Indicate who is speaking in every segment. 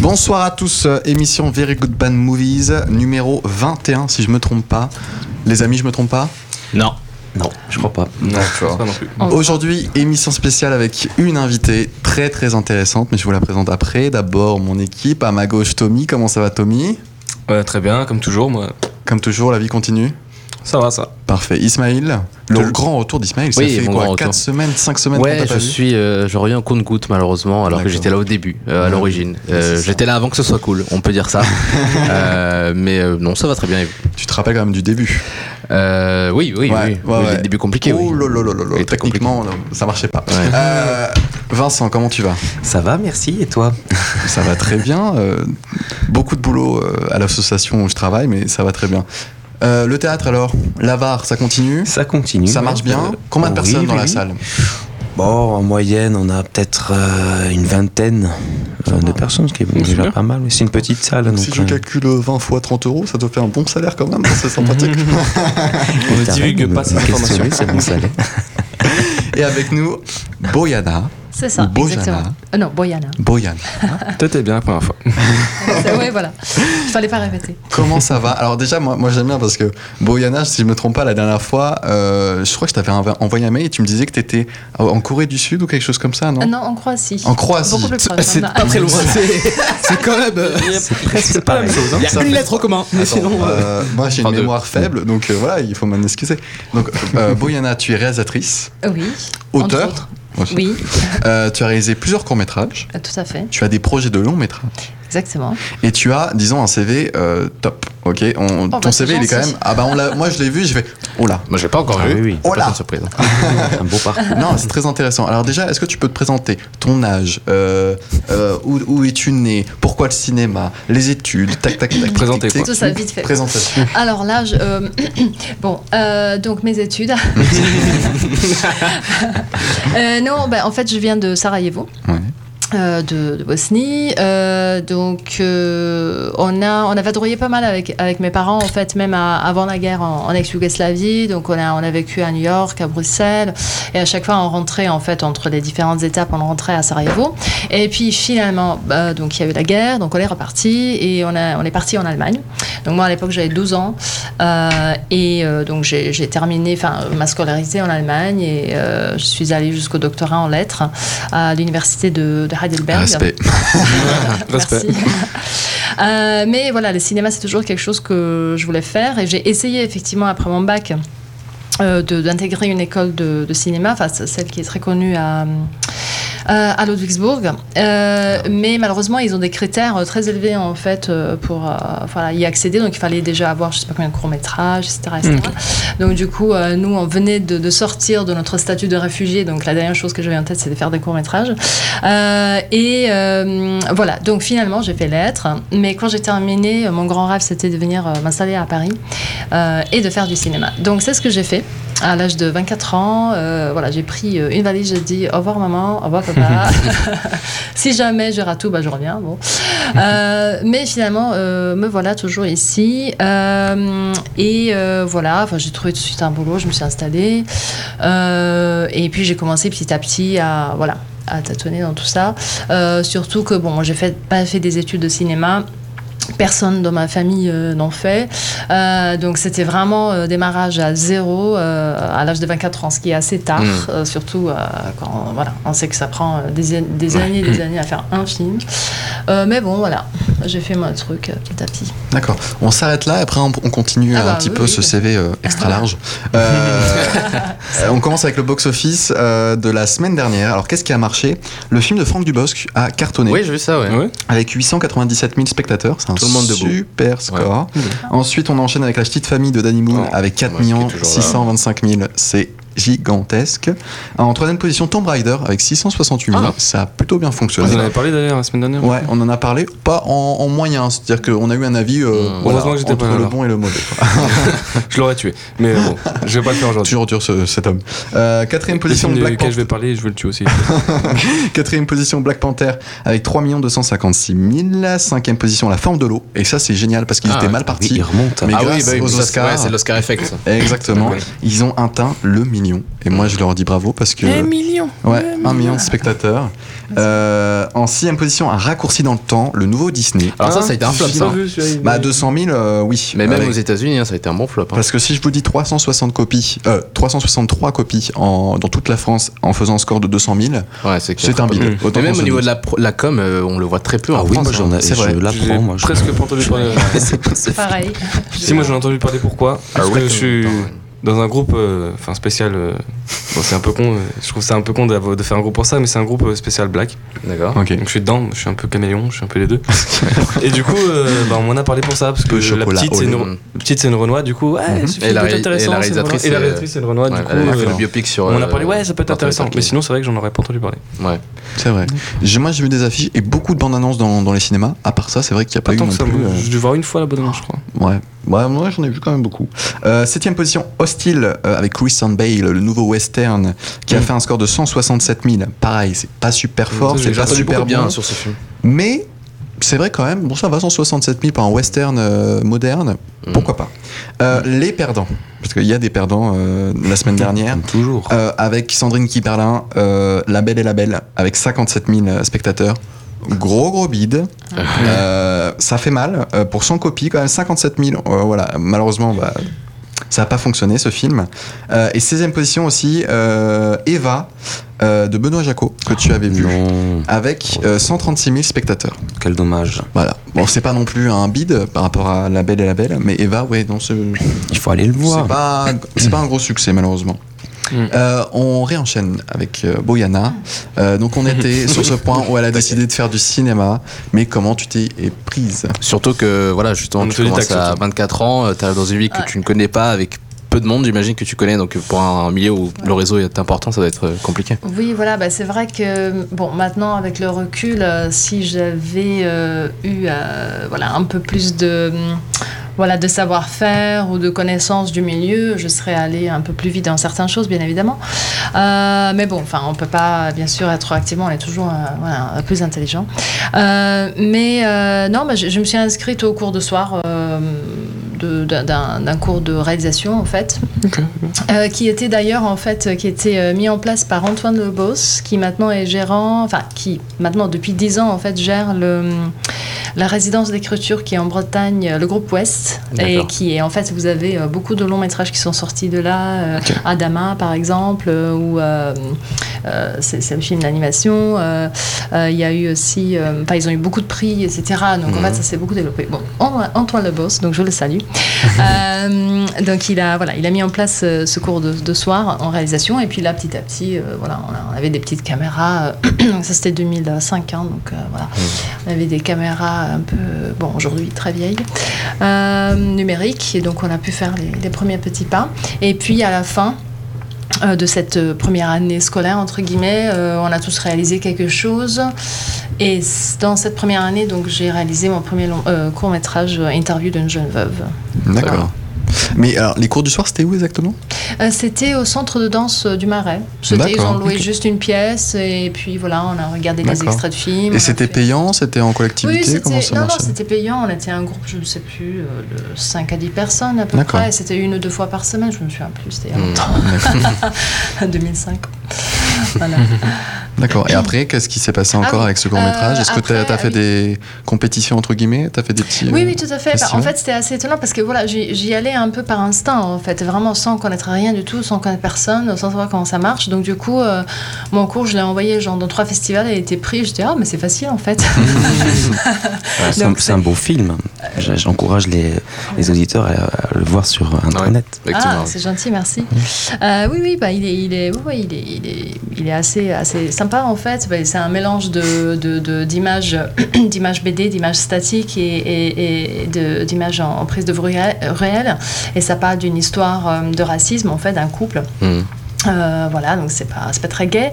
Speaker 1: Bonsoir à tous, euh, émission Very Good Band Movies, numéro 21 si je me trompe pas. Les amis, je me trompe pas
Speaker 2: Non.
Speaker 1: Non.
Speaker 3: Je crois pas.
Speaker 1: Non, tu vois.
Speaker 4: Pas non plus.
Speaker 1: Aujourd'hui, émission spéciale avec une invitée très très intéressante, mais je vous la présente après. D'abord, mon équipe, à ma gauche, Tommy. Comment ça va, Tommy
Speaker 4: Ouais, très bien, comme toujours, moi.
Speaker 1: Comme toujours, la vie continue.
Speaker 4: Ça va, ça.
Speaker 1: Parfait. Ismaël, le
Speaker 3: Toujours.
Speaker 1: grand retour d'Ismaël,
Speaker 3: Oui,
Speaker 1: ça fait
Speaker 3: mon grand
Speaker 1: quoi
Speaker 3: retour.
Speaker 1: 4 semaines, 5 semaines qu'on
Speaker 3: Ouais,
Speaker 1: t'a
Speaker 3: je
Speaker 1: pas vu
Speaker 3: suis, euh, j'aurais eu un compte-goutte malheureusement, alors que
Speaker 1: D'accord.
Speaker 3: j'étais là au début, euh, à
Speaker 1: Ouais.
Speaker 3: l'origine.
Speaker 1: Ouais, c'est
Speaker 3: Euh,
Speaker 1: ça.
Speaker 3: j'étais là avant que ce soit cool, on peut dire ça. Euh, mais euh, non, ça va très bien. et vous
Speaker 1: Tu te rappelles quand même du début.
Speaker 3: Euh, oui, oui,
Speaker 1: Ouais,
Speaker 3: oui.
Speaker 1: ouais,
Speaker 3: oui,
Speaker 1: ouais.
Speaker 3: Des débuts compliqués. oui.
Speaker 1: Oh là là là là,
Speaker 3: Et très
Speaker 1: techniquement, ça marchait pas.
Speaker 3: Ouais.
Speaker 1: Euh, Vincent, comment tu vas
Speaker 5: Ça va, merci. Et toi
Speaker 1: Ça va très bien. euh, beaucoup de boulot euh, à l'association où je travaille, mais ça va très bien. Euh, le théâtre alors, l'avare, ça continue
Speaker 5: Ça continue.
Speaker 1: Ça marche bien
Speaker 5: Euh,
Speaker 1: Combien de
Speaker 5: oui,
Speaker 1: personnes dans
Speaker 5: oui,
Speaker 1: la
Speaker 5: oui.
Speaker 1: salle
Speaker 5: Bon, en moyenne, on a peut-être euh, une vingtaine euh, de personnes, ce qui est déjà
Speaker 4: bien.
Speaker 5: pas mal. C'est une petite salle. Donc,
Speaker 1: Si je
Speaker 5: euh,
Speaker 1: calcule 20 fois 30 euros, ça te fait un bon salaire quand même, c'est sympathique.
Speaker 5: on
Speaker 4: ne
Speaker 5: t'arrête
Speaker 4: divulgue
Speaker 5: de me
Speaker 4: pas ces
Speaker 5: questionner,
Speaker 4: informations.
Speaker 5: C'est bon, ça l'est.
Speaker 1: Et avec nous, Boyana.
Speaker 6: C'est ça,
Speaker 1: Ou Bojana.
Speaker 6: exactement. Ah non, Boyana.
Speaker 1: Boyana,
Speaker 4: T'étais bien la première fois.
Speaker 6: oui, voilà. Il fallait pas répéter.
Speaker 1: comment ça va Alors déjà, moi, moi j'aime bien parce que Boyana, si je me trompe pas, la dernière fois, euh, je crois que je t'avais env- envoyé un mail et tu me disais que t'étais en Corée du Sud ou quelque chose comme ça, non
Speaker 6: Ah non, en Croatie.
Speaker 1: En Croatie.
Speaker 6: Beaucoup plus proche.
Speaker 2: C'est
Speaker 6: hein.
Speaker 2: pas très loin. C'est c'est quand même. euh,
Speaker 5: C'est presque pas la même chose.
Speaker 2: Il y a
Speaker 1: hein, Ça
Speaker 2: une
Speaker 1: fait-
Speaker 2: lettre en commun. Mais
Speaker 1: Attends,
Speaker 2: sinon.
Speaker 6: hein.
Speaker 2: euh,
Speaker 1: euh, moi j'ai une
Speaker 2: enfin, deux.
Speaker 1: mémoire faible, donc euh, voilà, il faut m'en excuser. Donc, euh, Boyana, tu es réalisatrice,
Speaker 6: Oui.
Speaker 1: auteur.
Speaker 6: entre autres.
Speaker 1: aussi.
Speaker 6: Oui,
Speaker 1: Euh, tu as réalisé plusieurs courts-métrages,
Speaker 6: euh, tout à fait.
Speaker 1: tu as des projets de longs-métrages,
Speaker 6: Exactement.
Speaker 1: et tu as, disons, un CV euh, top. Ok, on- ton
Speaker 6: bah, c'est
Speaker 1: CV il est quand
Speaker 6: gentil.
Speaker 1: même. Ah bah on l'a- moi je l'ai vu, j'ai fait. Oh là
Speaker 3: Moi, j'ai pas encore
Speaker 5: Ah
Speaker 3: vu.
Speaker 5: oui, oui.
Speaker 3: C'est
Speaker 1: Oh
Speaker 3: pas
Speaker 1: là.
Speaker 3: une surprise.
Speaker 5: Un beau parcours.
Speaker 1: Non, c'est très intéressant. Alors déjà, est-ce que tu peux te présenter ton âge, euh, euh, où, où es-tu né, pourquoi le cinéma, les études, tac tac tac. tac,
Speaker 4: Présenter,
Speaker 1: tac,
Speaker 4: quoi.
Speaker 1: tac.
Speaker 6: Tout ça, vite fait.
Speaker 1: Présentation.
Speaker 6: Alors là, je, euh, bon, euh, donc mes études. Euh, non, ben, en fait, je viens de Sarajevo.
Speaker 1: Ouais.
Speaker 6: euh, de, de Bosnie, Euh, donc euh, on a on a vadrouillé pas mal avec avec mes parents en fait même à- avant la guerre en, en ex-Yougoslavie, donc on a on a vécu à New York, à Bruxelles et à chaque fois on rentrait en fait entre les différentes étapes on rentrait à Sarajevo et puis finalement bah, donc il y a eu la guerre donc on est reparti et on a on est parti en Allemagne donc moi à l'époque j'avais 12 ans euh, et euh, donc j'ai j'ai terminé enfin ma scolarité en Allemagne et euh, je suis allée jusqu'au doctorat en lettres à l'université de, de Heidelberg.
Speaker 1: Respect.
Speaker 4: Respect.
Speaker 6: Merci. Euh, mais voilà, le cinéma, c'est toujours quelque chose que je voulais faire et j'ai essayé effectivement après mon bac euh, de- d'intégrer une école de, de cinéma, enfin c- celle qui est très connue à, euh, à Ludwigsburg. Euh, mais malheureusement, ils ont des critères euh, très élevés en fait euh, pour euh, voilà, y accéder. Donc il fallait déjà avoir je sais pas combien de courts métrages, etc. etc. Donc du coup, euh, nous, on venait de, de sortir de notre statut de réfugié. Donc la dernière chose que j'avais en tête, c'était de faire des courts métrages. Euh, et euh, voilà, donc finalement j'ai fait lettres, mais quand j'ai terminé, euh, mon grand rêve c'était de venir euh, m'installer à Paris euh, et de faire du cinéma. Donc c'est ce que j'ai fait à l'âge de 24 ans. euh, voilà, j'ai pris euh, une valise, j'ai dit au revoir maman, au revoir papa. si jamais je rate tout, bah, je reviens. Bon. Euh, mais finalement, euh, me voilà toujours ici. Euh, et euh, voilà, enfin, j'ai trouvé tout de suite un boulot, je me suis installée. Euh, et puis j'ai commencé petit à petit à voilà à tâtonner dans tout ça. Euh, surtout que bon, moi j'ai fait, pas fait des études de cinéma. Personne dans ma famille euh, n'en fait. Euh, donc c'était vraiment euh, démarrage à zéro euh, à l'âge de 24 ans, ce qui est assez tard,
Speaker 3: Mm.
Speaker 6: euh, surtout euh, quand voilà, on sait que ça prend euh, des, an- des années et des années à faire un film. Euh, mais bon, voilà, j'ai fait mon truc euh, petit à petit.
Speaker 1: D'accord. On s'arrête là, après on, on continue
Speaker 6: Ah
Speaker 1: un
Speaker 6: bah
Speaker 1: petit
Speaker 6: oui, Ah bah.
Speaker 1: peu
Speaker 6: oui.
Speaker 1: ce CV euh, extra large. Euh, euh, on commence avec le box-office euh, de la semaine dernière. Alors qu'est-ce qui a marché Le film de Franck Dubosc a cartonné
Speaker 3: Oui, j'ai vu ça, ouais.
Speaker 4: Ouais.
Speaker 1: avec 897 000 spectateurs. C'est un
Speaker 3: Tout le monde debout. Mmh.
Speaker 1: super score. Ensuite, on enchaîne avec La petite famille de Danny Moon
Speaker 3: Oh,
Speaker 1: avec 4
Speaker 3: dommage qu'il est
Speaker 1: millions
Speaker 3: toujours là.
Speaker 1: 625 000. C'est gigantesque. En troisième position, Tomb Raider avec 668 000.
Speaker 3: Ah.
Speaker 1: Ça a plutôt bien
Speaker 4: Vous
Speaker 1: fonctionné.
Speaker 4: en avez parlé d'ailleurs la semaine dernière
Speaker 1: Ouais, on en a parlé, pas en, en moyen, c'est-à-dire qu'on a eu un avis euh,
Speaker 3: Heureusement
Speaker 1: voilà,
Speaker 4: Hum. que j'étais
Speaker 1: entre
Speaker 4: pas
Speaker 1: le
Speaker 4: là, alors.
Speaker 1: bon et le mauvais.
Speaker 4: Je l'aurais tué. Mais bon, je vais pas le faire aujourd'hui.
Speaker 1: Toujours dur ce- cet homme. Euh, quatrième,
Speaker 4: Le
Speaker 1: position,
Speaker 4: film de
Speaker 1: Black
Speaker 4: lequel je
Speaker 1: Panther,
Speaker 4: vais parler, je veux le tuer aussi.
Speaker 1: quatrième position Black Panther avec 3 256 000. Cinquième position La forme de l'eau. Et ça c'est génial parce qu'ils
Speaker 3: Ah,
Speaker 1: étaient mal
Speaker 5: Oui,
Speaker 1: partis.
Speaker 5: il remonte. hein.
Speaker 1: Mais
Speaker 3: Ah oui,
Speaker 1: grâce
Speaker 3: bah oui,
Speaker 1: aux
Speaker 3: ça, c'est-
Speaker 1: Oscars,
Speaker 3: ouais, c'est l'Oscar Effect. ça.
Speaker 1: exactement, ils ont atteint le million. million. Et moi, je leur dis bravo parce que.
Speaker 7: Un million.
Speaker 1: Ouais,
Speaker 7: Un
Speaker 1: un million de spectateurs. Euh, en sixième position, un raccourci dans le temps, le nouveau Disney.
Speaker 4: Ah,
Speaker 3: Alors ça, ça a été un flop, ça.
Speaker 1: Bah, 200 000, euh, oui.
Speaker 3: Mais même
Speaker 1: Avec-
Speaker 3: aux États-Unis, hein, ça a été un bon flop. hein.
Speaker 1: Parce que si je vous dis 360 copies, euh, 363 copies en, dans toute la France en faisant un score de 200 000,
Speaker 3: Ouais, c'est clair.
Speaker 1: c'est un bide.
Speaker 4: Mmh.
Speaker 1: Autant
Speaker 3: Mais
Speaker 1: qu'on
Speaker 3: même
Speaker 1: se
Speaker 3: au
Speaker 1: le
Speaker 3: niveau de
Speaker 1: dise.
Speaker 3: la, pro- la com, euh, on le voit très peu en
Speaker 5: Ah oui,
Speaker 3: France.
Speaker 5: moi j'en
Speaker 3: hein.
Speaker 5: ai,
Speaker 1: c'est vrai.
Speaker 5: je
Speaker 4: J'ai
Speaker 5: l'apprends, moi. je-
Speaker 4: presque pas entendu parler.
Speaker 6: C'est pareil.
Speaker 4: si, moi j'en ai entendu parler pourquoi. Parce que je suis
Speaker 3: Attends, Ah ouais.
Speaker 4: dans un groupe euh, enfin spécial. euh, bon, c'est un peu con, euh, je trouve ça un peu con d'avoir- de faire un groupe pour ça, mais c'est un groupe euh, spécial black.
Speaker 3: D'accord.
Speaker 1: Ok.
Speaker 4: Donc je suis dedans, je suis un peu caméléon, je suis un peu les deux. et du coup, euh, bah, on m'en a parlé pour ça, parce que
Speaker 1: Peu
Speaker 4: la
Speaker 1: chocolat
Speaker 4: petite, c'est
Speaker 1: au
Speaker 4: une,
Speaker 1: lait.
Speaker 4: re- la petite, c'est une Renoir, du coup, ouais,
Speaker 1: Mhm.
Speaker 4: ce
Speaker 3: Et
Speaker 4: film
Speaker 3: la ré-
Speaker 4: peut être
Speaker 3: et la
Speaker 4: intéressant. c'est une
Speaker 3: réalisatrice,
Speaker 4: Renoir. Et la
Speaker 3: c'est-
Speaker 4: réalisatrice, c'est une Renoir,
Speaker 3: Ouais,
Speaker 4: du
Speaker 3: elle
Speaker 4: coup.
Speaker 3: a fait
Speaker 4: euh,
Speaker 3: le biopic sur.
Speaker 4: on en a
Speaker 3: euh,
Speaker 4: parlé, ouais, ça peut être
Speaker 3: Martin Luther
Speaker 4: intéressant.
Speaker 3: King.
Speaker 4: Mais sinon, c'est vrai que j'en aurais pas entendu parler.
Speaker 3: Ouais.
Speaker 1: C'est vrai. J'ai- Moi, j'ai vu des affiches et beaucoup de bandes annonces dans, dans les cinémas. À part ça, c'est vrai qu'il n'y a pas
Speaker 4: Pas
Speaker 1: eu
Speaker 4: tant
Speaker 1: non
Speaker 4: que ça,
Speaker 1: plus.
Speaker 4: moi,
Speaker 1: euh,
Speaker 4: j'ai dû voir une fois la bonne annonce, je crois.
Speaker 1: Ouais, ouais moi j'en ai vu quand même beaucoup. Euh, septième position, Hostile euh, avec Christian Bale, le nouveau western, qui a fait un score de 167 000. Pareil, c'est pas super fort,
Speaker 4: Ça,
Speaker 1: c'est
Speaker 4: j'ai
Speaker 1: pas
Speaker 4: entendu
Speaker 1: super
Speaker 3: Beaucoup
Speaker 1: bien.
Speaker 3: bien sur ce film.
Speaker 1: Mais c'est vrai quand même, bon ça va, 167 000 par un western euh, moderne,
Speaker 3: Mhm.
Speaker 1: pourquoi pas. Euh, Les perdants, parce qu'il y a des perdants euh, la semaine dernière.
Speaker 5: Comme toujours.
Speaker 1: Euh, avec Sandrine Kiperlin, euh, La Belle et la Belle, avec 57 000 euh, spectateurs. Gros gros bide. Euh, ça fait mal. euh, pour 100 copies, quand même, 57 000. euh, voilà, malheureusement, bah, ça n'a pas fonctionné ce film. Euh, et 16e position aussi, euh, Eva euh, de Benoît Jacot, que tu avais vu.
Speaker 5: Non,
Speaker 1: Avec euh, 136 000 spectateurs.
Speaker 5: quel dommage.
Speaker 1: Voilà. Bon, c'est pas non plus un bide par rapport à La Belle et la Belle, mais Eva, ouais, dans ce,
Speaker 5: Il faut aller le voir.
Speaker 1: c'est pas, c'est pas un gros succès malheureusement.
Speaker 4: Mm.
Speaker 1: Euh, on réenchaîne avec euh, Boyana. Euh, donc on était sur ce point où elle a décidé de faire du cinéma, mais comment tu t'es est prise
Speaker 3: Surtout que, voilà,
Speaker 4: On
Speaker 3: justement,
Speaker 4: te
Speaker 3: tu
Speaker 4: dit
Speaker 3: commences
Speaker 4: tac,
Speaker 3: à
Speaker 4: surtout.
Speaker 3: 24 ans, euh, t'arrives dans une ville que
Speaker 4: Ah.
Speaker 6: Ouais.
Speaker 3: tu ne connais pas avec peu de monde, j'imagine que tu connais. Donc pour un milieu où le réseau est important, ça doit être euh, compliqué.
Speaker 6: Oui, voilà, bah, c'est vrai que bon, maintenant avec le recul, euh, si j'avais euh, eu euh, voilà un peu plus de hum, voilà de savoir-faire ou de connaissance du milieu, je serais allée un peu plus vite dans certaines choses, bien évidemment. Euh, mais bon, enfin, on peut pas bien sûr être activement, on est toujours euh, voilà, plus intelligent. Euh, mais euh, non, bah, je, je me suis inscrite au cours de soir. euh, de- d'un- d'un d'un cours de réalisation en fait euh, qui était d'ailleurs en fait euh, qui était euh, mis en place par Antoine Lebos qui maintenant est gérant enfin qui maintenant depuis 10 ans en fait gère le hum, la résidence d'écriture qui est en Bretagne euh, le groupe Ouest et
Speaker 3: D'accord.
Speaker 6: qui est en fait vous avez euh, beaucoup de longs métrages qui sont sortis de là euh, Adama par exemple euh, ou euh, euh, c'est c'est un film d'animation euh, euh, il y a eu aussi euh, enfin ils ont eu beaucoup de prix etc donc en fait ça s'est beaucoup développé bon An- Antoine Lebos donc je le salue euh, donc il a voilà, il a mis en place euh, ce cours de, de soir en réalisation et puis là petit à petit euh, voilà, on, a- on avait des petites caméras. euh, donc ça c'était 2005 hein, donc euh, voilà, on avait des caméras un peu bon aujourd'hui très vieilles euh, numériques et donc on a pu faire les, les premiers petits pas et puis à la fin euh, de cette euh, première année scolaire entre guillemets, euh, on a tous réalisé quelque chose. Et s- dans cette première année, donc j'ai réalisé mon premier long, court métrage Interview d'une jeune veuve.
Speaker 1: D'accord. Mais alors les cours du soir c'était où exactement
Speaker 6: Euh, C'était au centre de danse euh, du Marais. C'était, ils
Speaker 1: D'accord,
Speaker 6: ont loué
Speaker 1: ok.
Speaker 6: juste une pièce et puis voilà, on a regardé des
Speaker 1: D'accord.
Speaker 6: extraits de films. on a
Speaker 1: Et c'était
Speaker 6: fait-
Speaker 1: payant, c'était en
Speaker 6: Oui,
Speaker 1: collectivité,
Speaker 6: c'était,
Speaker 1: comment ça
Speaker 6: non, non,
Speaker 1: marchait
Speaker 6: c'était payant. On était un groupe, je ne sais plus, euh, de 5 à 10 personnes à peu
Speaker 1: D'accord. Hmm.
Speaker 6: près. C'était une ou deux fois par semaine, je me souviens plus, c'était il y a
Speaker 3: Mm.
Speaker 6: longtemps, 2005. Voilà.
Speaker 1: D'accord. Et après, qu'est-ce qui s'est passé
Speaker 6: Ah
Speaker 1: encore
Speaker 6: oui.
Speaker 1: avec ce court métrage
Speaker 6: Euh,
Speaker 1: Est-ce que t'as
Speaker 6: après,
Speaker 1: as fait
Speaker 6: oui.
Speaker 1: des compétitions entre guillemets T'as fait des petits
Speaker 6: Oui,
Speaker 1: euh,
Speaker 6: oui, tout à fait. Bah, en
Speaker 1: festival.
Speaker 6: fait, c'était assez étonnant parce que voilà, j'y j'y allais un peu par instinct, en fait, vraiment sans connaître rien du tout, sans connaître personne, sans savoir comment ça marche. Donc, du coup, euh, mon cours, je l'ai envoyé genre dans trois festivals, il a été pris. J'étais, ah, mais c'est facile en fait.
Speaker 5: C'est un,
Speaker 6: Donc,
Speaker 5: c'est un beau film. J'- J'encourage les, les auditeurs à, à le voir sur Internet.
Speaker 6: ah,
Speaker 3: Effectivement.
Speaker 6: c'est gentil, merci. Euh, oui, oui, bah, il est, il est, oui, oui, il est, il est, il est assez, assez sympa en fait. Bah, c'est un mélange de, de, de- d'images, d'images BD, d'images statiques et, et, et de, d'images en, en prise de vue réelle- réelle. Et ça part d'une histoire euh, de racisme en fait, d'un couple.
Speaker 3: Mhm.
Speaker 6: Euh, voilà, donc c'est pas, c'est pas très gay,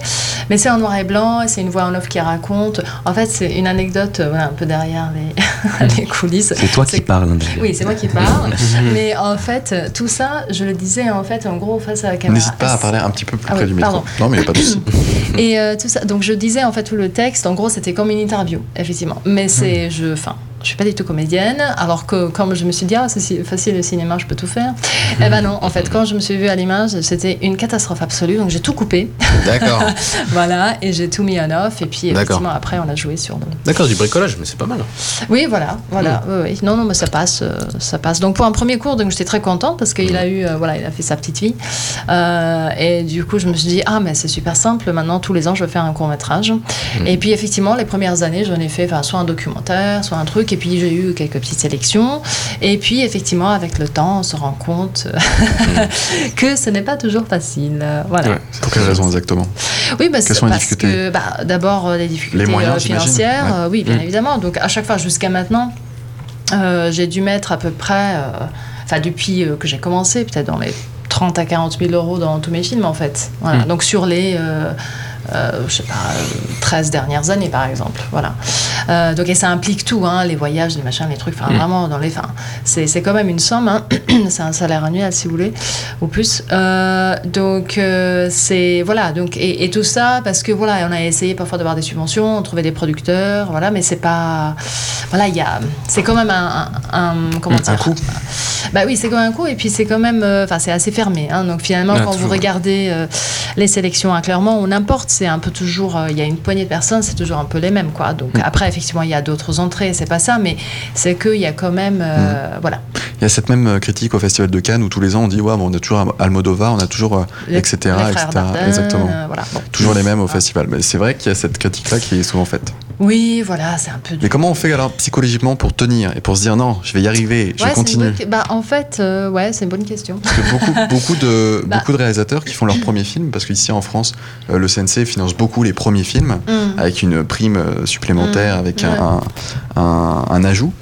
Speaker 6: mais c'est en noir et blanc, et c'est une voix en off qui raconte. En fait, c'est une anecdote euh, voilà, un peu derrière les, les coulisses.
Speaker 5: C'est toi qui
Speaker 6: C'est-
Speaker 5: parles. André.
Speaker 6: Oui, c'est moi qui parle, mais en fait, euh, tout ça, je le disais en fait, en gros, face à la caméra.
Speaker 1: N'hésite pas à parler un petit peu plus
Speaker 6: Ah
Speaker 1: près
Speaker 6: oui,
Speaker 1: du micro.
Speaker 6: pardon.
Speaker 1: Non, mais y a pas de souci. Hmm.
Speaker 6: Et euh, tout ça, donc je disais en fait tout le texte, en gros, c'était comme une interview, effectivement. Mais c'est, je, enfin, je suis pas du tout comédienne, alors que comme je me suis dit, ah, c'est si- facile le cinéma, je peux tout faire. Eh ben non, en fait, quand je me suis vue à l'image, c'était une catastrophe absolue, donc j'ai tout coupé,
Speaker 3: D'accord.
Speaker 6: voilà, et j'ai tout mis en off, et puis
Speaker 3: D'accord.
Speaker 6: effectivement, après, on a joué sur le.
Speaker 3: D'accord, du bricolage, mais c'est pas mal.
Speaker 6: Oui, voilà, voilà, oui, oui. Non, non, mais ça passe, euh, ça passe. Donc pour un premier cours, donc j'étais très contente parce qu'il a eu, euh, voilà, il a fait sa petite vie, Euh, et du coup, je me suis dit, ah, mais c'est super simple. Maintenant, tous les ans, je vais faire un court métrage. Et puis effectivement, les premières années, j'en ai fait, enfin, soit un documentaire, soit un truc, et puis j'ai eu quelques petites sélections. Et puis effectivement, avec le temps, on se rend compte que ce n'est pas toujours facile. Euh, Voilà.
Speaker 4: Ouais.
Speaker 1: Pour quelle raison exactement
Speaker 6: Oui, bah, c'est
Speaker 1: sont les
Speaker 6: parce
Speaker 1: difficultés
Speaker 6: que bah, d'abord euh, les difficultés
Speaker 1: Les moyens,
Speaker 6: euh,
Speaker 1: j'imagine.
Speaker 6: financières,
Speaker 1: Ouais.
Speaker 6: euh, oui, bien
Speaker 4: Mm.
Speaker 6: évidemment. Donc à chaque fois jusqu'à maintenant, euh, j'ai dû mettre à peu près, euh, enfin depuis euh, que j'ai commencé, peut-être dans les 30 à 40 000 euros dans tous mes films en fait. Voilà.
Speaker 1: Mm.
Speaker 6: Donc sur les, euh, euh, je sais pas, euh, 13 dernières années par exemple. Voilà. Euh, donc et ça implique tout, hein, les voyages, les machins, les trucs. Enfin
Speaker 1: Mm.
Speaker 6: vraiment dans les, enfin c'est c'est quand même une somme. hein. c'est un salaire annuel si vous voulez ou plus. Euh, donc euh, c'est voilà donc et, et tout ça parce que voilà on a essayé parfois d'avoir des subventions, on trouvait des producteurs, voilà mais c'est pas voilà il y a c'est quand même un, un, un- comment dire
Speaker 1: coût.
Speaker 6: Bah oui c'est quand même un coup et puis c'est quand même euh, enfin c'est assez fermé hein. donc finalement
Speaker 4: Ah,
Speaker 6: quand vous
Speaker 4: toujours.
Speaker 6: regardez euh, les sélections à Clermont on importe c'est un peu toujours euh, il y a une poignée de personnes c'est toujours un peu les mêmes quoi donc après effectivement il y a d'autres entrées c'est pas ça mais c'est que il y a quand même euh, voilà
Speaker 1: Il y a cette même euh, critique au Festival de Cannes où tous les ans on dit ouais, bon, on a toujours Almodovar, on a toujours euh,
Speaker 6: Les-
Speaker 1: etc.
Speaker 6: les frères
Speaker 1: etc.
Speaker 6: Dardenne,
Speaker 1: Exactement.
Speaker 6: euh, voilà Bon.
Speaker 1: Toujours les mêmes au festival. Mais c'est vrai qu'il y a cette critique-là qui est souvent faite.
Speaker 6: Oui, voilà, c'est un peu
Speaker 1: Mais
Speaker 6: du.
Speaker 1: comment on fait alors psychologiquement pour tenir et pour se dire non, je vais y arriver, je
Speaker 6: Ouais, c'est une
Speaker 1: continue
Speaker 6: bonne que- Bah, en fait, euh, ouais, c'est une bonne question.
Speaker 1: Parce que beaucoup, beaucoup, de,
Speaker 6: Bah.
Speaker 1: beaucoup de réalisateurs qui font leur premier film, parce qu'ici en France, euh, le CNC finance beaucoup les premiers films,
Speaker 6: Mm.
Speaker 1: avec une prime euh, supplémentaire,
Speaker 6: Mm.
Speaker 1: avec un, un, un- un ajout.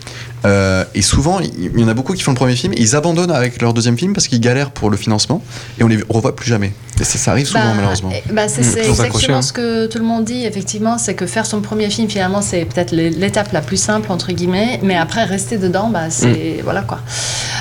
Speaker 1: Euh, et souvent, il il y en a beaucoup qui font le premier film, ils abandonnent avec leur deuxième film parce qu'ils galèrent pour le financement et on les revoit plus jamais. Et ça, ça arrive souvent,
Speaker 6: Bah,
Speaker 1: malheureusement.
Speaker 6: eh, bah, c'est
Speaker 4: Mm,
Speaker 6: c'est
Speaker 4: toujours s'accrocher,
Speaker 6: exactement
Speaker 4: hein.
Speaker 6: ce que tout le monde dit, effectivement, c'est que faire son premier film, finalement, c'est peut-être l'é- l'étape la plus simple, entre guillemets, mais après, rester dedans, bah, c'est.
Speaker 4: Mm.
Speaker 6: Voilà quoi.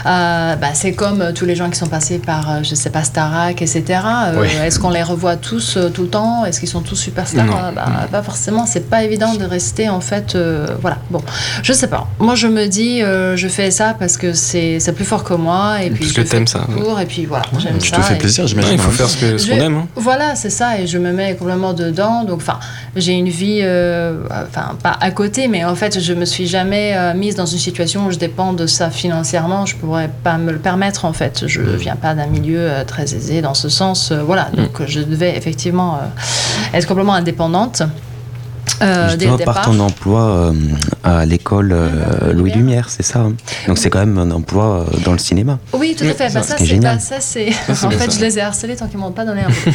Speaker 6: Euh, bah, c'est comme euh, tous les gens qui sont passés par, euh, je sais pas, Starac, etc. Euh,
Speaker 3: Oui.
Speaker 6: Est-ce qu'on les revoit tous euh, tout le temps Est-ce qu'ils sont tous superstars
Speaker 4: Non. Mm.
Speaker 6: Euh, bah, Pas forcément, c'est pas évident de rester, en fait. euh, voilà, bon, je sais pas. Moi, je me dis, euh, je fais ça parce que c'est c'est plus fort que moi, et puis
Speaker 4: Parce
Speaker 6: je
Speaker 4: que
Speaker 6: fais
Speaker 4: t'aimes
Speaker 6: tout
Speaker 4: ça, ouais.
Speaker 6: court, et puis voilà, j'aime
Speaker 1: Tu
Speaker 6: ça.
Speaker 1: te fais
Speaker 6: et-
Speaker 1: plaisir,
Speaker 4: Ouais,
Speaker 1: j'imagine.
Speaker 4: il faut faire ce que- ce qu'on
Speaker 6: Je-
Speaker 4: aime. hein.
Speaker 6: voilà, c'est ça, et je me mets complètement dedans. Donc, enfin, j'ai une vie, euh, enfin, pas à côté, mais en fait, je me suis jamais euh, mise dans une situation où je dépends de ça financièrement. Je pourrais pas me le permettre, en fait. Je viens pas d'un milieu euh, très aisé dans ce sens. euh, voilà, donc je devais effectivement euh, être complètement indépendante. euh, dès le
Speaker 5: Justement,
Speaker 6: départ.
Speaker 5: par ton emploi euh, à l'école euh, Louis Lumière, c'est ça. hein Donc c'est quand même un emploi euh, dans le cinéma.
Speaker 6: Oui, tout à fait. Bah, ça,
Speaker 5: qui est
Speaker 6: c'est
Speaker 5: génial.
Speaker 6: bah, ça, c'est.
Speaker 4: c'est
Speaker 6: en
Speaker 4: bien
Speaker 6: fait,
Speaker 4: ça.
Speaker 6: je les ai harcelés tant qu'ils m'ont pas donné un mot.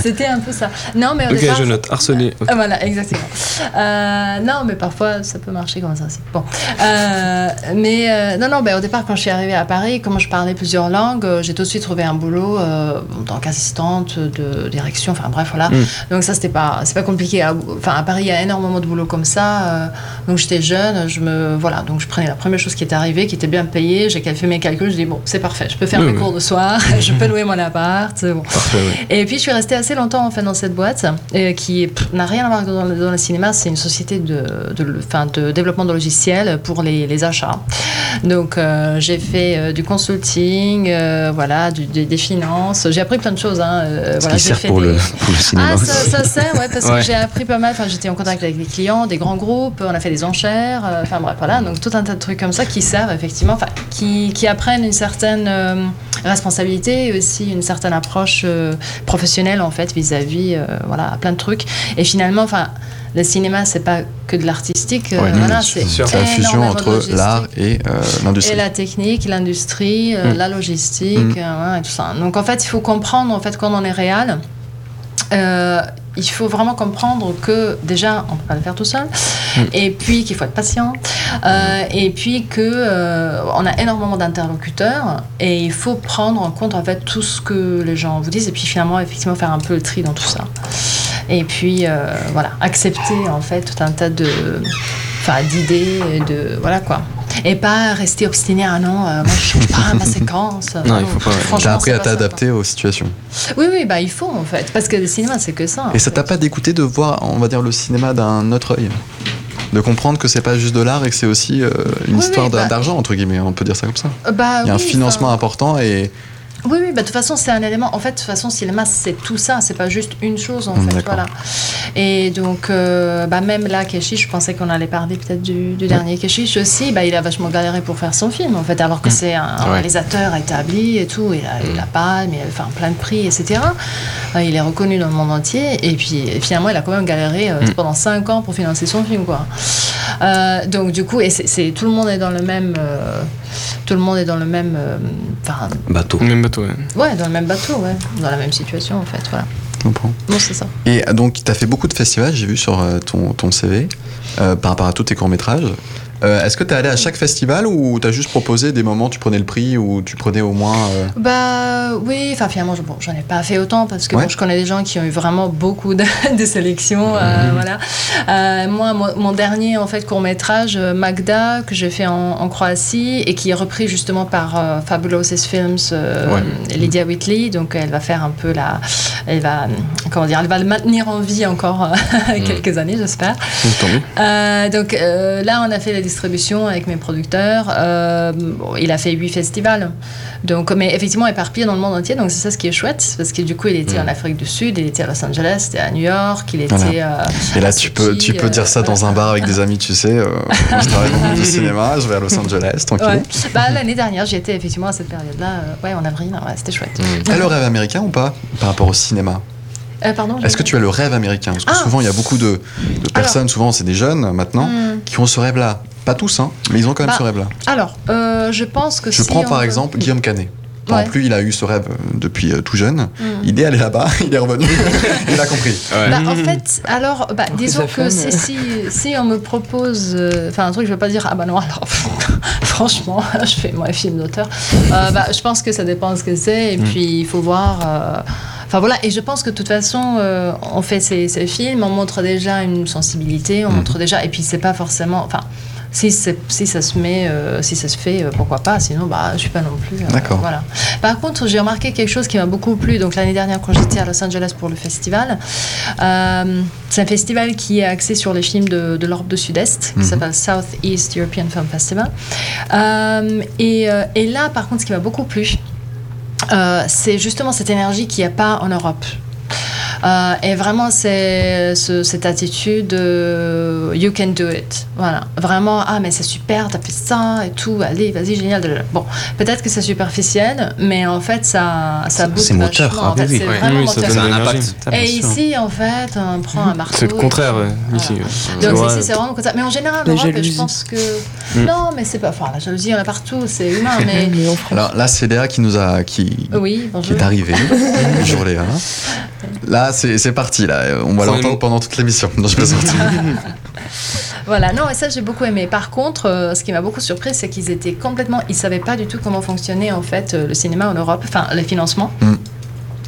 Speaker 6: C'était un peu ça. Non, mais au
Speaker 4: Ok,
Speaker 6: départ,
Speaker 4: je note. Harceler. ok.
Speaker 6: Ah, Voilà, exactement. Euh, non, mais parfois ça peut marcher comme ça aussi. Bon, Euh, mais euh, non, non, ben, au départ quand je suis arrivée à Paris, comme je parlais plusieurs langues, euh, j'ai tout de suite trouvé un boulot euh, en tant qu'assistante de direction. Enfin bref, voilà.
Speaker 4: Hmm.
Speaker 6: Donc ça c'était pas, c'est pas compliqué. À- Enfin à Paris il y a énormément de boulot comme ça. euh, donc j'étais jeune, je me voilà, donc je prenais la première chose qui était arrivée, qui était bien payée. J'ai fait mes calculs, je dis bon c'est parfait, je peux faire
Speaker 4: Oui,
Speaker 6: mes
Speaker 4: oui.
Speaker 6: cours de soir, je peux louer mon appart. Bon.
Speaker 4: Parfait, ouais.
Speaker 6: Et puis je suis restée assez longtemps en fait dans cette boîte euh, qui pff, n'a rien à voir dans le, dans le cinéma. C'est une société de, de, le- enfin, de développement de logiciels pour les, les achats. Donc euh, j'ai fait euh, du consulting, euh, voilà, du- des- des finances. J'ai appris plein de choses. Hein, euh,
Speaker 5: Ce
Speaker 6: voilà,
Speaker 5: qui
Speaker 6: j'ai
Speaker 5: sert
Speaker 6: fait
Speaker 5: pour,
Speaker 6: des-
Speaker 5: le, pour le cinéma.
Speaker 6: ah, ça,
Speaker 5: aussi.
Speaker 6: ça sert, ouais, parce
Speaker 4: Ouais.
Speaker 6: que j'ai appris pas mal. Enfin, j'étais en contact avec des clients, des grands groupes, on a fait des enchères, euh, enfin bref, voilà. Donc, tout un tas de trucs comme ça qui servent, effectivement, enfin, qui, qui apprennent une certaine euh, responsabilité et aussi une certaine approche euh, professionnelle, en fait, vis-à-vis, euh, voilà, à plein de trucs. Et finalement, enfin, le cinéma, c'est pas que de l'artistique, euh,
Speaker 1: Ouais, non,
Speaker 6: voilà,
Speaker 1: mais
Speaker 6: c'est
Speaker 1: C'est la fusion
Speaker 6: énormément de
Speaker 1: entre
Speaker 6: logistique.
Speaker 1: l'art et euh, l'industrie.
Speaker 6: Et la technique, l'industrie, euh, la logistique,
Speaker 1: Mm.
Speaker 6: euh, ouais, et tout ça. Donc en fait, il faut comprendre en fait quand on est réel. euh, il faut vraiment comprendre que déjà on peut pas le faire tout seul,
Speaker 1: Mm.
Speaker 6: et puis qu'il faut être patient, euh, et puis que euh, on a énormément d'interlocuteurs et il faut prendre en compte en fait tout ce que les gens vous disent et puis finalement effectivement faire un peu le tri dans tout ça. Et puis euh, voilà, accepter en fait tout un tas de, enfin d'idées, et de voilà quoi. Et pas rester obstiné ah non, euh, moi je change pas ma séquence.
Speaker 4: Non, il faut pas, ouais.
Speaker 1: T'as appris à
Speaker 6: c'est pas ça,
Speaker 1: t'adapter aux situations.
Speaker 6: quoi. Oui oui bah il faut en fait parce que le cinéma Ah, c'est que ça. en
Speaker 1: Et ça
Speaker 6: fait.
Speaker 1: t'a pas dégoûté de voir, on va dire, le cinéma d'un autre œil de comprendre que c'est pas juste de l'art et que c'est aussi euh, une
Speaker 6: Oui,
Speaker 1: histoire
Speaker 6: oui,
Speaker 1: d'a-
Speaker 6: bah-
Speaker 1: d'argent entre guillemets. hein, On peut dire ça comme ça.
Speaker 6: Euh, bah,
Speaker 1: Il y a un
Speaker 6: oui,
Speaker 1: financement
Speaker 6: enfin,
Speaker 1: important et
Speaker 6: Oui, oui, bah, de toute façon, c'est un élément. En fait, de toute façon, cinéma, c'est tout ça. C'est pas juste une chose, en
Speaker 1: Mm,
Speaker 6: fait.
Speaker 1: d'accord.
Speaker 6: Voilà. Et donc, euh, bah, même là, Keshi, je pensais qu'on allait parler peut-être du, du dernier Keshi aussi. Bah, il a vachement galéré pour faire son film, en fait, alors
Speaker 1: Mm.
Speaker 6: que c'est un, un
Speaker 3: Ouais.
Speaker 6: réalisateur établi et tout. Il a eu la palme, il a enfin, plein de prix, etc. Euh, il est reconnu dans le monde entier. Et puis, et finalement, il a quand même galéré
Speaker 1: Mm.
Speaker 6: euh, pendant 5 ans pour financer son film, quoi. Euh, donc, du coup, et c'est- c'est- tout le monde est dans le même. euh, tout le monde est dans le même. euh, Enfin,
Speaker 5: Bateau.
Speaker 4: Même bateau, ouais.
Speaker 6: Ouais, dans le même bateau, ouais. Dans la même situation, en fait, voilà.
Speaker 1: je comprends.
Speaker 6: Non, c'est ça.
Speaker 1: Et donc, tu as fait beaucoup de festivals, j'ai vu sur euh, ton, ton CV, euh, par rapport à tous tes courts-métrages. Euh, Est-ce que tu es allé à chaque festival ou tu as juste proposé des moments, tu prenais le prix ou tu prenais au moins. euh,
Speaker 6: Bah oui, enfin finalement, je- bon, j'en ai pas fait autant parce que
Speaker 1: Ouais.
Speaker 6: bon, je connais des gens qui ont eu vraiment beaucoup de, de sélections, euh, voilà. Euh, moi, mon- mon dernier en fait court métrage Magda que j'ai fait en, en Croatie et qui est repris justement par euh, Fabulous Films, euh, Lydia Whitley, donc elle va faire un peu la, elle va euh, comment dire, elle va le maintenir en vie encore euh, quelques années, j'espère.
Speaker 3: Tant mieux.
Speaker 6: Euh, donc euh, là, on a fait la distribution avec mes producteurs. Euh, bon, il a fait huit festivals. Donc, mais effectivement, éparpillé dans le monde entier. Donc c'est ça ce qui est chouette, parce que du coup, il était en Afrique du Sud, il était à Los Angeles, il était à New York, il était.
Speaker 1: Hmm. Voilà.
Speaker 6: euh,
Speaker 1: Et là,
Speaker 6: à
Speaker 1: tu peux, tu
Speaker 6: Sochi,
Speaker 1: peux
Speaker 6: euh,
Speaker 1: dire ça dans un bar avec des amis, tu sais. euh, moi, je travaille dans le monde du cinéma, je vais à Los Angeles, tranquille.
Speaker 6: Ouais. Bah, l'année dernière, j'y étais effectivement à cette période-là, euh, ouais, en avril, ouais, c'était chouette.
Speaker 1: T'as le rêve américain ou pas par rapport au cinéma
Speaker 6: Euh, pardon
Speaker 1: Est-ce que tu as le rêve américain Parce que
Speaker 6: Ah.
Speaker 1: souvent, il y a beaucoup de, de personnes, souvent c'est des jeunes maintenant, qui ont ce rêve-là. Pas tous, hein, mais ils ont quand même
Speaker 6: Hmm. Bah,
Speaker 1: ce rêve-là.
Speaker 6: Alors, euh, je pense que
Speaker 1: Je
Speaker 6: si
Speaker 1: prends
Speaker 6: on
Speaker 7: hein.
Speaker 1: par
Speaker 6: veut-
Speaker 1: exemple Guillaume Canet. Non
Speaker 6: Ouais.
Speaker 1: plus, il a eu ce rêve euh, depuis euh, tout jeune.
Speaker 6: Mm.
Speaker 1: Il est allé là-bas, il est revenu, il a compris.
Speaker 6: Bah, en fait, alors, bah, disons que si, si, si on me propose, euh, enfin un truc, je vais pas dire ah bah non alors franchement, je fais moi un film d'auteur. Euh, bah, je pense que ça dépend de ce que c'est et puis il faut voir. euh, Enfin voilà, et je pense que de toute façon, euh, on fait ces, ces films, on montre déjà une sensibilité, on montre déjà, et puis c'est pas forcément, enfin. Si, c'est- si ça se met, euh, si ça se fait, euh, pourquoi pas Sinon, bah, je suis pas non plus. euh,
Speaker 1: D'accord.
Speaker 6: Voilà. Par contre, j'ai remarqué quelque chose qui m'a beaucoup plu. Donc l'année dernière, quand j'étais à Los Angeles pour le festival, euh, c'est un festival qui est axé sur les films de, de l'Europe du Sud-Est, qui
Speaker 1: Mhm.
Speaker 6: s'appelle Southeast European Film Festival. Euh, et, euh, et là, par contre, ce qui m'a beaucoup plu, euh, c'est justement cette énergie qu'il n'y a pas en Europe. Euh, et vraiment, c'est ce- cette attitude euh, you can do it. Voilà. Vraiment, ah, mais c'est super, t'as fait ça et tout, allez, vas-y, génial. blablabla. Bon, peut-être que c'est superficiel, mais en fait, ça, ça booste
Speaker 5: c'est moteur,
Speaker 6: vachement.
Speaker 5: ah
Speaker 6: En
Speaker 5: oui,
Speaker 6: fait,
Speaker 5: oui.
Speaker 6: c'est
Speaker 4: Ouais.
Speaker 6: vraiment
Speaker 4: Oui, ça
Speaker 6: moteur.
Speaker 4: donne
Speaker 3: Ça a
Speaker 4: de
Speaker 3: un
Speaker 4: l'énergie.
Speaker 3: impact.
Speaker 6: Et ici, en fait, on prend un marteau.
Speaker 4: C'est le contraire, ouais,
Speaker 6: Voilà.
Speaker 4: ici. ouais.
Speaker 6: Donc
Speaker 4: Ouais.
Speaker 6: ici, c'est vraiment comme ça. Mais en général, en
Speaker 7: La
Speaker 6: Europe, je
Speaker 7: jalousie.
Speaker 6: pense que. Non, mais c'est pas. Enfin, la jalousie, on a partout, c'est humain, mais.
Speaker 7: Mais en France.
Speaker 1: Alors là, c'est Léa qui nous a. qui,
Speaker 6: Oui,
Speaker 1: qui
Speaker 6: bonjour.
Speaker 1: est arrivée. Bonjour Léa. Là, c'est c'est parti, là. On va
Speaker 4: Sans les
Speaker 1: l'entendre
Speaker 4: mots.
Speaker 1: pendant toute l'émission. Non, je plaisante.
Speaker 7: Ah,
Speaker 6: Voilà, non, et ça j'ai beaucoup aimé. Par contre, euh, ce qui m'a beaucoup surpris, c'est qu'ils étaient complètement. Ils savaient pas du tout comment fonctionnait en fait euh, le cinéma en Europe, enfin le financement.
Speaker 1: Mm.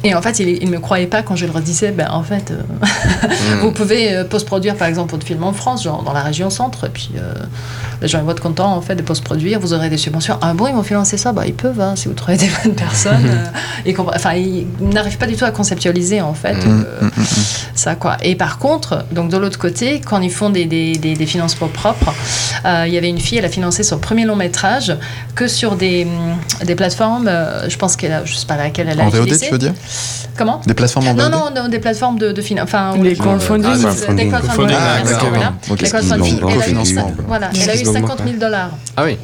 Speaker 6: Et en fait, ils ne me croyaient pas quand je leur disais, ben en fait, euh,
Speaker 1: Hmm.
Speaker 6: vous pouvez euh, post-produire par exemple votre film en France, genre dans la région centre, et puis euh, les gens ils vont être contents en fait de post-produire, vous aurez des subventions. Ah bon, ils vont financer ça Bah ils peuvent, hein, si vous trouvez des bonnes personnes.
Speaker 1: Hmm.
Speaker 6: euh, ils compren- enfin, ils n'arrivent pas du tout à conceptualiser en fait.
Speaker 1: Hmm.
Speaker 3: Mm.
Speaker 6: euh, ça quoi. Et par contre, donc de l'autre côté, quand ils font des, des, des- des financements propres, euh, il y avait une fille, elle a financé son premier long métrage que sur des, hum, des plateformes, euh, je pense qu'elle a, je sais pas laquelle elle a
Speaker 1: En VOD,
Speaker 6: utilisé.
Speaker 1: tu veux dire
Speaker 6: Comment
Speaker 1: Des plateformes en VOD
Speaker 6: non, non, non, des plateformes de, de financement. Enfin,
Speaker 7: Les
Speaker 6: on-
Speaker 7: crowdfunding.
Speaker 6: Ah, des- Des
Speaker 5: Crowdfunding.
Speaker 6: crowdfunding.
Speaker 1: Ah,
Speaker 6: merci,
Speaker 1: d'accord.
Speaker 6: voilà.
Speaker 1: Ok.
Speaker 6: Les crowdfunding,
Speaker 1: Donc,
Speaker 6: elle a eu
Speaker 1: financement, quoi.
Speaker 6: Voilà,
Speaker 7: Yes.
Speaker 6: elle a eu
Speaker 4: Ils ont
Speaker 6: 50 000 dollars.
Speaker 3: Ah oui.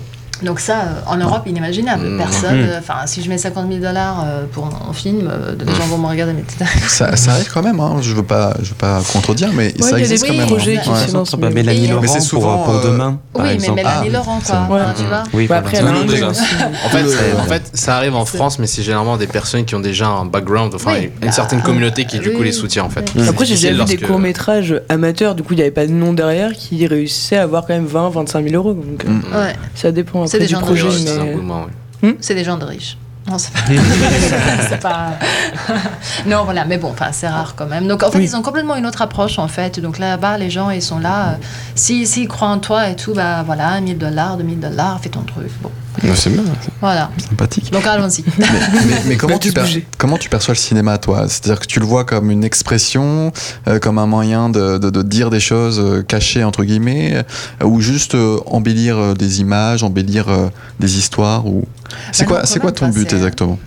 Speaker 6: Donc ça, euh, en Europe, inimaginable.
Speaker 3: Mm.
Speaker 6: Personne,
Speaker 4: Mm.
Speaker 6: euh, enfin, si je mets 50 000 dollars pour un film, euh, les gens vont me regarder, mais t'es
Speaker 1: Ça, ça arrive quand même, hein. je veux pas, je veux pas contredire, mais
Speaker 7: Ouais,
Speaker 1: ça
Speaker 7: il y a des
Speaker 1: existe quand
Speaker 6: petits
Speaker 1: même.
Speaker 7: projets
Speaker 1: hein.
Speaker 7: qui
Speaker 1: Ouais.
Speaker 7: se lancent.
Speaker 5: Ah bah,
Speaker 7: mais-
Speaker 5: Mélanie
Speaker 6: Et-
Speaker 5: Laurent
Speaker 1: Mais c'est souvent,
Speaker 5: pour, pour
Speaker 1: euh,
Speaker 5: demain, par
Speaker 6: Oui, mais
Speaker 5: exemple.
Speaker 6: Mélanie
Speaker 1: Ah,
Speaker 6: Laurent, quoi.
Speaker 7: Ouais.
Speaker 6: Enfin, tu vois.
Speaker 5: Oui, voilà.
Speaker 7: Bah, après,
Speaker 4: Tout
Speaker 7: elle
Speaker 4: le
Speaker 7: a un
Speaker 4: monde déjà.
Speaker 7: aussi.
Speaker 3: En fait,
Speaker 1: Tout le-
Speaker 3: c'est- en fait, ça arrive en France, mais c'est généralement des personnes qui ont déjà un background, enfin
Speaker 6: Oui,
Speaker 3: une
Speaker 6: bah,
Speaker 3: certaine
Speaker 4: Ah.
Speaker 3: communauté qui du coup
Speaker 6: oui.
Speaker 3: les soutient en fait.
Speaker 6: Oui.
Speaker 7: Après, j'ai
Speaker 3: C'est
Speaker 7: déjà vu des
Speaker 3: lorsque-
Speaker 7: courts-métrages amateurs, du coup, il n'y avait pas de nom derrière, qui réussissaient à avoir quand même 20, 25 000 euros. Donc, euh,
Speaker 1: Mm.
Speaker 6: Ouais,
Speaker 7: ça dépend
Speaker 6: C'est des
Speaker 7: après du
Speaker 6: gens de
Speaker 7: projet.
Speaker 3: Ouais,
Speaker 6: riches.
Speaker 3: c'est un
Speaker 7: Mais...
Speaker 3: engouement, ouais.
Speaker 6: c'est des gens de riches. Non, c'est pas. c'est pas... non, voilà, mais bon, enfin, c'est rare quand même. Donc, en fait,
Speaker 7: Oui.
Speaker 6: ils ont complètement une autre approche, en fait. Donc, là-bas, les gens, ils sont là. euh, si- S'ils croient en toi et tout, bah voilà, 1000 dollars, 2000 dollars, fais ton truc. Bon,
Speaker 4: Non, c'est bien.
Speaker 6: Voilà.
Speaker 1: Sympathique.
Speaker 6: Donc allons-y.
Speaker 1: Mais, mais comment,
Speaker 7: Bah,
Speaker 1: tu
Speaker 7: tous
Speaker 1: per-
Speaker 7: bougés.
Speaker 1: comment tu perçois le cinéma, toi C'est-à-dire que tu le vois comme une expression, euh, comme un moyen de, de- de dire des choses euh, cachées, entre guillemets, euh, ou juste euh, embellir euh, des images, embellir euh, des histoires ou... C'est
Speaker 6: Bah
Speaker 1: quoi,
Speaker 6: non,
Speaker 1: c'est
Speaker 6: quand
Speaker 1: quoi
Speaker 6: même
Speaker 1: ton
Speaker 6: pas,
Speaker 1: but
Speaker 6: c'est-
Speaker 1: exactement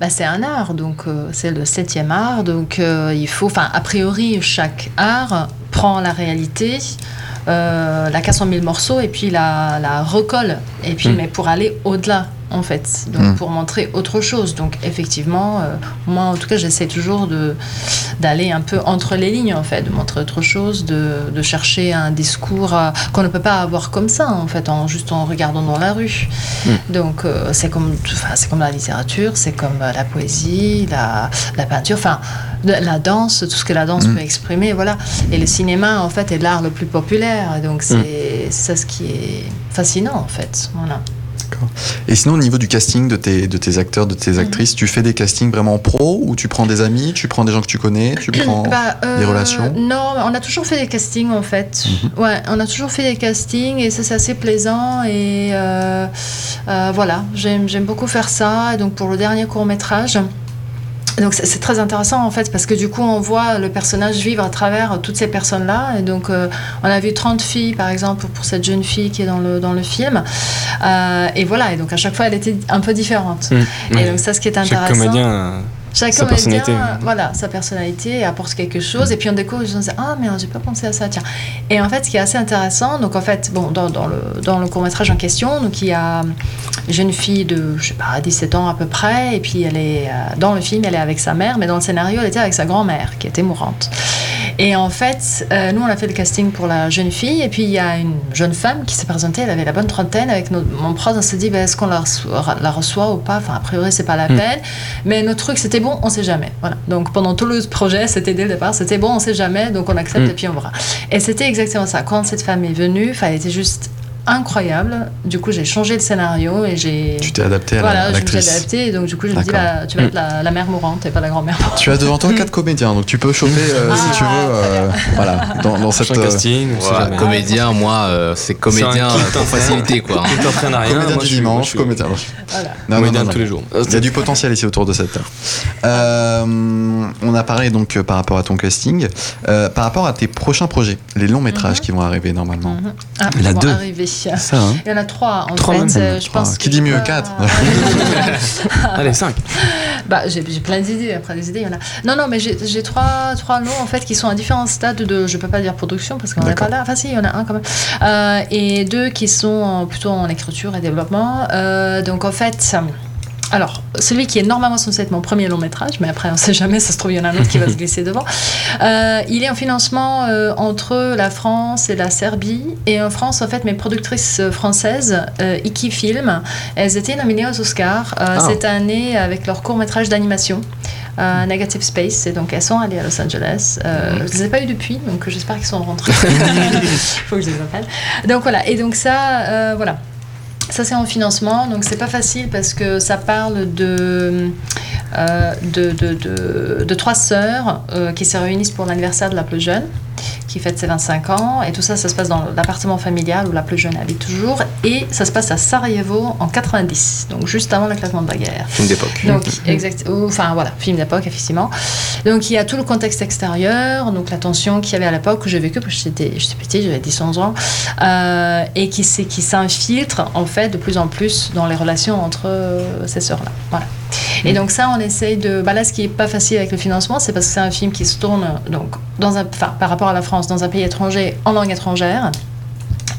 Speaker 6: Bah, c'est un art, donc euh, c'est le septième art. Donc euh, il faut, enfin, a priori, chaque art prend la réalité, euh, la casse en mille morceaux et puis la, la recolle. Et puis,
Speaker 4: Mm.
Speaker 6: mais pour aller au-delà, en fait, donc
Speaker 1: Mm.
Speaker 6: pour montrer autre chose. Donc effectivement, euh, moi en tout cas, j'essaie toujours de d'aller un peu entre les lignes, en fait, de montrer autre chose, de, de chercher un discours euh, qu'on ne peut pas avoir comme ça, en fait, en juste en regardant dans la rue. Donc euh, c'est comme, tout- enfin, c'est comme la littérature, c'est comme euh, la poésie, la, la peinture, enfin la- la danse, tout ce que la danse
Speaker 1: Mm.
Speaker 6: peut exprimer, voilà. Et le cinéma en fait est l'art le plus populaire, donc c'est c'est ça ce qui est fascinant en fait. Voilà.
Speaker 1: Et sinon, au niveau du casting de tes, de tes acteurs, de
Speaker 6: Mhm.
Speaker 1: tes actrices, tu fais des castings vraiment pro ou tu prends des amis, tu prends des gens que tu connais, tu prends.
Speaker 6: Bah, euh,
Speaker 1: les relations
Speaker 6: Non, on a toujours fait des castings en fait. Ouais, on a toujours fait des castings et ça c'est assez plaisant et euh, euh, voilà, j'aime j'aime beaucoup faire ça. Et donc pour le dernier court métrage. Donc c'est c'est très intéressant en fait parce que du coup on voit le personnage vivre à travers toutes ces personnes là et donc euh, on a vu 30 filles par exemple pour cette jeune fille qui est dans le, dans le film Euh, et voilà et donc à chaque fois elle était un peu différente et donc ça ce qui est
Speaker 4: Chaque
Speaker 6: intéressant
Speaker 4: comédien.
Speaker 6: Chaque
Speaker 4: Sa
Speaker 6: comédien,
Speaker 4: personnalité.
Speaker 6: euh, voilà, sa personnalité apporte quelque chose. Et puis on découvre, on se dit, ah, mais j'ai pas pensé à ça, tiens. Et en fait, ce qui est assez intéressant, donc en fait, bon, dans, dans le, dans le court-métrage en question, donc il y a une jeune fille de, je sais pas, 17 ans à peu près, et puis elle est, euh, dans le film, elle est avec sa mère, mais dans le scénario, elle était avec sa grand-mère, qui était mourante. Et en fait, euh, nous, on a fait le casting pour la jeune fille, et puis il y a une jeune femme qui s'est présentée, elle avait la bonne trentaine, avec notre- mon prod, on s'est dit, ben, est-ce qu'on la reçoit, la reçoit ou pas Enfin, a priori, c'est pas la
Speaker 1: Hmm.
Speaker 6: peine. Mais notre truc, c'était bon, on sait jamais. Voilà. Donc pendant tout le projet, c'était dès le départ, c'était bon, on sait jamais, donc on accepte
Speaker 1: Hmm.
Speaker 4: Mm.
Speaker 6: et puis on verra. Et c'était exactement ça. Quand cette femme est venue, enfin, elle était juste incroyable. Du coup, j'ai changé le scénario et j'ai.
Speaker 1: Tu t'es adapté à la- à
Speaker 6: Voilà, je me suis
Speaker 1: l'actrice.
Speaker 6: adaptée, et donc du coup, je me dis,
Speaker 1: D'accord.
Speaker 6: bah, tu vas être la, la mère mourante et pas la grand-mère mourante.
Speaker 1: Tu as devant toi quatre comédiens, donc tu peux choper euh,
Speaker 6: Ah,
Speaker 1: si tu veux. euh, voilà, dans, dans cette.
Speaker 4: Prochain
Speaker 1: euh,
Speaker 4: casting. on sait
Speaker 3: Voilà,
Speaker 4: jamais.
Speaker 3: comédien, moi, euh, c'est comédien
Speaker 4: C'est un
Speaker 3: euh,
Speaker 4: kit
Speaker 3: pour
Speaker 4: interne.
Speaker 3: faciliter quoi. hein.
Speaker 4: Qui t'entraîne à rien.
Speaker 1: Comédien
Speaker 4: moi,
Speaker 1: du
Speaker 4: je suis- moi, je
Speaker 1: dimanche,
Speaker 4: suis-
Speaker 1: comédien. Non,
Speaker 6: Voilà.
Speaker 1: non, non,
Speaker 4: Comédien de
Speaker 1: non. Ah,
Speaker 4: tous les jours.
Speaker 1: Il y a du potentiel ici autour de cette table. Euh, on a parlé donc euh, par rapport à ton casting, Euh, par rapport à tes prochains projets, les longs métrages qui vont arriver normalement.
Speaker 6: Mhm. Ah,
Speaker 5: La
Speaker 6: ils vont
Speaker 5: deux.
Speaker 6: arriver.
Speaker 5: Ça, hein.
Speaker 6: Il y en a trois en
Speaker 5: Trois
Speaker 6: fait.
Speaker 5: même.
Speaker 6: euh, je
Speaker 1: Trois.
Speaker 6: pense
Speaker 1: Qui
Speaker 6: que
Speaker 1: dit
Speaker 6: j'ai
Speaker 1: mieux,
Speaker 6: pas-
Speaker 1: quatre
Speaker 4: Allez, 5.
Speaker 6: Bah, j'ai j'ai plein d'idées. Après des idées, il y en a. Non, non, mais j'ai j'ai trois, trois noms en fait qui sont à différents stades de. Je peux pas dire production parce qu'on n'est
Speaker 1: D'accord.
Speaker 6: pas là. Enfin, si, il y en a un quand même. Euh, et deux qui sont en- plutôt en écriture et développement. Euh, donc en fait. Alors, celui qui est normalement censé être mon premier long métrage, mais après on sait jamais, ça se trouve il y en a un autre qui va se glisser devant. Euh, il est en financement euh, entre la France et la Serbie. Et en France, en fait, mes productrices euh, françaises, euh, Iki Film, elles étaient nominées aux Oscars euh, cette année avec leur court métrage d'animation. euh, Negative Space, et donc elles sont allées à Los Angeles. Euh, Je ne les ai pas eues depuis, donc j'espère qu'ils sont rentrés. Faut que je les appelle. Donc voilà, et donc ça, euh, voilà. Ça c'est en financement, donc c'est pas facile parce que ça parle de, euh, de, de, de- de trois sœurs euh, qui se réunissent pour l'anniversaire de la plus jeune, qui fête ses 25 ans, et tout ça, ça se passe dans l'appartement familial où la plus jeune habite toujours, et ça se passe à Sarajevo en 90, donc juste avant l'éclatement de la guerre.
Speaker 3: Film d'époque.
Speaker 6: Donc, exact, ou- enfin voilà, film d'époque, effectivement. Donc, il y a tout le contexte extérieur, donc la tension qu'il y avait à l'époque que j'ai vécu, parce que j'étais j'étais petite, j'avais 10, 11 ans, euh, et qui, s'est- qui s'infiltre en fait de plus en plus dans les relations entre euh, ces sœurs-là. Voilà. Et donc, ça, on essaye de. Bah là, ce qui n'est pas facile avec le financement, c'est parce que c'est un film qui se tourne donc, dans un, enfin, par rapport à la France, dans un pays étranger, en langue étrangère.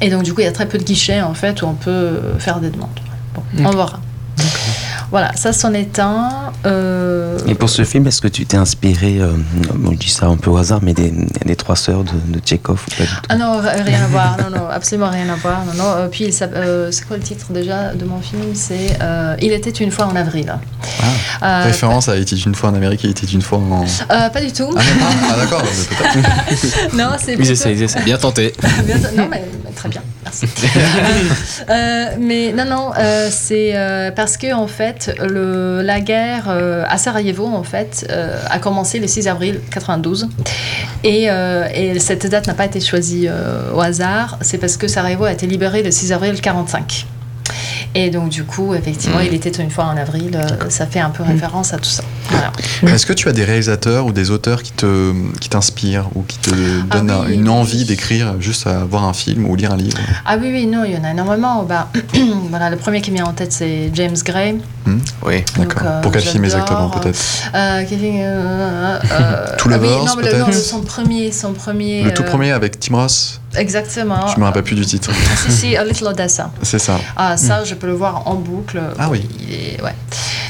Speaker 6: Et donc, du coup, il y a très peu de guichets en fait où on peut euh, faire des demandes. Bon, on verra. Voilà, ça c'en est un. Euh,
Speaker 5: Et pour ce film, est-ce que tu t'es inspiré, euh, bon, je dis ça un peu au hasard, mais des, des trois sœurs de, de Tchekhov ou pas du tout
Speaker 6: Ah non, r- rien à voir, non, non, absolument rien à voir. Non, non. Euh, Puis, il s'app- euh, c'est quoi le titre déjà de mon film C'est euh, Il était une fois en avril. Euh,
Speaker 1: Référence à Il était une fois en Amérique, il était une fois en.
Speaker 6: euh, pas du tout.
Speaker 1: Ah, non, ah, ah, d'accord, mais peut-être.
Speaker 6: non, c'est
Speaker 4: Ils
Speaker 6: plutôt-
Speaker 4: essayent, ils essayent.
Speaker 3: Bien tenté.
Speaker 6: Bien sûr. Non, mais mais très bien, merci. Euh, mais non, non, euh, c'est euh, parce que, en fait, le, la guerre euh, à Sarajevo, en fait, euh, a commencé le 6 avril 92. Et, euh, et cette date n'a pas été choisie euh, au hasard, c'est parce que Sarajevo a été libérée le 6 avril 45. Et donc, du coup, effectivement, il était une fois en avril. euh, Ça fait un peu référence à tout ça. Voilà.
Speaker 1: Est-ce que tu as des réalisateurs ou des auteurs qui te qui t'inspirent ou qui te
Speaker 6: Ah
Speaker 1: donnent un-
Speaker 6: oui.
Speaker 1: une envie d'écrire juste à voir un film ou lire un livre
Speaker 6: Ah oui, oui, non, il y en a énormément. Bah, voilà, le premier qui me vient en tête, c'est James Gray.
Speaker 3: Oui.
Speaker 1: D'accord.
Speaker 6: euh,
Speaker 1: Pour quel film
Speaker 6: j'adore,
Speaker 1: exactement peut-être
Speaker 6: Euh, Kevin, euh, euh,
Speaker 1: Two
Speaker 6: ah oui,
Speaker 1: Lovers,
Speaker 6: non, mais le-
Speaker 1: peut-être
Speaker 6: non, son premier, son premier.
Speaker 1: Le tout
Speaker 6: euh, oh,
Speaker 1: premier avec Tim Ross.
Speaker 6: Exactement. Ah,
Speaker 1: Je me rappelle plus du titre.
Speaker 6: Si, si, A Little Odessa.
Speaker 1: C'est ça.
Speaker 6: Ah, ça, je peux le voir en boucle.
Speaker 1: Ah oui.
Speaker 6: Il est- ouais.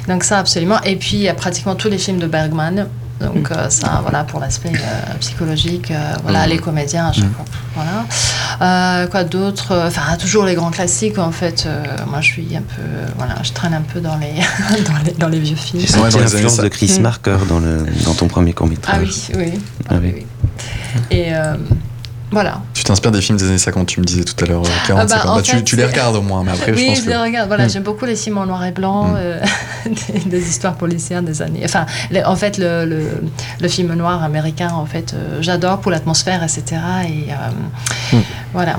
Speaker 6: Donc, ça, absolument. Et puis, il y a pratiquement tous les films de Bergman. Donc,
Speaker 1: Hmm.
Speaker 6: euh, ça, voilà, pour l'aspect euh, psychologique, euh, voilà,
Speaker 3: Mm.
Speaker 6: les comédiens à chaque
Speaker 1: Hmm.
Speaker 6: fois. Voilà. Euh, quoi d'autre Enfin, toujours les grands classiques, en fait. Euh, moi, je suis un peu. euh, Voilà, je traîne un peu dans les, dans les, dans les vieux films.
Speaker 5: J'ai senti
Speaker 1: dans les
Speaker 5: l'influence
Speaker 1: années-
Speaker 5: de Chris
Speaker 6: Mm.
Speaker 5: Marker dans, le, dans ton premier
Speaker 6: Ah
Speaker 5: court-métrage.
Speaker 6: oui, oui.
Speaker 5: Ah oui.
Speaker 6: Et euh, voilà.
Speaker 1: Tu t'inspires des films des années 50, tu me disais tout à l'heure. euh, 40,
Speaker 6: Ah bah,
Speaker 1: 50.
Speaker 6: en
Speaker 1: Bah, tu,
Speaker 6: fait,
Speaker 1: tu les
Speaker 6: c'est-
Speaker 1: regardes au moins, mais après, je
Speaker 6: oui,
Speaker 1: pense
Speaker 6: je
Speaker 1: que.
Speaker 6: les regarde. Voilà,
Speaker 1: Mm.
Speaker 6: j'aime beaucoup les films en noir et blanc,
Speaker 1: Mm.
Speaker 6: euh, des, des histoires policières des années. Enfin, le- en fait, le, le, le film noir américain, en fait, euh, j'adore pour l'atmosphère, etc. Et euh,
Speaker 1: Mm.
Speaker 6: voilà.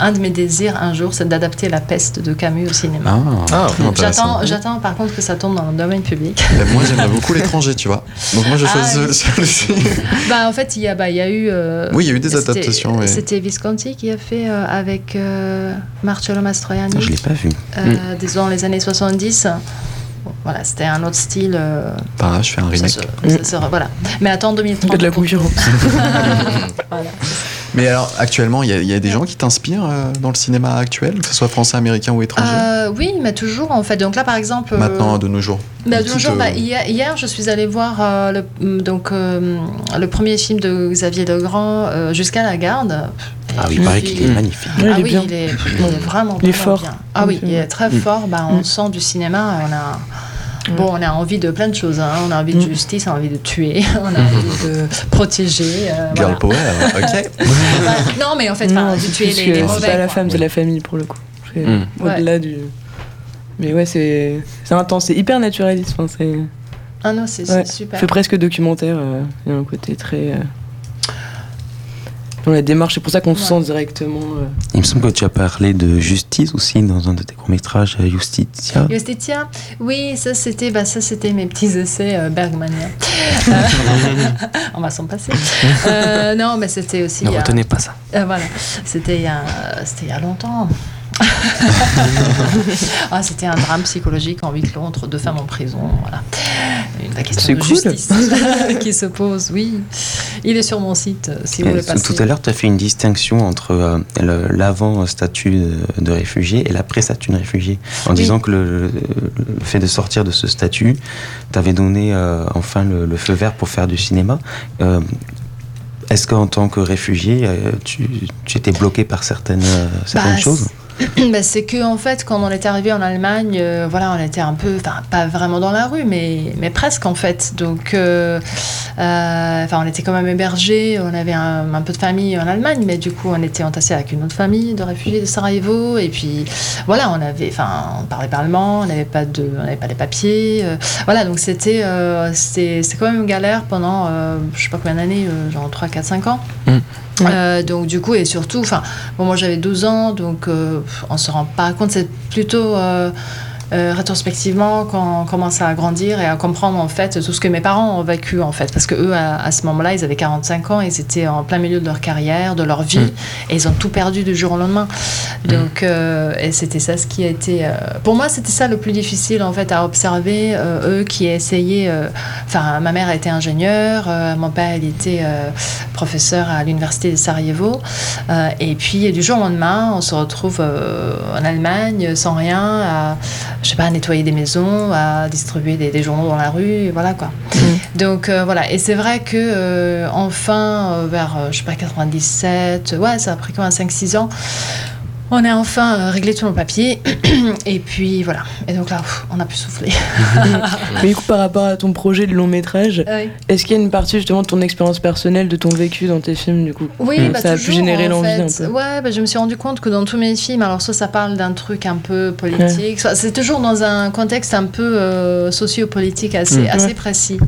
Speaker 6: Un de mes désirs un jour, c'est d'adapter La Peste de Camus au cinéma.
Speaker 1: Ah,
Speaker 3: Ah,
Speaker 1: très intéressant.
Speaker 6: J'attends, j'attends par contre que ça tombe dans le domaine public.
Speaker 1: Eh, moi, j'aime beaucoup l'étranger, tu vois. Donc, moi, je
Speaker 6: Ah,
Speaker 1: choisis
Speaker 6: oui.
Speaker 1: celui-ci.
Speaker 6: bah, en fait, il y a, bah, il y a eu. euh,
Speaker 1: Oui, il y a eu des
Speaker 6: c'était-
Speaker 1: adaptations, oui.
Speaker 6: C'était Visconti qui a fait euh, avec euh, Marcello Mastroianni.
Speaker 1: Ah,
Speaker 5: Je l'ai pas vu.
Speaker 6: euh,
Speaker 7: Mm.
Speaker 6: des- dans les années 70. Bon, Voilà, c'était un autre style. euh,
Speaker 1: Pareil, je fais un
Speaker 6: ça
Speaker 1: remake.
Speaker 6: se- ça se- voilà. Mais attends 2030.
Speaker 7: Il y a de la
Speaker 6: pour-
Speaker 7: concurrence.
Speaker 6: Voilà.
Speaker 1: Mais alors, actuellement, il y, a- il y a des gens qui t'inspirent euh, dans le cinéma actuel, que ce soit français, américain ou étranger
Speaker 6: Euh, oui, mais toujours en fait. Donc là, par exemple. euh,
Speaker 1: Maintenant, de nos jours.
Speaker 6: bah,
Speaker 1: Une
Speaker 6: de nos
Speaker 1: petite,
Speaker 6: jours,
Speaker 1: euh,
Speaker 6: bah, hier, hier, je suis allée voir euh, le, donc, euh, le premier film de Xavier Legrand, euh, Jusqu'à la garde.
Speaker 5: Ah oui,
Speaker 6: Et
Speaker 5: il paraît
Speaker 6: puis-
Speaker 5: qu'il est magnifique.
Speaker 7: Ouais,
Speaker 6: ah
Speaker 7: il est
Speaker 6: oui,
Speaker 7: bien.
Speaker 6: il est, il est vraiment
Speaker 7: Il est
Speaker 6: vraiment
Speaker 7: fort. Mm.
Speaker 6: bien. Ah oui, il est très fort. Bah, on sent du cinéma. On a, bon, on a envie de plein de choses. hein. On a envie de
Speaker 7: Mm.
Speaker 6: justice, on a envie de tuer, on a envie
Speaker 7: euh,
Speaker 6: de protéger. euh, voilà.
Speaker 1: Girl Power, ok.
Speaker 6: Enfin, non, mais en fait,
Speaker 7: Non,
Speaker 6: enfin, de
Speaker 7: c'est
Speaker 6: tuer
Speaker 7: plus
Speaker 6: les,
Speaker 7: que
Speaker 6: les
Speaker 7: C'est pas
Speaker 6: mauvais.
Speaker 7: la
Speaker 6: quoi.
Speaker 7: femme, c'est la famille pour le coup. C'est
Speaker 6: Ah,
Speaker 4: Mm.
Speaker 7: Au-delà du. Mais ouais, c'est c'est intense, c'est hyper naturaliste. Enfin, c'est
Speaker 6: Ah non, c'est
Speaker 7: Ouais.
Speaker 6: c'est super.
Speaker 7: fait presque documentaire. euh, Il y a un côté très. euh, Dans la démarche, c'est pour ça qu'on se
Speaker 6: Ouais.
Speaker 7: sent directement. euh,
Speaker 5: Il me semble que tu as parlé de justice aussi dans un de tes courts-métrages, euh, Justitia.
Speaker 6: Justitia, oui, ça c'était bah, ça, c'était mes petits essais euh, bergmaniens. Euh, on va s'en passer. Euh, non, mais c'était aussi.
Speaker 4: Ne
Speaker 6: il y a-
Speaker 4: retenez pas ça.
Speaker 6: Euh, voilà, c'était il, y a- c'était il y a longtemps. ah, c'était un drame psychologique en huis clos entre deux femmes en prison. Voilà. La question
Speaker 7: C'est
Speaker 6: de
Speaker 7: cool.
Speaker 6: justice qui se pose, oui. Il est sur mon site euh, si vous voulez
Speaker 5: Et
Speaker 6: passer.
Speaker 5: Eh, Tout à l'heure, tu as fait une distinction entre euh, le- l'avant-statut de- de réfugié et l'après-statut de réfugié, en
Speaker 6: Oui.
Speaker 5: disant que le, le- le fait de sortir de ce statut t'avait donné euh, enfin le, le feu vert pour faire du cinéma. Euh, Est-ce qu'en tant que réfugié, euh, tu, tu étais bloqué par certaines, euh, certaines
Speaker 6: Bah,
Speaker 5: choses
Speaker 6: c'est- bah, C'est que, en fait, quand on était arrivé en Allemagne, euh, voilà, on était un peu, enfin, pas vraiment dans la rue, mais, mais presque, en fait. Donc, euh, euh, enfin, on était quand même hébergés, on avait un, un peu de famille en Allemagne, mais du coup, on était entassés avec une autre famille de réfugiés de Sarajevo, et puis, voilà, on avait, enfin, on parlait pas allemand, on n'avait pas de, on n'avait pas les papiers, euh, voilà, donc c'était, euh, c'était c'était quand même une galère pendant, euh, je sais pas combien d'années, euh, genre 3, 4, 5 ans. Euh, donc du coup et surtout, enfin Bon, moi j'avais 12 ans, donc euh, on se rend pas compte. C'est plutôt euh, euh, rétrospectivement quand on commence à grandir et à comprendre en fait tout ce que mes parents ont vécu en fait. Parce que eux, à, à ce moment-là, ils avaient 45 ans, ils étaient en plein milieu de leur carrière, de leur vie, et ils ont tout perdu du jour au lendemain. Donc euh, et c'était ça ce qui a été. euh, pour moi, c'était ça le plus difficile en fait à observer. euh, eux qui essayaient. euh, Enfin, ma mère était ingénieure, euh, mon père il était euh, professeur à l'université de Sarajevo. Euh, et puis du jour au lendemain, on se retrouve euh, en Allemagne sans rien, à, je sais pas, à nettoyer des maisons, à distribuer des, des journaux dans la rue, et voilà quoi. Donc euh, voilà, et c'est vrai que euh, enfin, euh, vers euh, je sais pas 97, ouais, ça a pris quand même 5-6 ans. On a enfin euh, réglé tout nos papiers et puis voilà. Et donc là, pff, on a pu souffler.
Speaker 7: Mais du coup, par rapport à ton projet de long métrage, est-ce qu'il y a une partie justement de ton expérience personnelle, de ton vécu dans tes films du coup
Speaker 6: Oui,
Speaker 7: Mm.
Speaker 6: bah,
Speaker 7: Ça a pu
Speaker 6: toujours,
Speaker 7: générer
Speaker 6: en
Speaker 7: l'envie
Speaker 6: fait.
Speaker 7: un peu.
Speaker 6: Ouais, bah, je me suis rendu compte que dans tous mes films, alors soit ça parle d'un truc un peu politique, soit c'est toujours dans un contexte un peu euh, sociopolitique assez,
Speaker 7: Mm.
Speaker 6: assez
Speaker 7: Ouais.
Speaker 6: précis.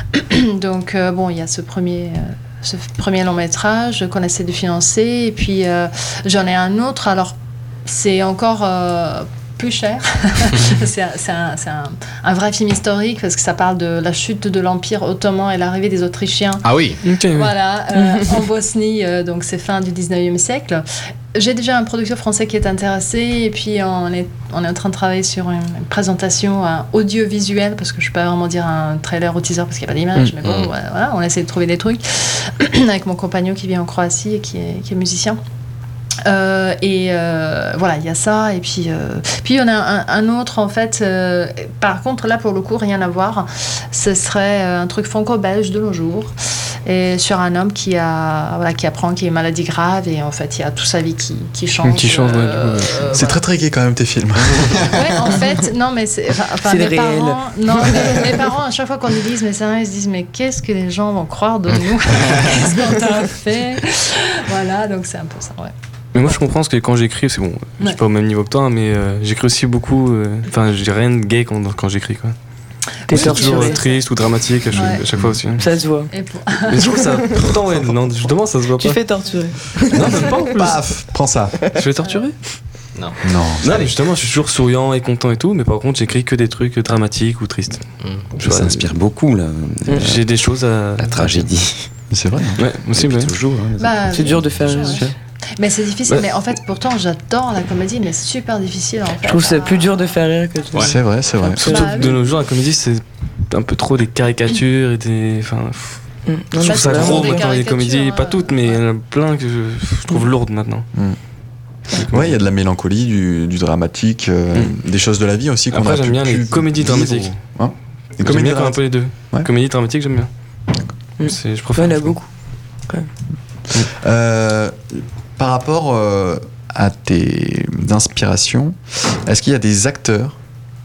Speaker 6: Donc, euh, bon, il y a ce premier. euh, ce premier long métrage qu'on essaie de financer et puis euh, j'en ai un autre alors c'est encore euh, plus cher. c'est un, c'est un- c'est un- un vrai film historique parce que ça parle de la chute de l'Empire ottoman et l'arrivée des Autrichiens
Speaker 3: Ah oui
Speaker 6: voilà, euh, en Bosnie, euh, donc c'est fin du 19e siècle. J'ai déjà un producteur français qui est intéressé et puis on est, on est en train de travailler sur une une présentation euh, audiovisuelle parce que je peux pas vraiment dire un trailer ou teaser parce qu'il n'y a pas d'image, mais bon,
Speaker 3: Mm.
Speaker 6: voilà, voilà, on essaie de trouver des trucs avec mon compagnon qui vit en Croatie et qui est, qui est musicien. Euh, et euh, voilà, il y a ça. Et puis, euh, puis il y en a un, un autre, en fait. euh, par contre, là, pour le coup, rien à voir. Ce serait euh, un truc franco-belge de nos jours. Et sur un homme qui, a, voilà, qui apprend qu'il est maladie grave. Et en fait, il y a toute sa vie qui, qui change. euh,
Speaker 4: Qui change, ouais, du coup, ouais.
Speaker 1: C'est très très gay quand même tes films.
Speaker 6: Ouais, en fait, non, mais c'est. enfin, Enfin,
Speaker 7: C'est
Speaker 6: mes
Speaker 7: le réel.
Speaker 6: parents, non, mais mes parents, à chaque fois qu'on nous dise, mais ça, ils se disent, mais qu'est-ce que les gens vont croire de nous Qu'est-ce qu'on t'a fait Voilà, donc c'est un peu ça, ouais.
Speaker 4: Mais moi, je comprends parce que quand j'écris, c'est bon, je
Speaker 6: Ouais.
Speaker 4: suis pas au même niveau que toi, hein, mais euh, j'écris aussi beaucoup. euh, Enfin, j'ai rien de gay quand, quand j'écris, quoi.
Speaker 7: T'es
Speaker 4: C'est toujours
Speaker 7: torturé.
Speaker 4: euh, triste ou dramatique à chaque,
Speaker 6: Ouais.
Speaker 4: à chaque fois aussi. hein.
Speaker 7: Ça se voit.
Speaker 6: Et pour-
Speaker 4: Mais je trouve ça tout le temps, ouais, non, justement, ça se voit
Speaker 7: Tu
Speaker 4: pas.
Speaker 7: fais torturer.
Speaker 4: Non, même pas en plus.
Speaker 6: Ah,
Speaker 1: Paf, prends ça.
Speaker 4: Je vais torturer
Speaker 1: Non.
Speaker 4: Non, mais justement, je suis toujours souriant et content et tout, mais par contre, j'écris que des trucs dramatiques ou tristes.
Speaker 5: Je
Speaker 4: Ouais.
Speaker 5: Mmh. s'inspire beaucoup, là. euh,
Speaker 4: J'ai des choses à.
Speaker 5: La tragédie.
Speaker 1: C'est vrai.
Speaker 4: Ouais, aussi,
Speaker 5: Depuis
Speaker 4: ouais.
Speaker 5: toujours. hein, les
Speaker 6: Bah,
Speaker 7: C'est dur de faire.
Speaker 6: ouais.
Speaker 7: Je
Speaker 6: Mais c'est difficile,
Speaker 4: Ouais.
Speaker 6: mais en fait, pourtant, j'adore la comédie, mais c'est super difficile en fait.
Speaker 7: trouve ça plus dur de faire rire que de
Speaker 1: C'est vrai, c'est vrai.
Speaker 4: Surtout
Speaker 6: Bah,
Speaker 4: que de nos jours, la comédie, c'est un peu trop des caricatures et des. Enfin, pff,
Speaker 7: Mm. Non,
Speaker 4: je
Speaker 7: mais
Speaker 4: trouve ça
Speaker 7: c'est
Speaker 6: vraiment
Speaker 4: gros
Speaker 6: des
Speaker 7: vrai.
Speaker 4: maintenant, les
Speaker 6: caricatures, Mmh.
Speaker 4: comédies,
Speaker 6: hein.
Speaker 4: pas toutes, mais il y en a plein que je, je trouve lourdes maintenant.
Speaker 1: Ouais, il y a de la mélancolie, du, du dramatique, euh, des choses de la vie aussi qu'on
Speaker 4: Mm. Après,
Speaker 1: a
Speaker 4: j'aime
Speaker 1: pu-
Speaker 4: bien
Speaker 1: pu
Speaker 4: les comédies
Speaker 1: vivre.
Speaker 4: dramatiques.
Speaker 1: Hein les
Speaker 4: J'aime
Speaker 1: comédies
Speaker 4: bien quand même un peu
Speaker 1: dramatiques.
Speaker 4: les deux.
Speaker 1: Ouais.
Speaker 4: Comédie dramatique, j'aime bien.
Speaker 7: Mm.
Speaker 4: C'est- Je
Speaker 7: Ouais,
Speaker 4: préfère.
Speaker 7: il y en a beaucoup.
Speaker 1: Euh, par rapport euh, à tes inspirations, est-ce qu'il y a des acteurs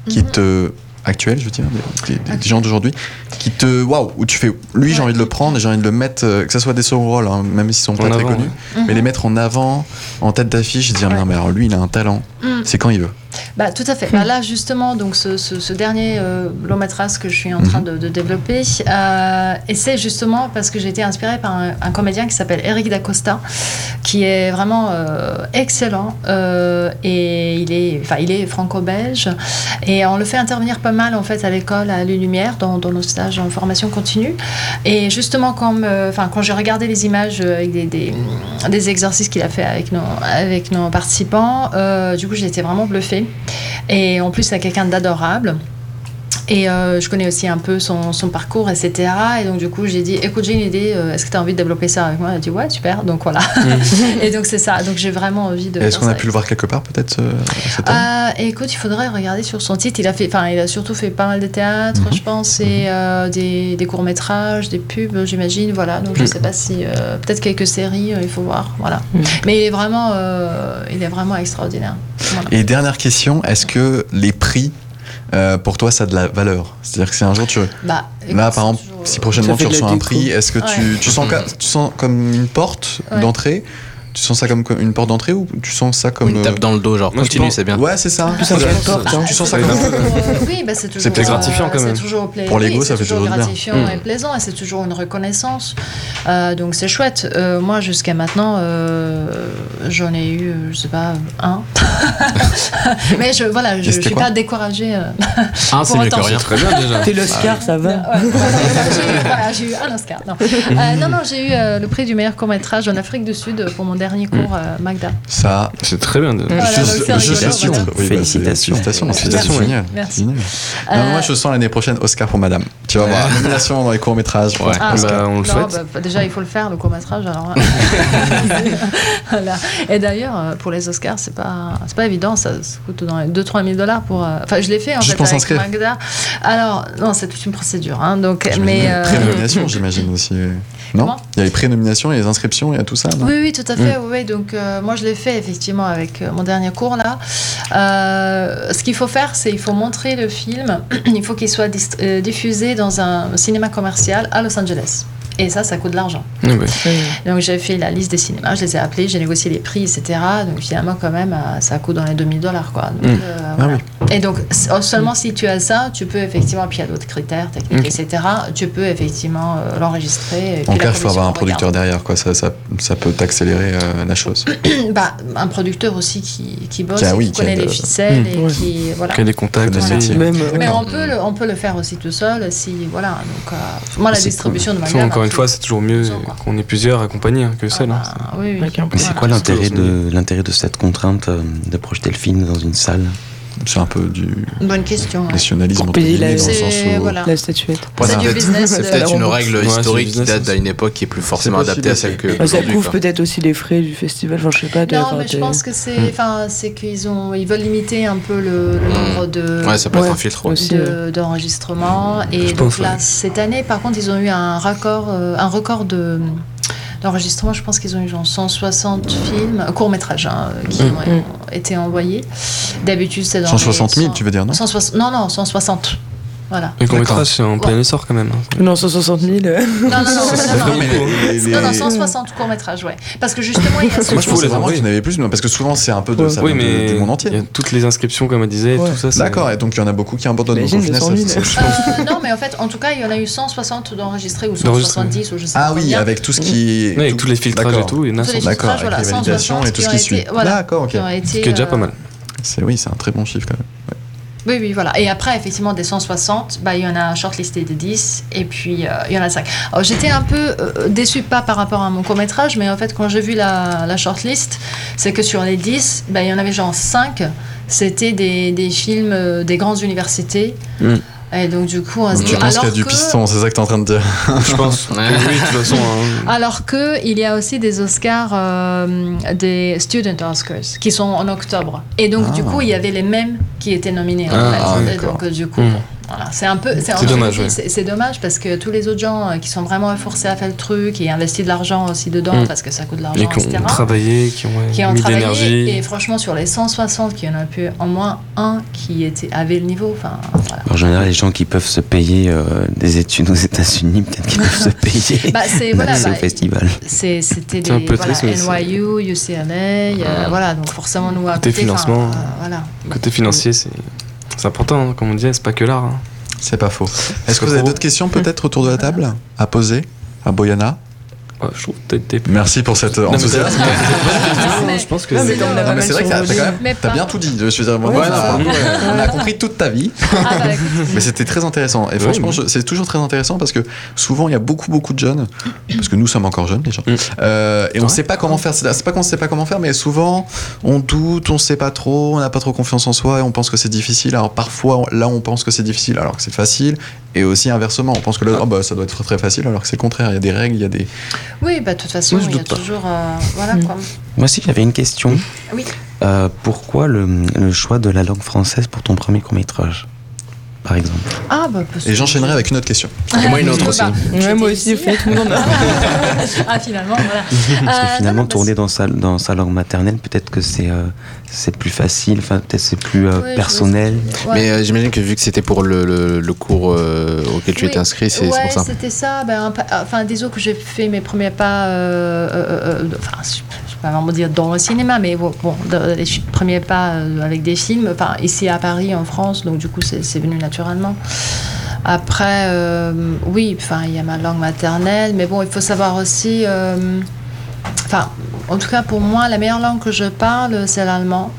Speaker 1: qui
Speaker 6: Mhm.
Speaker 1: te actuels, je veux dire, des, des- des gens d'aujourd'hui, qui te waouh, où tu fais, lui j'ai
Speaker 6: Ouais.
Speaker 1: envie de le prendre, et j'ai envie de le mettre, euh, que ce soit des second rôles, hein, même s'ils sont pas
Speaker 4: En
Speaker 1: très
Speaker 4: avant,
Speaker 1: connus,
Speaker 6: Mhm.
Speaker 1: mais les mettre en avant, en tête d'affiche, et dire
Speaker 6: Ouais.
Speaker 1: non mais alors lui il a un talent,
Speaker 6: Mm.
Speaker 1: c'est quand il veut.
Speaker 6: Bah, tout à fait. Bah, là, justement, donc, ce, ce- ce dernier euh, long métrage que je suis en train de, de développer, euh, et c'est justement parce que j'ai été inspirée par un, un comédien qui s'appelle Eric Dacosta, qui est vraiment euh, excellent. euh, et il est, enfin, il est franco-belge. Et on le fait intervenir pas mal, en fait, à l'école, à l'Unière, dans, dans nos stages en formation continue. Et justement, comme, euh, enfin, quand j'ai regardé les images euh, avec des, des, des exercices qu'il a fait avec nos, avec nos participants, euh, du coup, j'ai été vraiment bluffée. Et en plus, c'est quelqu'un d'adorable. Et euh, je connais aussi un peu son, son parcours, etc. Et donc, du coup, j'ai dit Écoute, j'ai une idée, euh, est-ce que tu as envie de développer ça avec moi Elle a dit Ouais, super. Donc, voilà. et donc, c'est ça. Donc, j'ai vraiment envie de.
Speaker 1: Mm. Est-ce
Speaker 6: faire
Speaker 1: qu'on
Speaker 6: ça
Speaker 1: a pu le voir quelque part peut-être euh, cet homme
Speaker 6: euh, écoute, il faudrait regarder sur son titre. Il a fait, enfin, il a surtout fait pas mal de théâtre, je pense, et euh, des, des courts métrages, des pubs, j'imagine. Voilà. Donc je sais pas si euh, peut-être quelques séries, euh, il faut voir. Voilà.
Speaker 7: Mhm.
Speaker 6: Mais il est vraiment, euh, il est vraiment extraordinaire. Voilà.
Speaker 1: Et dernière question, est-ce que les prix euh, pour toi, ça a de la valeur. C'est-à-dire que si un jour tu.
Speaker 6: Bah,
Speaker 1: Là,
Speaker 6: écoute,
Speaker 1: par exemple,
Speaker 6: c'est toujours- euh,
Speaker 1: si prochainement
Speaker 7: Ça fait
Speaker 1: tu
Speaker 7: de la
Speaker 1: reçois un
Speaker 7: déco. Mhm.
Speaker 1: prix, est-ce que tu, tu sens, ca- tu sens comme une porte
Speaker 6: Ouais.
Speaker 1: d'entrée Tu sens ça comme comme une porte d'entrée ou tu sens ça comme.
Speaker 3: Une
Speaker 1: euh,
Speaker 3: tape dans le dos, genre,
Speaker 4: moi, je
Speaker 3: continue,
Speaker 4: pense-
Speaker 3: c'est bien.
Speaker 1: Ouais, c'est ça.
Speaker 7: Plus un
Speaker 1: Tu-
Speaker 7: qu'une porte, hein.
Speaker 1: Tu sens ça
Speaker 4: Ouais,
Speaker 1: comme.
Speaker 4: non.
Speaker 6: Euh, oui, bah, c'est toujours,
Speaker 4: C'est peut-être gratifiant, quand même.
Speaker 6: C'est toujours pla-
Speaker 1: Pour l'ego,
Speaker 6: oui,
Speaker 1: ça fait
Speaker 6: c'est
Speaker 1: toujours du bien. Mm.
Speaker 6: gratifiant et plaisant, et c'est toujours une reconnaissance. Euh, donc c'est chouette. Euh, moi, jusqu'à maintenant, euh, j'en ai eu, euh, je sais pas, un. Mais je, voilà, je, je
Speaker 1: c'était
Speaker 6: suis
Speaker 1: quoi
Speaker 6: pas découragée. euh.
Speaker 3: Ah, c'est
Speaker 6: Pour
Speaker 3: mieux que
Speaker 6: autant,
Speaker 3: rien.
Speaker 4: Très bien déjà.
Speaker 7: T'es l'Oscar, ça va.
Speaker 6: Ouais, ouais, j'ai eu- voilà, j'ai eu un Oscar. Non, Euh, non, non, j'ai eu euh, le prix du meilleur court métrage en Afrique du Sud pour mon dernier
Speaker 1: Mm.
Speaker 6: cours euh, Magda.
Speaker 1: Ça.
Speaker 4: C'est très bien. déjà.
Speaker 6: Voilà, donc c'est rigolo,
Speaker 1: félicitations.
Speaker 6: voilà.
Speaker 1: Oui, bah, c'est-
Speaker 5: Félicitations.
Speaker 1: Félicitations.
Speaker 4: Félicitations,
Speaker 1: C'est
Speaker 4: oui.
Speaker 1: génial.
Speaker 6: Merci.
Speaker 1: C'est génial.
Speaker 6: Euh,
Speaker 1: Non, moi, je sens l'année prochaine Oscar pour Madame. Tu vas voir. Nomination dans les courts métrages.
Speaker 3: Ouais.
Speaker 6: Ah,
Speaker 4: Bah, on le
Speaker 6: Non,
Speaker 4: souhaite.
Speaker 6: bah, déjà, il faut le faire, le court-métrage. Alors... hein. Voilà. Et d'ailleurs, euh, pour les Oscars, c'est pas, c'est pas évident. Ça, ça coûte dans les 2-3 000 dollars pour. euh, Enfin, je l'ai fait en
Speaker 1: Juste
Speaker 6: fait
Speaker 1: pour
Speaker 6: avec
Speaker 1: s'inscrire.
Speaker 6: Magda. Alors, non, c'est toute une procédure. hein, donc, mais.
Speaker 1: J'imagine.
Speaker 6: euh,
Speaker 1: Prénomination, j'imagine aussi. Non
Speaker 6: Comment
Speaker 1: Il y a les prénominations, il y a les inscriptions, il y a tout ça. non
Speaker 6: Oui, oui, tout à fait. oui, oui. Donc, euh, moi, je l'ai fait effectivement avec euh, mon dernier cours là. Euh, ce qu'il faut faire, c'est il faut montrer le film. il faut qu'il soit dist- euh, diffusé dans un cinéma commercial à Los Angeles. Et ça, ça coûte de l'argent.
Speaker 4: Ouais, ouais.
Speaker 6: Donc j'ai fait la liste des cinémas, je les ai appelés, j'ai négocié les prix, etc. Donc finalement, quand même, euh, ça coûte dans les 2000 dollars, quoi. Donc,
Speaker 4: Mm.
Speaker 6: euh, voilà.
Speaker 1: Hmm. Ah oui. Hmm.
Speaker 6: Et donc, s- oh, seulement si tu as ça, tu peux effectivement, puis il y a d'autres critères techniques,
Speaker 4: Ok.
Speaker 6: etc., tu peux effectivement euh, l'enregistrer. et puis
Speaker 1: En
Speaker 6: la
Speaker 1: clair, il faut
Speaker 6: commission
Speaker 1: avoir un
Speaker 6: regarde.
Speaker 1: producteur derrière, quoi. Ça, ça, ça peut accélérer euh, la chose.
Speaker 6: Bah, un producteur aussi qui, qui bosse,
Speaker 1: Qui a-
Speaker 6: et
Speaker 1: oui,
Speaker 6: qui
Speaker 1: qui a
Speaker 6: connaît
Speaker 1: de- Hmm.
Speaker 6: les ficelles et
Speaker 7: Ouais.
Speaker 6: qui. Voilà.
Speaker 4: Créer des contacts
Speaker 1: Voilà.
Speaker 4: aussi.
Speaker 7: Même, euh,
Speaker 6: Mais
Speaker 7: ouais.
Speaker 6: on peut, le, on peut le faire aussi tout seul si voilà donc euh, moi la
Speaker 4: C'est-
Speaker 6: distribution de
Speaker 4: De toute
Speaker 6: manga
Speaker 4: façon, encore une
Speaker 6: bah,
Speaker 4: fois, c'est toujours mieux
Speaker 6: Raison, quoi.
Speaker 4: qu'on ait plusieurs accompagnés hein, que
Speaker 6: ah,
Speaker 4: seul. hein.
Speaker 6: bah, oui, oui.
Speaker 7: Avec un peu.
Speaker 5: Mais c'est quoi l'intérêt de, l'intérêt de cette contrainte euh, de projeter le film dans une salle
Speaker 1: C'est un peu du
Speaker 6: bonne question ouais.
Speaker 1: nationalisme.
Speaker 7: Pour
Speaker 1: entre
Speaker 7: payer
Speaker 1: guillemets,
Speaker 7: la-
Speaker 1: dans le sens
Speaker 6: c'est
Speaker 1: où-
Speaker 6: voilà
Speaker 7: La statuette.
Speaker 3: Après,
Speaker 6: c'est
Speaker 3: c'est
Speaker 6: du
Speaker 3: peut-être-
Speaker 6: business euh,
Speaker 3: C'est
Speaker 6: de-
Speaker 3: peut-être une règle
Speaker 4: Ouais, c'est
Speaker 3: historique qui
Speaker 4: business
Speaker 3: date
Speaker 4: aussi.
Speaker 3: d'à une époque qui est plus forcément
Speaker 1: possible
Speaker 3: adaptée à
Speaker 1: aussi.
Speaker 3: celle que
Speaker 1: Bah,
Speaker 7: Bah, ça
Speaker 3: aujourd'hui.
Speaker 7: couvre
Speaker 3: quoi.
Speaker 7: peut-être aussi les frais du festival. Enfin, je sais pas. de-
Speaker 6: non
Speaker 7: enfin,
Speaker 6: mais je
Speaker 7: des-
Speaker 6: pense que c'est enfin c'est qu'ils ont ils veulent limiter un peu le, le
Speaker 1: Hmm.
Speaker 3: Mm.
Speaker 6: nombre de
Speaker 3: Ouais, ça peut
Speaker 7: Ouais.
Speaker 3: être un filtre. ouais.
Speaker 7: aussi. euh,
Speaker 6: de- d'enregistrements et
Speaker 4: Je
Speaker 6: donc
Speaker 4: pense,
Speaker 6: là
Speaker 4: ouais.
Speaker 6: cette année par contre ils ont eu un record euh, un record de d'enregistrements je pense qu'ils ont eu genre 160 films courts métrages qui
Speaker 7: Mm.
Speaker 6: ont, ont été envoyés d'habitude c'est dans les
Speaker 1: 160 000, tu veux dire, non
Speaker 6: 160 non non 160 voilà
Speaker 4: Et qu'on
Speaker 1: D'accord.
Speaker 4: mettra, c'est en plein essor quand même. hein.
Speaker 7: Non, 160 000. euh,
Speaker 6: non non non non, non,
Speaker 1: Non, mais les- les-
Speaker 6: Non, non, 160 courts-métrages, ouais. Parce que justement, il y a ce
Speaker 1: Moi, je
Speaker 4: Faut
Speaker 1: pensais
Speaker 4: les
Speaker 1: vraiment
Speaker 4: envoyer.
Speaker 1: qu'il y en avait plus, mais parce que souvent, c'est un peu de,
Speaker 7: Ouais.
Speaker 1: ça
Speaker 4: Oui,
Speaker 1: vient de-
Speaker 4: mais
Speaker 1: du monde
Speaker 4: il y
Speaker 1: entier.
Speaker 4: a toutes les inscriptions, comme elle disait,
Speaker 7: Ouais.
Speaker 4: tout ça. c'est-
Speaker 1: D'accord, et donc il y en a beaucoup qui abandonnent. Donc, au
Speaker 7: Imagine
Speaker 1: final,
Speaker 7: 200 000.
Speaker 1: ça- c'est-
Speaker 6: Euh, non, mais en fait, en tout cas, il y en a eu 160 d'enregistrés ou
Speaker 4: D'enregistrés.
Speaker 6: 170 ou je sais pas.
Speaker 1: Ah oui,
Speaker 6: combien,
Speaker 1: avec tout ce qui.
Speaker 4: Ouais, Avec tous les filtrages et
Speaker 1: D'accord.
Speaker 4: tout, il y en a
Speaker 6: Tous les
Speaker 4: cent-
Speaker 1: D'accord, avec
Speaker 6: voilà,
Speaker 1: les validations
Speaker 6: 160
Speaker 1: et tout ce
Speaker 6: qui ont
Speaker 1: qui suit.
Speaker 6: été- voilà.
Speaker 1: D'accord, ok.
Speaker 6: qui ont
Speaker 4: Ce
Speaker 6: été,
Speaker 4: qui est déjà
Speaker 6: euh,
Speaker 4: pas mal.
Speaker 1: C'est oui, c'est un très bon chiffre quand même.
Speaker 6: Oui, oui, voilà. Et après, effectivement, des 160, bah, il y en a un shortlisté de 10 et puis euh, il y en a 5. Alors, j'étais un peu euh, déçue, pas par rapport à mon court-métrage, mais en fait, quand j'ai vu la, la shortlist, c'est que sur les 10, bah, il y en avait genre 5, c'était des, des films euh, des grandes universités.
Speaker 4: Mm.
Speaker 6: Et donc, du coup, on se
Speaker 1: Hmm. Donc,
Speaker 6: dit.
Speaker 1: tu penses qu'il y a
Speaker 6: alors
Speaker 1: du
Speaker 6: que-
Speaker 1: piston, c'est ça que t'es en train de dire.
Speaker 4: Je pense.
Speaker 3: Ouais.
Speaker 4: Oui, de toute façon. hein.
Speaker 6: Alors que il y a aussi des Oscars, euh, des Student Oscars, qui sont en octobre. Et donc
Speaker 1: Ah.
Speaker 6: du coup, il y avait les mêmes qui étaient nominés. en
Speaker 4: Ah,
Speaker 6: fait.
Speaker 1: ah,
Speaker 6: Et
Speaker 1: d'accord.
Speaker 6: donc du coup,
Speaker 4: Mm.
Speaker 6: voilà, c'est un peu, c'est
Speaker 4: C'est dommage, ouais.
Speaker 6: c'est c'est dommage parce que tous les autres gens euh, qui sont vraiment forcés à faire le truc et investissent de l'argent aussi dedans
Speaker 4: Mm.
Speaker 6: parce que ça coûte de
Speaker 4: Et
Speaker 6: l'argent,
Speaker 4: qui
Speaker 6: etc.
Speaker 4: ont travaillé, qui ont
Speaker 6: Qui
Speaker 4: ouais,
Speaker 6: ont
Speaker 4: mis
Speaker 6: travaillé et
Speaker 4: d'énergie.
Speaker 6: franchement sur les 160 qu'il y en a pu en moins un qui était avait le niveau. Enfin voilà.
Speaker 5: En général, les gens qui peuvent se payer euh, des études aux États-Unis, peut-être qu'ils peuvent se payer
Speaker 6: Bah,
Speaker 5: d'aller
Speaker 6: c'est voilà,
Speaker 5: au
Speaker 6: bah,
Speaker 5: festival.
Speaker 6: C'est- c'était des
Speaker 4: C'est un peu
Speaker 6: voilà,
Speaker 4: triste, mais c'est- Ah.
Speaker 6: NYU, UCLA, euh, voilà, donc forcément nous à
Speaker 4: Côté financement.
Speaker 6: enfin, euh, voilà.
Speaker 4: Côté financier, c'est c'est important, hein, comme on disait, c'est pas que l'art. hein.
Speaker 1: C'est pas faux. Est-ce que
Speaker 4: que
Speaker 1: vous avez
Speaker 4: pour-
Speaker 1: d'autres questions peut-être autour de la table à poser à Boyana
Speaker 4: Ouais, Je trouve que t'es- t'es-
Speaker 1: Merci pour cette euh,
Speaker 4: Non, mais c'est-
Speaker 1: enthousiasme.
Speaker 6: Ah, mais-
Speaker 4: Je pense que
Speaker 7: Non, mais
Speaker 4: c'est-
Speaker 7: comme on
Speaker 1: Non,
Speaker 7: a pas
Speaker 1: mais
Speaker 7: mal
Speaker 1: c'est vrai que
Speaker 7: sur
Speaker 1: t'as t'as quand
Speaker 7: Rolling.
Speaker 1: même-
Speaker 6: Mais
Speaker 1: t'as
Speaker 6: pas-
Speaker 1: bien tout dit. Je suis
Speaker 7: Ouais,
Speaker 1: voilà,
Speaker 7: c'est ça.
Speaker 1: on a compris toute ta vie.
Speaker 6: Ah, bah, écoute,
Speaker 1: Mais c'était très intéressant. Et franchement,
Speaker 4: oui.
Speaker 1: je- c'est toujours très intéressant parce que souvent, il y a beaucoup, beaucoup de jeunes, parce que nous sommes encore jeunes, les gens,
Speaker 4: Mm.
Speaker 1: Euh, et on
Speaker 4: Ouais.
Speaker 1: sait pas comment faire. C'est c'est pas qu'on sait pas comment faire, mais souvent, on doute, on sait pas trop, on n'a pas trop confiance en soi et on pense que c'est difficile. Alors parfois, on- là, on pense que c'est difficile alors que c'est facile. Et aussi inversement, on pense que là,
Speaker 4: Ah.
Speaker 1: oh, bah, ça doit être très, très facile alors que c'est le contraire. Il y a des règles, il y a des.
Speaker 6: oui, bah de toute façon,
Speaker 4: Moi, je
Speaker 6: il y a
Speaker 4: doute pas.
Speaker 6: toujours euh, voilà
Speaker 7: Mm.
Speaker 6: quoi.
Speaker 5: Moi aussi, j'avais une question.
Speaker 6: Oui.
Speaker 5: Euh, pourquoi le, le choix de la langue française pour ton premier court-métrage, par exemple
Speaker 6: Ah bah parce
Speaker 1: Et
Speaker 6: que-
Speaker 1: j'enchaînerai avec une autre question.
Speaker 3: Et moi, une autre
Speaker 6: Bah,
Speaker 3: aussi.
Speaker 6: j'étais
Speaker 7: Ouais, moi aussi,
Speaker 6: ici.
Speaker 7: faites-moi en
Speaker 6: ah finalement, voilà.
Speaker 5: Parce
Speaker 6: Euh,
Speaker 5: que finalement,
Speaker 6: non, non,
Speaker 5: tourner dans sa, dans sa langue maternelle, peut-être que c'est euh, c'est plus facile, enfin, peut-être c'est plus euh,
Speaker 6: Ouais, je vois
Speaker 5: personnel.
Speaker 6: parce- ouais.
Speaker 3: Mais euh, j'imagine que vu que c'était pour le, le- le cours euh, auquel tu
Speaker 6: Oui.
Speaker 3: étais inscrit, c'est c'est
Speaker 6: ouais,
Speaker 3: pour ça.
Speaker 6: c'était ça. Ben, un pa- enfin, disons que j'ai fait mes premiers pas, euh, euh, euh, enfin, je ne vais pas vraiment dire dans le cinéma, mais bon, bon, dans les ch- premiers pas euh, avec des films, enfin, ici à Paris, en France, donc du coup, c'est c'est venu naturellement. Après, euh, oui, enfin, il y a ma langue maternelle, mais bon, il faut savoir aussi. euh, Enfin, en tout cas, pour moi, la meilleure langue que je parle, c'est l'allemand.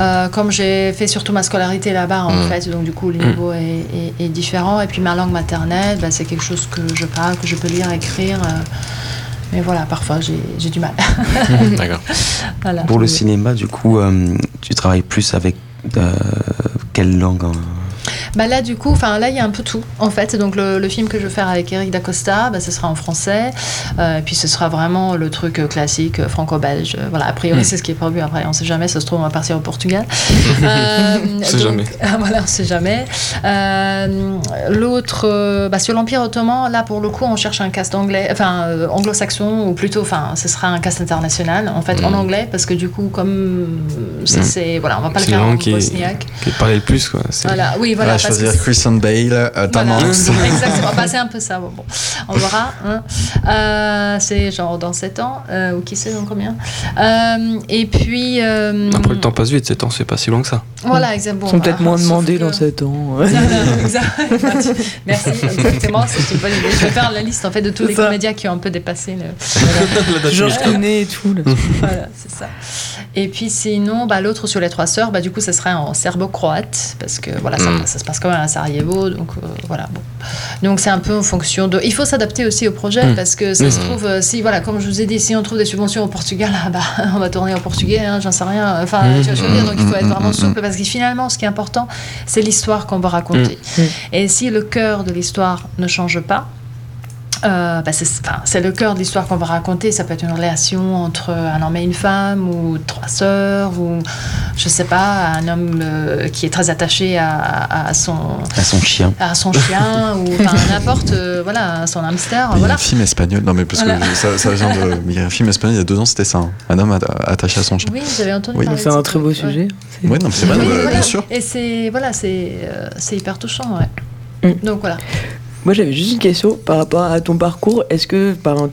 Speaker 6: Euh, comme j'ai fait surtout ma scolarité là-bas, en
Speaker 3: Mm.
Speaker 6: fait, donc du coup, le niveau est, est- est différent. Et puis ma langue maternelle, bah, c'est quelque chose que je parle, que je peux lire, écrire. euh, mais voilà, parfois, j'ai j'ai du mal.
Speaker 3: D'accord.
Speaker 6: Voilà.
Speaker 5: Pour le cinéma, du coup, euh, tu travailles plus avec euh, quelle langue hein
Speaker 6: Bah là, du coup, enfin là, il y a un peu tout en fait. Donc le, le film que je vais faire avec Eric Dacosta, bah, ce sera en français. Euh, et puis ce sera vraiment le truc euh, classique euh, franco-belge. Euh, Voilà, a priori, c'est ce qui est prévu. Après, on sait jamais. Ça se trouve, on va partir au Portugal. Euh,
Speaker 4: sait
Speaker 6: donc,
Speaker 4: jamais.
Speaker 6: voilà, on sait jamais. Euh, L'autre, euh, bah, sur l'Empire ottoman, là pour le coup, on cherche un cast anglais, enfin euh, anglo-saxon ou plutôt, enfin, ce sera un cast international en
Speaker 4: Mm.
Speaker 6: fait en anglais parce que du coup, comme c'est, c'est- voilà, on va pas le
Speaker 4: C'est la
Speaker 6: faire en
Speaker 4: langue qui est-
Speaker 6: bosniaque.
Speaker 4: qui parlait le plus. quoi. C'est-
Speaker 6: Voilà, oui, voilà.
Speaker 1: Ah, je
Speaker 6: parce
Speaker 1: choisir
Speaker 6: que-
Speaker 1: Christian Bale, euh, Tom
Speaker 6: Voilà.
Speaker 1: Hanks.
Speaker 6: Exactement, Bah, c'est un peu ça. Bon, bon. On verra. hein. Euh, c'est genre dans 7 ans, euh, ou qui sait dans combien. Euh, et puis. euh,
Speaker 4: Après, le temps passe vite, 7 ans, c'est pas si loin que ça.
Speaker 6: Voilà, exactement.
Speaker 7: Ils sont peut-être
Speaker 6: Voilà.
Speaker 7: moins
Speaker 6: bah, Sauf
Speaker 7: demandés
Speaker 6: que-
Speaker 7: dans 7 ans.
Speaker 6: Bah,
Speaker 7: ouais.
Speaker 6: Voilà, exact. Merci, exactement, c'est une bonne idée. Je vais faire la liste en fait de tous les
Speaker 7: C'est ça.
Speaker 6: comédiens qui ont un peu dépassé le.
Speaker 7: Georges Clooney et tout. là.
Speaker 6: Voilà, c'est ça. Et puis sinon, bah, l'autre sur les trois sœurs, bah, du coup, ça serait en serbo-croate, parce que voilà, ça,
Speaker 3: Mm.
Speaker 6: ça se passe quand même à Sarajevo, donc euh, voilà. Bon. Donc c'est un peu en fonction de. Il faut s'adapter aussi au projet,
Speaker 4: Mm.
Speaker 6: parce que ça se trouve, euh, si, voilà, comme je vous ai dit, si on trouve des subventions au Portugal, ah, bah, on va tourner en portugais, hein, j'en sais rien. Enfin, tu vois, ce que je
Speaker 7: Mm,
Speaker 6: veux dire, donc il faut être vraiment souple, parce que finalement, ce qui est important, c'est l'histoire qu'on va raconter.
Speaker 7: Mm. Mm.
Speaker 6: Et si le cœur de l'histoire ne change pas, euh, bah, c'est enfin, c'est le cœur de l'histoire qu'on va raconter. Ça peut être une relation entre un homme et une femme, ou trois sœurs, ou je sais pas, un homme euh, qui est très attaché à, à- à son,
Speaker 5: à son chien.
Speaker 6: à son chien, ou enfin, n'importe, euh, voilà, à son
Speaker 1: Il
Speaker 6: hamster.
Speaker 1: y a
Speaker 6: Ah, Voilà.
Speaker 1: un film espagnol, non mais parce que ça, ça vient de. Il y a un film espagnol il y a deux ans, c'était ça. hein. Un homme atta- attaché à son chien.
Speaker 6: Oui, j'avais entendu
Speaker 1: Oui.
Speaker 6: parler
Speaker 7: C'est
Speaker 6: de
Speaker 7: un
Speaker 6: ça.
Speaker 7: très beau
Speaker 6: Ouais.
Speaker 7: sujet.
Speaker 1: Oui, non, mais c'est vrai,
Speaker 6: Oui,
Speaker 1: euh,
Speaker 6: voilà.
Speaker 1: bien sûr.
Speaker 6: Et c'est voilà, c'est euh, c'est hyper touchant. ouais.
Speaker 7: Mm.
Speaker 6: Donc voilà.
Speaker 7: Moi, j'avais juste une question par rapport à ton parcours. Est-ce que par un-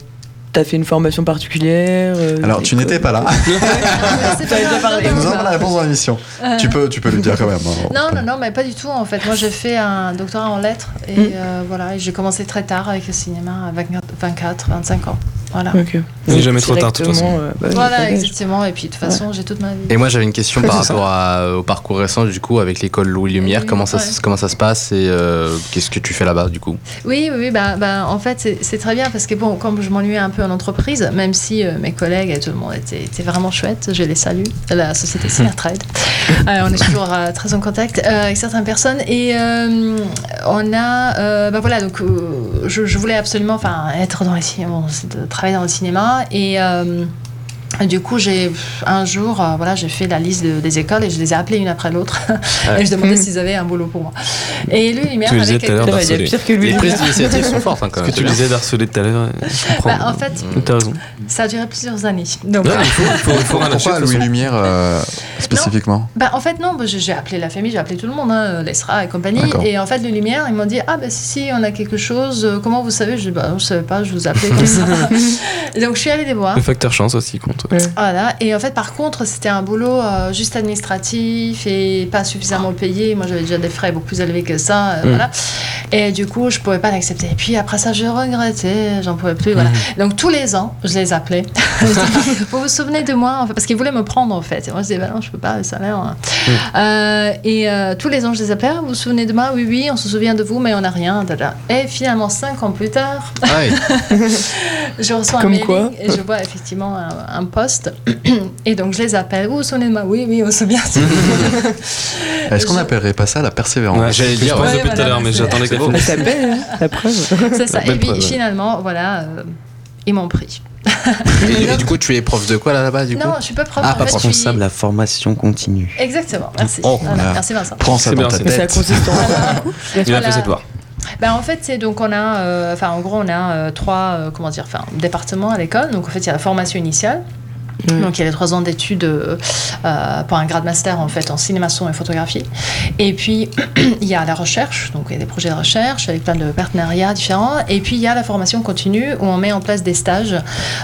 Speaker 7: t'as fait une formation particulière euh,
Speaker 1: Alors tu
Speaker 7: une
Speaker 1: n'étais
Speaker 7: école
Speaker 1: pas là.
Speaker 6: C'est pas
Speaker 7: T'avais déjà
Speaker 6: grave,
Speaker 7: parlé.
Speaker 1: Nous
Speaker 6: non, non,
Speaker 1: avons la réponse dans l'émission.
Speaker 6: Euh,
Speaker 1: Tu peux, tu peux le dire quand même. hein.
Speaker 6: Non, non, non, mais pas du tout en fait. Moi j'ai fait un doctorat en lettres et
Speaker 7: Mm.
Speaker 6: euh, voilà, et j'ai commencé très tard avec le cinéma à 24, 24, 25 ans. Voilà.
Speaker 7: Ok.
Speaker 4: Il n'est jamais trop tard, de toute
Speaker 7: Directement,
Speaker 4: façon.
Speaker 7: euh, bah,
Speaker 6: Voilà,
Speaker 7: j'étais-
Speaker 6: exactement. Et puis de toute façon, j'ai toute ma vie.
Speaker 3: Et moi j'avais une question par rapport à- euh, au parcours récent du coup avec l'école Louis Lumière,
Speaker 6: Oui,
Speaker 3: comment ça,
Speaker 6: ouais.
Speaker 3: se- comment ça se passe et euh, qu'est-ce que tu fais là-bas du coup
Speaker 6: Oui, oui, oui, bah, bah, en fait, c'est- c'est très bien parce que, bon, comme je m'ennuyais un peu en entreprise, même si euh, mes collègues et tout le monde étaient, étaient vraiment chouettes, je les salue, la société Cybertrade. Euh, on est toujours euh, très en contact euh, avec certaines personnes et euh, on a, euh, bah voilà, donc euh, je, je voulais absolument enfin, être dans les cinémas, travailler dans le cinéma et. euh, et du coup, j'ai un jour, euh, voilà, j'ai fait la liste de- des écoles et je les ai appelées une après l'autre et je demandais s'ils avaient un boulot pour moi. Et lui, il m'a
Speaker 4: Tu le disais
Speaker 6: avec
Speaker 4: tout à l'heure,
Speaker 7: Putain, bah, Il y a
Speaker 4: d'harceler.
Speaker 7: pire que lui.
Speaker 3: Les prises d'initiative sont fortes hein, quand
Speaker 4: Ce que
Speaker 3: même.
Speaker 4: tu disais d'harceler tout à l'heure, euh, je comprends.
Speaker 6: Bah, en fait,
Speaker 4: T'as raison.
Speaker 6: ça a duré plusieurs années. Donc,
Speaker 4: Non, mais il faut, il faut, il faut rien lâcher.
Speaker 1: Pourquoi
Speaker 4: de toute
Speaker 1: Louis
Speaker 4: façon.
Speaker 1: Lumière euh, spécifiquement
Speaker 6: bah, en fait, non, bah, j'ai j'ai appelé la famille, j'ai appelé tout le monde, hein, l'ESRA et compagnie.
Speaker 1: D'accord.
Speaker 6: Et en fait, les Lumières, ils m'ont dit Ah, bah si, si, on a quelque chose, euh, comment vous savez Je dis Bah, je savais pas, je vous appelais comme ça. Et donc, je suis allée les voir.
Speaker 4: Le facteur chance aussi compte.
Speaker 7: Euh.
Speaker 6: Voilà. Et en fait, par contre, c'était un boulot euh, juste administratif et pas suffisamment payé. Moi, j'avais déjà des frais beaucoup plus élevés que ça. euh,
Speaker 4: Mm.
Speaker 6: Voilà. Et du coup, je pouvais pas l'accepter. Et puis après ça, je regrettais, j'en pouvais plus. Voilà. Donc tous les ans, je les appelais. vous vous souvenez de moi en fait, Parce qu'ils voulaient me prendre en fait. Et moi, je disais, bah non, je peux pas, le salaire. hein. Euh, et euh, tous les ans, je les appelais. Ah, vous vous souvenez de moi Oui, oui, on se souvient de vous, mais on n'a rien. dada. Et finalement, cinq ans plus tard,
Speaker 3: Ah oui.
Speaker 6: je reçois
Speaker 7: Comme
Speaker 6: un mailing
Speaker 7: quoi.
Speaker 6: et je vois effectivement un, un poste. et donc je les appelle. Vous vous souvenez de moi Oui, oui, on se souvient.
Speaker 1: Est-ce qu'on
Speaker 6: je-
Speaker 1: appellerait pas ça la persévérance
Speaker 4: Ouais,
Speaker 3: j'allais
Speaker 4: je
Speaker 3: dire,
Speaker 4: pense
Speaker 6: ouais.
Speaker 4: depuis tout à
Speaker 6: Ouais,
Speaker 4: l'heure, mais
Speaker 6: voilà,
Speaker 4: j'attendais
Speaker 3: c'est
Speaker 4: qu'elle
Speaker 3: bon.
Speaker 4: finisse.
Speaker 7: Ça belle, hein, la preuve.
Speaker 6: C'est ça.
Speaker 3: La belle
Speaker 6: Et puis
Speaker 3: preuve, ouais.
Speaker 6: finalement, voilà, euh, ils m'ont pris.
Speaker 3: Et, et du coup tu es prof de quoi là- là-bas du coup
Speaker 6: non, je suis pas prof.
Speaker 3: Ah,
Speaker 6: en
Speaker 3: pas
Speaker 6: fait, je suis-
Speaker 5: Responsable à formation continue.
Speaker 6: Exactement. Merci.
Speaker 1: Oh,
Speaker 6: Voilà,
Speaker 1: merde.
Speaker 6: Merci Vincent.
Speaker 1: Prends ça
Speaker 4: C'est
Speaker 1: dans
Speaker 4: bien,
Speaker 1: ta
Speaker 4: c'est
Speaker 7: Mais Bah, ça
Speaker 1: tête.
Speaker 7: consiste en.
Speaker 4: Il a
Speaker 6: Voilà.
Speaker 4: fait cette voix.
Speaker 6: Ben, en fait, c'est donc on a, euh, enfin en gros, on a euh, trois, euh, comment dire, enfin départements à l'école. Donc en fait, il y a la formation initiale.
Speaker 7: Mm.
Speaker 6: Donc il y a les trois ans d'études euh, euh, pour un grade master en fait en cinéma son et photographie. Et puis il y a la recherche, donc il y a des projets de recherche avec plein de partenariats différents. Et puis il y a la formation continue où on met en place des stages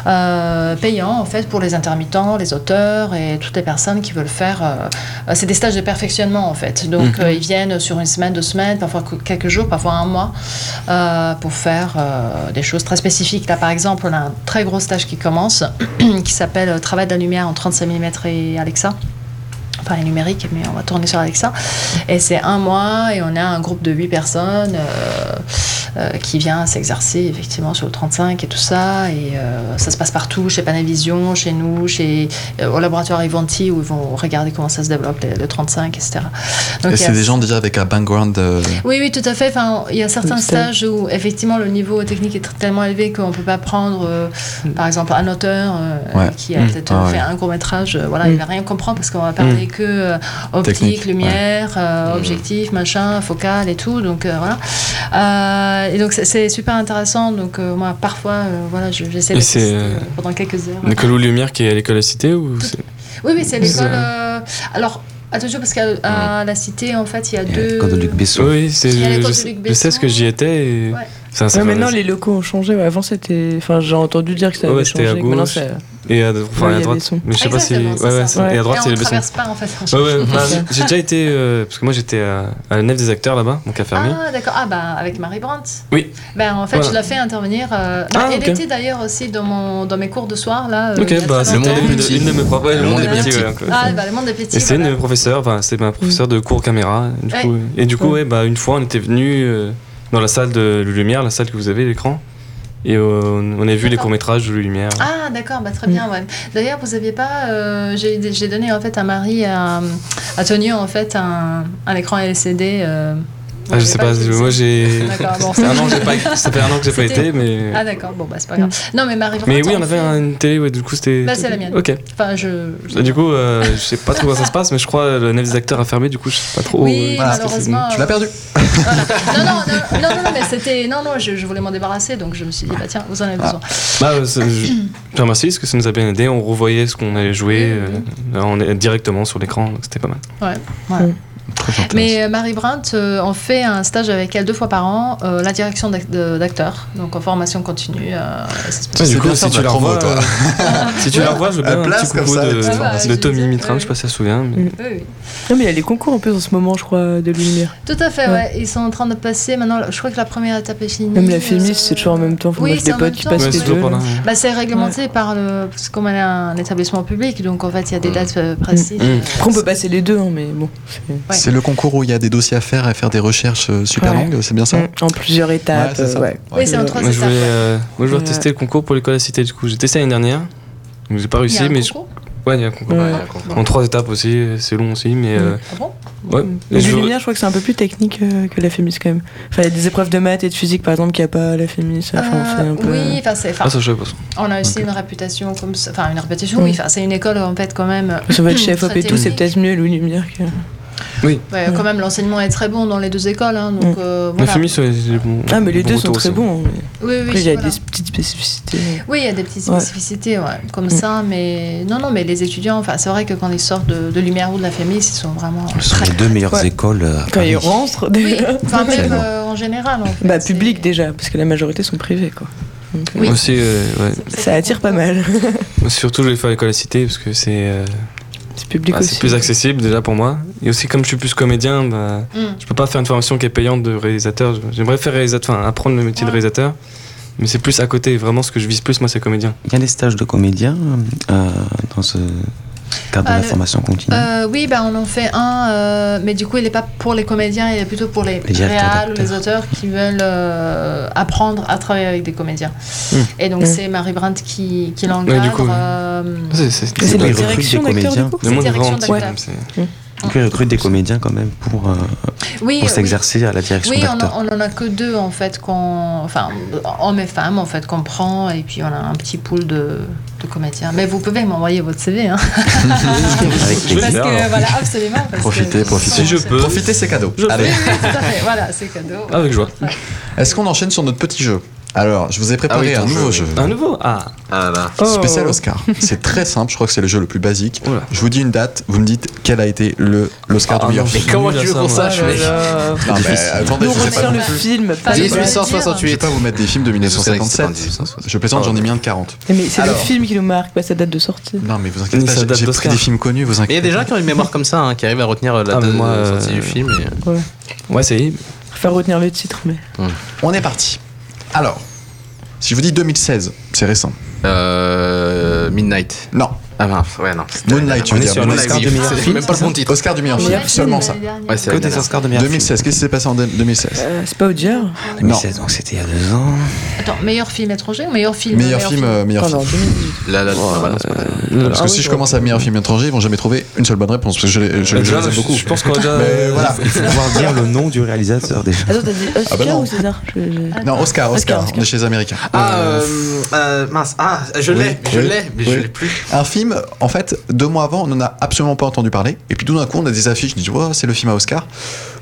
Speaker 6: euh, payants en fait pour les intermittents, les auteurs et toutes les personnes qui veulent faire. euh, euh, c'est des stages de perfectionnement en fait. Donc euh, ils viennent sur une semaine, deux semaines, parfois que- quelques jours, parfois un mois euh, pour faire euh, des choses très spécifiques. Là, par exemple, on a un très gros stage qui commence, qui s'appelle euh, Travail de la lumière en 35 mm et Alexa. Enfin, les numérique, mais on va tourner sur Alexa. Et c'est un mois et on a un groupe de 8 personnes euh, euh, qui vient s'exercer effectivement sur le 35 et tout ça. Et euh, ça se passe partout, chez Panavision, chez nous, chez, euh, au laboratoire Ivanti où ils vont regarder comment ça se développe le, le 35, etc. Donc,
Speaker 1: Et
Speaker 6: il y
Speaker 1: c'est
Speaker 6: a
Speaker 1: des gens déjà avec un background. euh,
Speaker 6: oui, oui, tout à fait. Enfin, il y a certains
Speaker 7: Le stage.
Speaker 6: stages où effectivement le niveau technique est tellement élevé qu'on ne peut pas prendre, euh, par exemple, un auteur euh,
Speaker 1: Ouais.
Speaker 6: qui a
Speaker 4: Mm.
Speaker 6: peut-être
Speaker 1: Ah
Speaker 6: fait
Speaker 1: ouais. Mmh.
Speaker 6: un court métrage. euh, voilà,
Speaker 7: Mm.
Speaker 6: il va rien comprendre parce qu'on va parler que euh, optique,
Speaker 1: Technique, Mmh.
Speaker 6: lumière, euh, objectif, machin, focal et tout. Donc euh, voilà. Euh, et donc c'est- c'est super intéressant. Donc euh, moi, parfois, euh, voilà, je- j'essaie
Speaker 4: Et
Speaker 6: de
Speaker 4: c'est,
Speaker 6: tester,
Speaker 4: euh,
Speaker 6: euh, pendant quelques heures.
Speaker 4: L'école Louis Lumière qui est à l'école à cité ou c'est-
Speaker 6: Oui, oui, c'est
Speaker 4: C'est-
Speaker 6: l'école. euh, alors, Attention, parce qu'à à la cité, en fait, il y a
Speaker 5: Et,
Speaker 6: deux.
Speaker 5: Quand Luc Besson.
Speaker 4: Oui, c'est,
Speaker 6: Il y
Speaker 4: je,
Speaker 6: a l'école
Speaker 4: je
Speaker 6: de
Speaker 4: sais-
Speaker 6: Luc
Speaker 4: je sais
Speaker 6: Besson.
Speaker 4: ce que j'y étais. Et...
Speaker 6: Ouais.
Speaker 4: c'est un
Speaker 7: Ouais,
Speaker 4: sacré-
Speaker 7: maintenant les locaux ont changé. Ouais, avant c'était. Enfin, j'ai entendu dire que ça
Speaker 4: Ouais,
Speaker 7: avait
Speaker 4: c'était à
Speaker 7: changé. que maintenant,
Speaker 4: gauche.
Speaker 7: c'est-
Speaker 4: Et à, enfin,
Speaker 7: Ouais, il y
Speaker 4: à
Speaker 7: a
Speaker 4: droite.
Speaker 7: des sons.
Speaker 4: Mais je sais pas si.
Speaker 6: Exactement, c'est
Speaker 4: ouais,
Speaker 6: ça.
Speaker 4: c'est- Et à droite,
Speaker 6: Et
Speaker 4: c'est
Speaker 6: on
Speaker 4: le
Speaker 6: ne
Speaker 4: Besson.
Speaker 6: traverse pas, en fait.
Speaker 4: Ouais, ouais, bah, j'ai déjà été. euh, parce que moi, j'étais à, à la nef des acteurs là-bas, donc à Fermier.
Speaker 6: Ah d'accord, ah bah avec Marie Brandt.
Speaker 4: Oui.
Speaker 6: Ben en fait
Speaker 4: Voilà.
Speaker 6: je l'ai fait intervenir. euh,
Speaker 4: Ah,
Speaker 6: elle
Speaker 4: ok.
Speaker 6: était d'ailleurs aussi dans, mon, dans mes cours de soir là. euh,
Speaker 4: ok,
Speaker 6: il y a
Speaker 4: bah,
Speaker 6: très
Speaker 4: c'est
Speaker 3: le monde
Speaker 6: longtemps.
Speaker 3: est
Speaker 4: une de-
Speaker 3: petit.
Speaker 4: une de mes profs. Ouais,
Speaker 3: Le monde est
Speaker 4: petit,
Speaker 3: petit.
Speaker 4: ouais, encore.
Speaker 6: Ah bah le monde est petit.
Speaker 4: Et c'est
Speaker 6: voilà.
Speaker 4: une professeure, enfin c'était ma professeure de cours caméra. Du
Speaker 6: Ouais.
Speaker 4: coup, et du coup,
Speaker 7: Ouais.
Speaker 4: ouais, bah, une fois on était venu euh, dans la salle de Lumière, la salle que vous avez, l'écran, et euh, on on a vu les
Speaker 6: D'accord.
Speaker 4: courts-métrages de Lumière.
Speaker 6: Ah d'accord, bah très bien, ouais. D'ailleurs, vous aviez pas, euh, j'ai j'ai donné en fait à Marie, à, à Tonio en fait un, un écran LCD. euh,
Speaker 4: Ah, je sais pas,
Speaker 6: utilisé.
Speaker 4: moi j'ai.
Speaker 6: D'accord, bon.
Speaker 4: Ça fait un an que j'ai pas- ça fait un an que j'ai pas
Speaker 6: C'était-
Speaker 4: été, mais.
Speaker 6: Ah d'accord, bon bah c'est pas grave. Non mais Marie.
Speaker 4: Mais
Speaker 6: Brandt,
Speaker 4: oui, on
Speaker 6: en
Speaker 4: avait
Speaker 6: fait-
Speaker 4: une télé, ouais, du coup c'était.
Speaker 6: Là, Bah, c'est la mienne.
Speaker 4: Ok.
Speaker 6: Enfin je.
Speaker 4: Et du coup, euh, je sais pas trop comment ça se passe, mais je crois euh, le nef des acteurs a fermé, du coup je sais pas trop. euh,
Speaker 6: oui,
Speaker 4: qu'est-ce que c'est.
Speaker 6: malheureusement.
Speaker 1: Tu l'as
Speaker 6: euh,
Speaker 1: perdu.
Speaker 6: Voilà. Non, non, non, non, non, non, mais c'était. Non, non, je, je voulais m'en débarrasser, donc je me suis dit, bah tiens, vous en avez
Speaker 7: Ah,
Speaker 6: besoin.
Speaker 4: Bah, euh, ça- je je te remercie parce que ça nous a bien aidé. On revoyait ce qu'on allait jouer. euh, là, on est directement sur l'écran, donc c'était pas mal.
Speaker 6: Mais euh, Marie Brandt, euh, on fait un stage avec elle deux fois par an, euh, la direction d'ac- de- d'acteurs, donc en formation continue. euh, ça se passe.
Speaker 1: Ouais, du
Speaker 4: C'est
Speaker 1: coup,
Speaker 4: bien
Speaker 1: si
Speaker 4: faire
Speaker 1: tu
Speaker 4: de
Speaker 1: la
Speaker 4: promo,
Speaker 1: revois,
Speaker 6: euh,
Speaker 1: toi.
Speaker 6: Ah.
Speaker 4: si tu la revois, je veux
Speaker 1: À
Speaker 4: bien un
Speaker 1: place
Speaker 4: petit
Speaker 1: comme
Speaker 4: coucou
Speaker 1: ça,
Speaker 4: de,
Speaker 1: tu
Speaker 6: vois.
Speaker 4: de Tommy Mitrin, je sais pas si elle se souvient. mais-
Speaker 6: Oui, oui.
Speaker 7: Non, mais il y a les concours en plus en ce moment, je crois, de lumière.
Speaker 6: Tout à fait, ouais.
Speaker 7: Ouais.
Speaker 6: Ils sont en train de passer maintenant. Je crois que la première étape est finie.
Speaker 7: Même la
Speaker 6: féministe,
Speaker 7: féministe, c'est toujours en même temps. Faut
Speaker 6: oui,
Speaker 7: moi, j'ai
Speaker 6: c'est
Speaker 7: des
Speaker 6: en
Speaker 7: potes
Speaker 6: même
Speaker 7: qui
Speaker 6: temps.
Speaker 7: passent
Speaker 4: Ouais,
Speaker 6: Parce
Speaker 4: c'est
Speaker 7: les
Speaker 6: que-
Speaker 4: toujours
Speaker 7: deux.
Speaker 4: pendant.
Speaker 6: Bah, c'est réglementé par le. Parce que comme elle est un établissement public, donc en fait, il y a des dates euh, précises.
Speaker 4: Mm. Mm.
Speaker 6: Euh,
Speaker 7: Après, on peut passer les deux, hein, mais bon. c'est-
Speaker 6: Ouais.
Speaker 1: C'est le concours où il y a des dossiers à faire et faire des recherches euh, super
Speaker 7: Ouais.
Speaker 1: longues, c'est bien ça
Speaker 6: Mm.
Speaker 7: En plusieurs étapes.
Speaker 1: c'est ça.
Speaker 7: euh, ouais.
Speaker 6: Oui, c'est en trois
Speaker 4: Moi, je
Speaker 6: étapes.
Speaker 4: voulais, euh, moi, je voulais
Speaker 7: Ouais.
Speaker 4: tester le concours pour l'école à la cité, du coup. J'ai testé l'année dernière. Donc, J'ai pas
Speaker 6: Il y a
Speaker 4: réussi,
Speaker 6: un
Speaker 4: mais je.
Speaker 6: concours
Speaker 4: Ouais, il y a un concours.
Speaker 7: Ouais.
Speaker 3: Ah,
Speaker 4: En trois étapes aussi, euh, c'est long aussi, mais. euh,
Speaker 6: Ah bon
Speaker 4: Ouais.
Speaker 7: Mais
Speaker 4: Et je
Speaker 7: du
Speaker 4: veux-
Speaker 7: lumière, je crois que c'est un peu plus technique euh, que la féministe quand même. Enfin, il y a des épreuves de maths et de physique par exemple qu'il n'y a pas à la féministe. Enfin, c'est un
Speaker 6: Euh,
Speaker 7: peu.
Speaker 6: Oui, enfin, c'est. enfin,
Speaker 4: Ah, ça, je sais pas. ça.
Speaker 6: On a aussi une réputation comme ça. Enfin, une réputation, oui.
Speaker 7: Mm.
Speaker 6: Enfin, c'est une école, en fait, quand même.
Speaker 7: Ça va être chez
Speaker 6: Très
Speaker 7: FOP et tout, c'est
Speaker 6: technique.
Speaker 7: peut-être mieux, Louis Lumière. Que...
Speaker 6: Ouais, Quand même, l'enseignement est très bon dans les deux écoles. hein, donc,
Speaker 7: Mm.
Speaker 6: euh,
Speaker 4: La
Speaker 6: voilà.
Speaker 4: famille, c'est c'est bon.
Speaker 7: Ah, mais les
Speaker 4: bon
Speaker 7: deux sont
Speaker 4: retour
Speaker 7: très
Speaker 4: aussi.
Speaker 7: bons. hein, mais
Speaker 6: Oui, oui,
Speaker 7: Après, il y a
Speaker 6: voilà.
Speaker 7: des petites spécificités.
Speaker 6: Oui, il y a des petites
Speaker 7: Ouais. Mm.
Speaker 6: spécificités, ouais, comme ça. Mais non, non, mais les étudiants, enfin, c'est vrai que quand ils sortent de, de Lumière ou de la famille, ils sont vraiment
Speaker 5: Ce sont
Speaker 6: très.
Speaker 5: les deux meilleures
Speaker 7: Ouais.
Speaker 5: écoles. euh, à
Speaker 7: Quand ils
Speaker 5: Paris.
Speaker 7: rentrent,
Speaker 6: Oui,
Speaker 7: déjà.
Speaker 6: enfin, même
Speaker 5: Tellement.
Speaker 6: euh, en général. En fait,
Speaker 7: Bah,
Speaker 6: c'est-
Speaker 7: public déjà, parce que la majorité sont privés, quoi. Donc, euh,
Speaker 6: Oui.
Speaker 4: Aussi, euh, ouais.
Speaker 7: Ça attire pas mal.
Speaker 4: Moi, Surtout, je vais faire l'école à la cité parce que c'est euh,
Speaker 7: c'est public
Speaker 4: bah,
Speaker 7: aussi.
Speaker 4: c'est plus accessible déjà pour moi. Et aussi, comme je suis plus comédien, bah,
Speaker 6: Mm.
Speaker 4: je peux pas faire une formation qui est payante de réalisateur. J'aimerais faire réalisateur, enfin apprendre le métier de
Speaker 6: Ouais.
Speaker 4: réalisateur, mais c'est plus à côté. Vraiment, ce que je vise plus, moi, c'est comédien.
Speaker 5: Il y a des stages de comédiens euh, dans ce cadre
Speaker 6: Ah,
Speaker 5: de la
Speaker 6: le-
Speaker 5: formation continue.
Speaker 6: Euh, oui, bah, on en fait un, euh, mais du coup, il n'est pas pour les comédiens, il est plutôt pour les,
Speaker 5: Les directeurs
Speaker 6: réals ou les
Speaker 5: d'acteurs.
Speaker 6: auteurs qui veulent euh, apprendre à travailler avec des comédiens. Et donc,
Speaker 7: Mmh.
Speaker 6: c'est Marie Brandt qui, qui l'encadre.
Speaker 4: Ouais, du coup, ouais.
Speaker 6: euh,
Speaker 4: C'est- c'est-
Speaker 7: Mais
Speaker 5: C'est
Speaker 7: C'est de
Speaker 5: pas ils
Speaker 7: la
Speaker 5: recrutent
Speaker 7: direction
Speaker 5: des
Speaker 7: d'acteurs
Speaker 5: comédiens.
Speaker 7: du coup
Speaker 4: Le monde est vraiment
Speaker 6: direction
Speaker 4: petit.
Speaker 6: d'acteur.
Speaker 4: comme c'est-
Speaker 5: Donc ils recrutent des comédiens quand même pour, euh,
Speaker 6: oui,
Speaker 5: pour
Speaker 6: oui.
Speaker 5: s'exercer à la direction
Speaker 6: Oui, on
Speaker 5: d'acteurs.
Speaker 6: en- on en a que deux en fait, qu'on, enfin, hommes et femmes en fait, qu'on prend, et puis on a un petit pool de, de comédiens. Mais vous pouvez m'envoyer votre CV, hein,
Speaker 5: Avec
Speaker 4: Je vais
Speaker 6: parce
Speaker 4: faire,
Speaker 6: que
Speaker 4: hein.
Speaker 6: voilà, absolument. parce que-
Speaker 1: Profitez, profitez.
Speaker 4: Si je peux.
Speaker 1: Profitez, c'est cadeau.
Speaker 4: Je
Speaker 1: Allez,
Speaker 6: Oui, oui, tout à fait. Voilà, c'est cadeau.
Speaker 4: euh,
Speaker 3: Ah
Speaker 4: Avec joie.
Speaker 1: est-ce qu'on enchaîne sur notre petit jeu Alors, je vous ai préparé
Speaker 3: Ah oui,
Speaker 1: un
Speaker 3: ton
Speaker 1: nouveau
Speaker 3: jeu,
Speaker 1: jeu.
Speaker 3: oui.
Speaker 4: Un nouveau Ah,
Speaker 3: Ah là.
Speaker 1: Spécial Oscar. C'est très simple, je crois que c'est le jeu le plus basique.
Speaker 4: Oula.
Speaker 1: Je vous dis une date, vous me dites quel a été le l'Oscar
Speaker 4: Ah,
Speaker 1: du meilleur
Speaker 4: non,
Speaker 1: film.
Speaker 4: mais comment tu veux qu'on
Speaker 7: Ah
Speaker 4: sache,
Speaker 7: là là.
Speaker 1: Non, mais
Speaker 5: Difficile.
Speaker 1: attendez,
Speaker 7: Nous, on
Speaker 1: je sais
Speaker 7: retient
Speaker 1: pas.
Speaker 7: le film.
Speaker 6: Pas
Speaker 7: pas
Speaker 6: les
Speaker 7: le-
Speaker 6: films.
Speaker 3: 1868.
Speaker 1: Je vais pas vous mettre des films de
Speaker 3: Je sais que
Speaker 1: 1957.
Speaker 3: c'est pas un 1868.
Speaker 1: Je plaisante, j'en ai mis un de 40.
Speaker 7: Mais c'est le
Speaker 1: Alors.
Speaker 7: film qui nous marque, pas sa date de sortie.
Speaker 1: Non, mais vous
Speaker 4: Ni
Speaker 1: inquiétez
Speaker 4: sa
Speaker 1: pas,
Speaker 4: date
Speaker 1: j'ai pris
Speaker 4: d'Oscar.
Speaker 1: des films connus, vous
Speaker 3: Mais il y a
Speaker 1: inquiétez
Speaker 3: des gens qui ont une mémoire comme ça, hein, qui arrivent à retenir euh, la
Speaker 4: Ah, mais
Speaker 3: date
Speaker 4: moi,
Speaker 3: de
Speaker 4: euh,
Speaker 3: sortie du film. et-
Speaker 4: ouais, ça y est.
Speaker 7: Faire retenir le titre, mais.
Speaker 1: On est parti. Alors, si je vous dis 2016, c'est récent.
Speaker 3: Euh, Midnight.
Speaker 1: Non,
Speaker 3: Ah mince, ouais, non.
Speaker 1: Moonlight, tu
Speaker 5: On
Speaker 1: veux
Speaker 5: est
Speaker 1: dire.
Speaker 5: sur
Speaker 1: Moonlight.
Speaker 5: l'Oscar
Speaker 3: Moonlight,
Speaker 5: du
Speaker 3: oui,
Speaker 5: meilleur
Speaker 3: c'est
Speaker 5: film,
Speaker 3: même pas le bon titre.
Speaker 1: Oscar du meilleur film,
Speaker 6: Ouais,
Speaker 1: seulement
Speaker 6: c'est
Speaker 1: ça.
Speaker 6: l'année dernière.
Speaker 3: Ouais, c'est
Speaker 5: Côté
Speaker 3: la dernière.
Speaker 5: Oscar de meilleur film.
Speaker 1: 2016, qu'est-ce qui s'est passé en 2016
Speaker 7: Euh, c'est pas Odier
Speaker 5: 2016, donc c'était il y a deux ans.
Speaker 6: Attends, meilleur film étranger ou meilleur film
Speaker 1: Meilleur film, euh, meilleur
Speaker 7: Ah
Speaker 1: film.
Speaker 7: non, 2018.
Speaker 3: La la. ah, bah non, c'est pas la-
Speaker 1: Parce que si je commence à meilleur film étranger, ils vont jamais trouver une seule bonne réponse, parce que je les je les
Speaker 4: Déjà,
Speaker 1: aime
Speaker 4: je-
Speaker 1: beaucoup.
Speaker 4: Je pense qu'on a déjà.
Speaker 1: Mais voilà.
Speaker 5: Il faut pouvoir dire le nom du réalisateur déjà.
Speaker 7: Attends, t'as dit Oscar
Speaker 1: bah non.
Speaker 7: ou César Je- je-
Speaker 1: Non, Oscar, Oscar,
Speaker 7: Oscar,
Speaker 4: Ah, euh,
Speaker 1: on est chez les Américains. Euh,
Speaker 3: Ah, euh, euh, mince, ah, je l'ai,
Speaker 1: Oui,
Speaker 3: je
Speaker 1: oui,
Speaker 3: l'ai,
Speaker 1: oui.
Speaker 3: mais je l'ai plus.
Speaker 1: Un film film, en fait, deux mois avant, on n'en a absolument pas entendu parler. Et puis tout d'un coup, on a des affiches qui disent ouais, c'est le film à Oscar.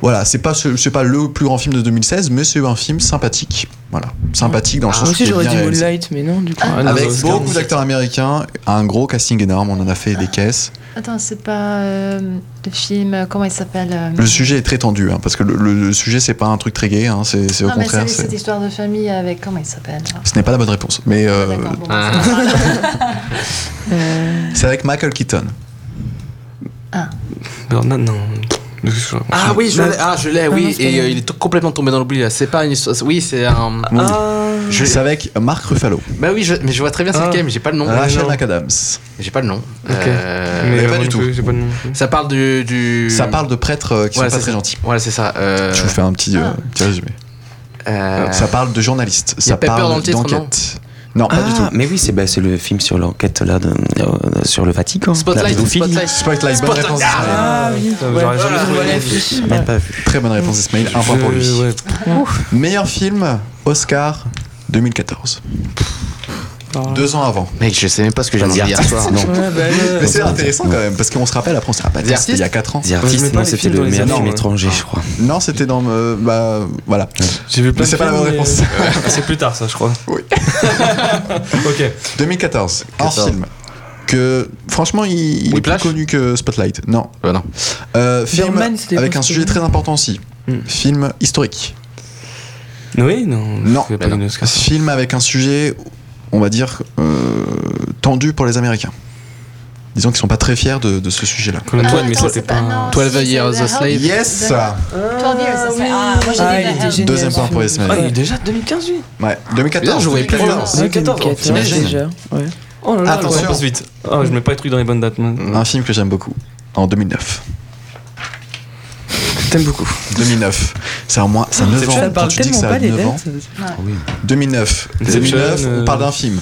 Speaker 1: Voilà, c'est pas, ce- c'est pas le plus grand film de 2016, mais c'est un film sympathique. Voilà, sympathique dans le
Speaker 7: Ah, Moi
Speaker 1: sens où
Speaker 7: aussi
Speaker 1: il est
Speaker 7: j'aurais
Speaker 1: bien
Speaker 7: dit
Speaker 1: réalisé.
Speaker 7: Moonlight, mais non, du coup.
Speaker 4: Ah, non,
Speaker 1: Avec
Speaker 4: aux Oscars,
Speaker 1: beaucoup
Speaker 4: on-
Speaker 1: d'acteurs américains, un gros casting énorme, on en a fait
Speaker 4: Ah.
Speaker 1: des caisses.
Speaker 6: Attends, c'est pas euh, le film, euh, comment il s'appelle euh,
Speaker 1: Le sujet est très tendu, hein, parce que le, le- le sujet, c'est pas un truc très gay, hein, c'est c'est au
Speaker 6: Non, mais
Speaker 1: contraire.
Speaker 6: c'est
Speaker 1: c'est-
Speaker 6: cette histoire de famille avec. Comment il s'appelle là
Speaker 1: Ce n'est pas la bonne réponse, mais euh,
Speaker 6: D'accord, bon,
Speaker 4: ah.
Speaker 6: c'est pas grave.
Speaker 1: c'est avec Michael Keaton.
Speaker 4: Birdman, non.
Speaker 3: Ah oui, je l'ai, ah, je l'ai, oui.
Speaker 7: non, c'est
Speaker 3: Et
Speaker 7: pas
Speaker 3: euh,
Speaker 7: vrai.
Speaker 3: il est complètement tombé dans l'oubli là. C'est pas une histoire. Oui, c'est un.
Speaker 4: Ah,
Speaker 1: Oui.
Speaker 3: Ah. Je-
Speaker 1: C'est avec Marc Ruffalo,
Speaker 3: Bah oui, je- mais je vois très bien c'est
Speaker 4: Ah.
Speaker 3: lequel, mais j'ai pas le nom.
Speaker 1: Rachel
Speaker 4: non.
Speaker 1: McAdams.
Speaker 3: J'ai pas le nom.
Speaker 4: Ok.
Speaker 3: Euh,
Speaker 1: Mais pas
Speaker 4: moi
Speaker 1: du
Speaker 4: non
Speaker 1: tout.
Speaker 4: plus, J'ai pas de nom.
Speaker 3: Ça parle du. du-
Speaker 1: Ça parle de prêtres euh, qui
Speaker 3: Voilà,
Speaker 1: sont
Speaker 3: c'est
Speaker 1: pas très
Speaker 3: ça.
Speaker 1: gentils.
Speaker 3: Voilà, c'est ça. euh,
Speaker 1: Je vous fais un petit,
Speaker 6: Ah.
Speaker 1: euh, petit résumé.
Speaker 3: euh,
Speaker 1: Ça parle de journalistes,
Speaker 3: y a
Speaker 1: ça
Speaker 3: Pepper dans
Speaker 1: parle
Speaker 3: le titre, non
Speaker 1: d'enquête. Non, pas du
Speaker 5: Ah,
Speaker 1: tout.
Speaker 5: mais oui, c'est bah, c'est le film sur l'enquête là de- euh, sur le Vatican. La
Speaker 3: Spotlight.
Speaker 5: pédophilie.
Speaker 3: Spotlight.
Speaker 1: Spotlight, bonne
Speaker 3: Spotlight.
Speaker 1: réponse
Speaker 3: Ah,
Speaker 1: d'Ismaël.
Speaker 4: Putain, J'aurais jamais trouvé.
Speaker 5: Même pas vu.
Speaker 1: Très bonne réponse d'Ismail, un point pour lui.
Speaker 4: Je- ouais.
Speaker 1: Meilleur film, Oscar 2014.
Speaker 4: Ah.
Speaker 1: Deux ans avant.
Speaker 3: Mec, je sais même pas ce que j'ai dit hier soir.
Speaker 5: Non.
Speaker 1: Ah
Speaker 7: Ouais, bah,
Speaker 1: Mais c'est intéressant quand même, parce qu'on se rappelle après, on s'est ah, bah,
Speaker 3: The
Speaker 1: tiens, c'était il y a
Speaker 3: Artist
Speaker 1: 4 ans.
Speaker 5: The
Speaker 4: je mets
Speaker 5: Artist,
Speaker 4: pas
Speaker 5: non,
Speaker 4: les
Speaker 5: c'était
Speaker 4: films dans
Speaker 5: le
Speaker 4: les
Speaker 5: meilleur
Speaker 4: énormes,
Speaker 5: film
Speaker 4: ouais.
Speaker 5: étranger, je crois.
Speaker 1: Non, c'était dans. euh, bah voilà.
Speaker 4: J'ai vu
Speaker 1: Mais bah, c'est pas la bonne
Speaker 4: films,
Speaker 1: réponse.
Speaker 4: mais- euh, C'est plus tard, ça, je crois.
Speaker 1: Oui.
Speaker 4: ok.
Speaker 1: 2014, un
Speaker 3: 14.
Speaker 1: film que franchement il, il est plus
Speaker 3: Whiplash
Speaker 1: connu que Spotlight. Non.
Speaker 3: Euh, non.
Speaker 1: Euh, film
Speaker 7: Birdman, c'était
Speaker 1: avec
Speaker 7: pas
Speaker 1: un
Speaker 7: ce
Speaker 1: sujet
Speaker 7: film.
Speaker 1: très important aussi.
Speaker 4: Hmm.
Speaker 1: Film historique.
Speaker 4: Oui, non.
Speaker 1: Non.
Speaker 4: il y
Speaker 3: Mais
Speaker 4: a pas
Speaker 3: non.
Speaker 4: eu d'Oscar.
Speaker 1: Film avec un sujet, on va dire, euh, tendu pour les Américains. Disons qu'ils sont pas très fiers de, de ce sujet-là.
Speaker 4: Colin Todd, mais
Speaker 6: Ah, attends,
Speaker 4: c'était
Speaker 6: c'est
Speaker 4: pas. un-
Speaker 6: non,
Speaker 3: 12
Speaker 6: c'est- c'est
Speaker 3: Years
Speaker 6: The
Speaker 3: a Slave.
Speaker 6: Help.
Speaker 1: Yes
Speaker 6: The- 12 Years a Slave. Ah, moi j'ai
Speaker 7: Ah,
Speaker 6: dit
Speaker 7: il
Speaker 6: The
Speaker 7: était
Speaker 6: Help.
Speaker 7: génial.
Speaker 1: Deuxième point pour
Speaker 2: Ah,
Speaker 1: Ismaël.
Speaker 2: il est déjà 2015, lui
Speaker 1: Ouais.
Speaker 3: Putain,
Speaker 1: 2014.
Speaker 3: je voyais plus
Speaker 4: Oh là là.
Speaker 7: Ouais,
Speaker 2: 2014,
Speaker 7: 2014
Speaker 1: t'imagines
Speaker 7: déjà. Ouais.
Speaker 2: Oh là là,
Speaker 1: Attends.
Speaker 4: Je passe vite. Ah, je mets pas les trucs dans les bonnes dates. moi.
Speaker 1: Mm-hmm. Un film que j'aime beaucoup. En 2009.
Speaker 2: T'aimes beaucoup.
Speaker 1: 2009. C'est un mois, ça a 9 ans.
Speaker 7: Ça
Speaker 1: Quand
Speaker 7: parle
Speaker 1: tu dis que
Speaker 7: tellement
Speaker 1: ça
Speaker 7: pas
Speaker 1: a
Speaker 7: les
Speaker 1: 9 ans.
Speaker 7: dates.
Speaker 1: 2009.
Speaker 4: Inception,
Speaker 1: 2009, on
Speaker 4: euh,
Speaker 1: parle d'un film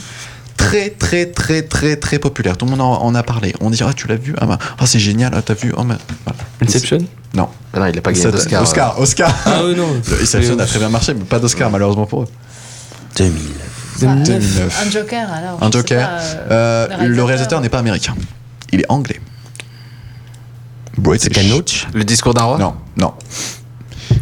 Speaker 1: très très très très très populaire. Tout le monde en, en a parlé. On dit ah tu l'as vu ah bah, ah, c'est génial ah, t'as vu oh, mais- voilà.
Speaker 4: Inception
Speaker 1: Non.
Speaker 3: Bah non, il a pas gagné
Speaker 1: Ça-
Speaker 3: d'Oscar. euh.
Speaker 1: Oscar. Oscar.
Speaker 4: Ah, oui, non.
Speaker 1: Le Inception a très bien marché, mais pas d'Oscar malheureusement pour eux.
Speaker 5: 2000.
Speaker 6: Ah,
Speaker 1: 2009.
Speaker 6: Un Joker alors.
Speaker 1: Un
Speaker 6: je sais
Speaker 1: Joker.
Speaker 6: pas, euh,
Speaker 1: Euh,
Speaker 6: le
Speaker 1: le
Speaker 6: réalisateur-
Speaker 1: réalisateur n'est pas américain. Il est anglais.
Speaker 5: C'est
Speaker 1: British.
Speaker 5: Ken Loach
Speaker 3: euh, Le discours d'un roi
Speaker 1: Non, non.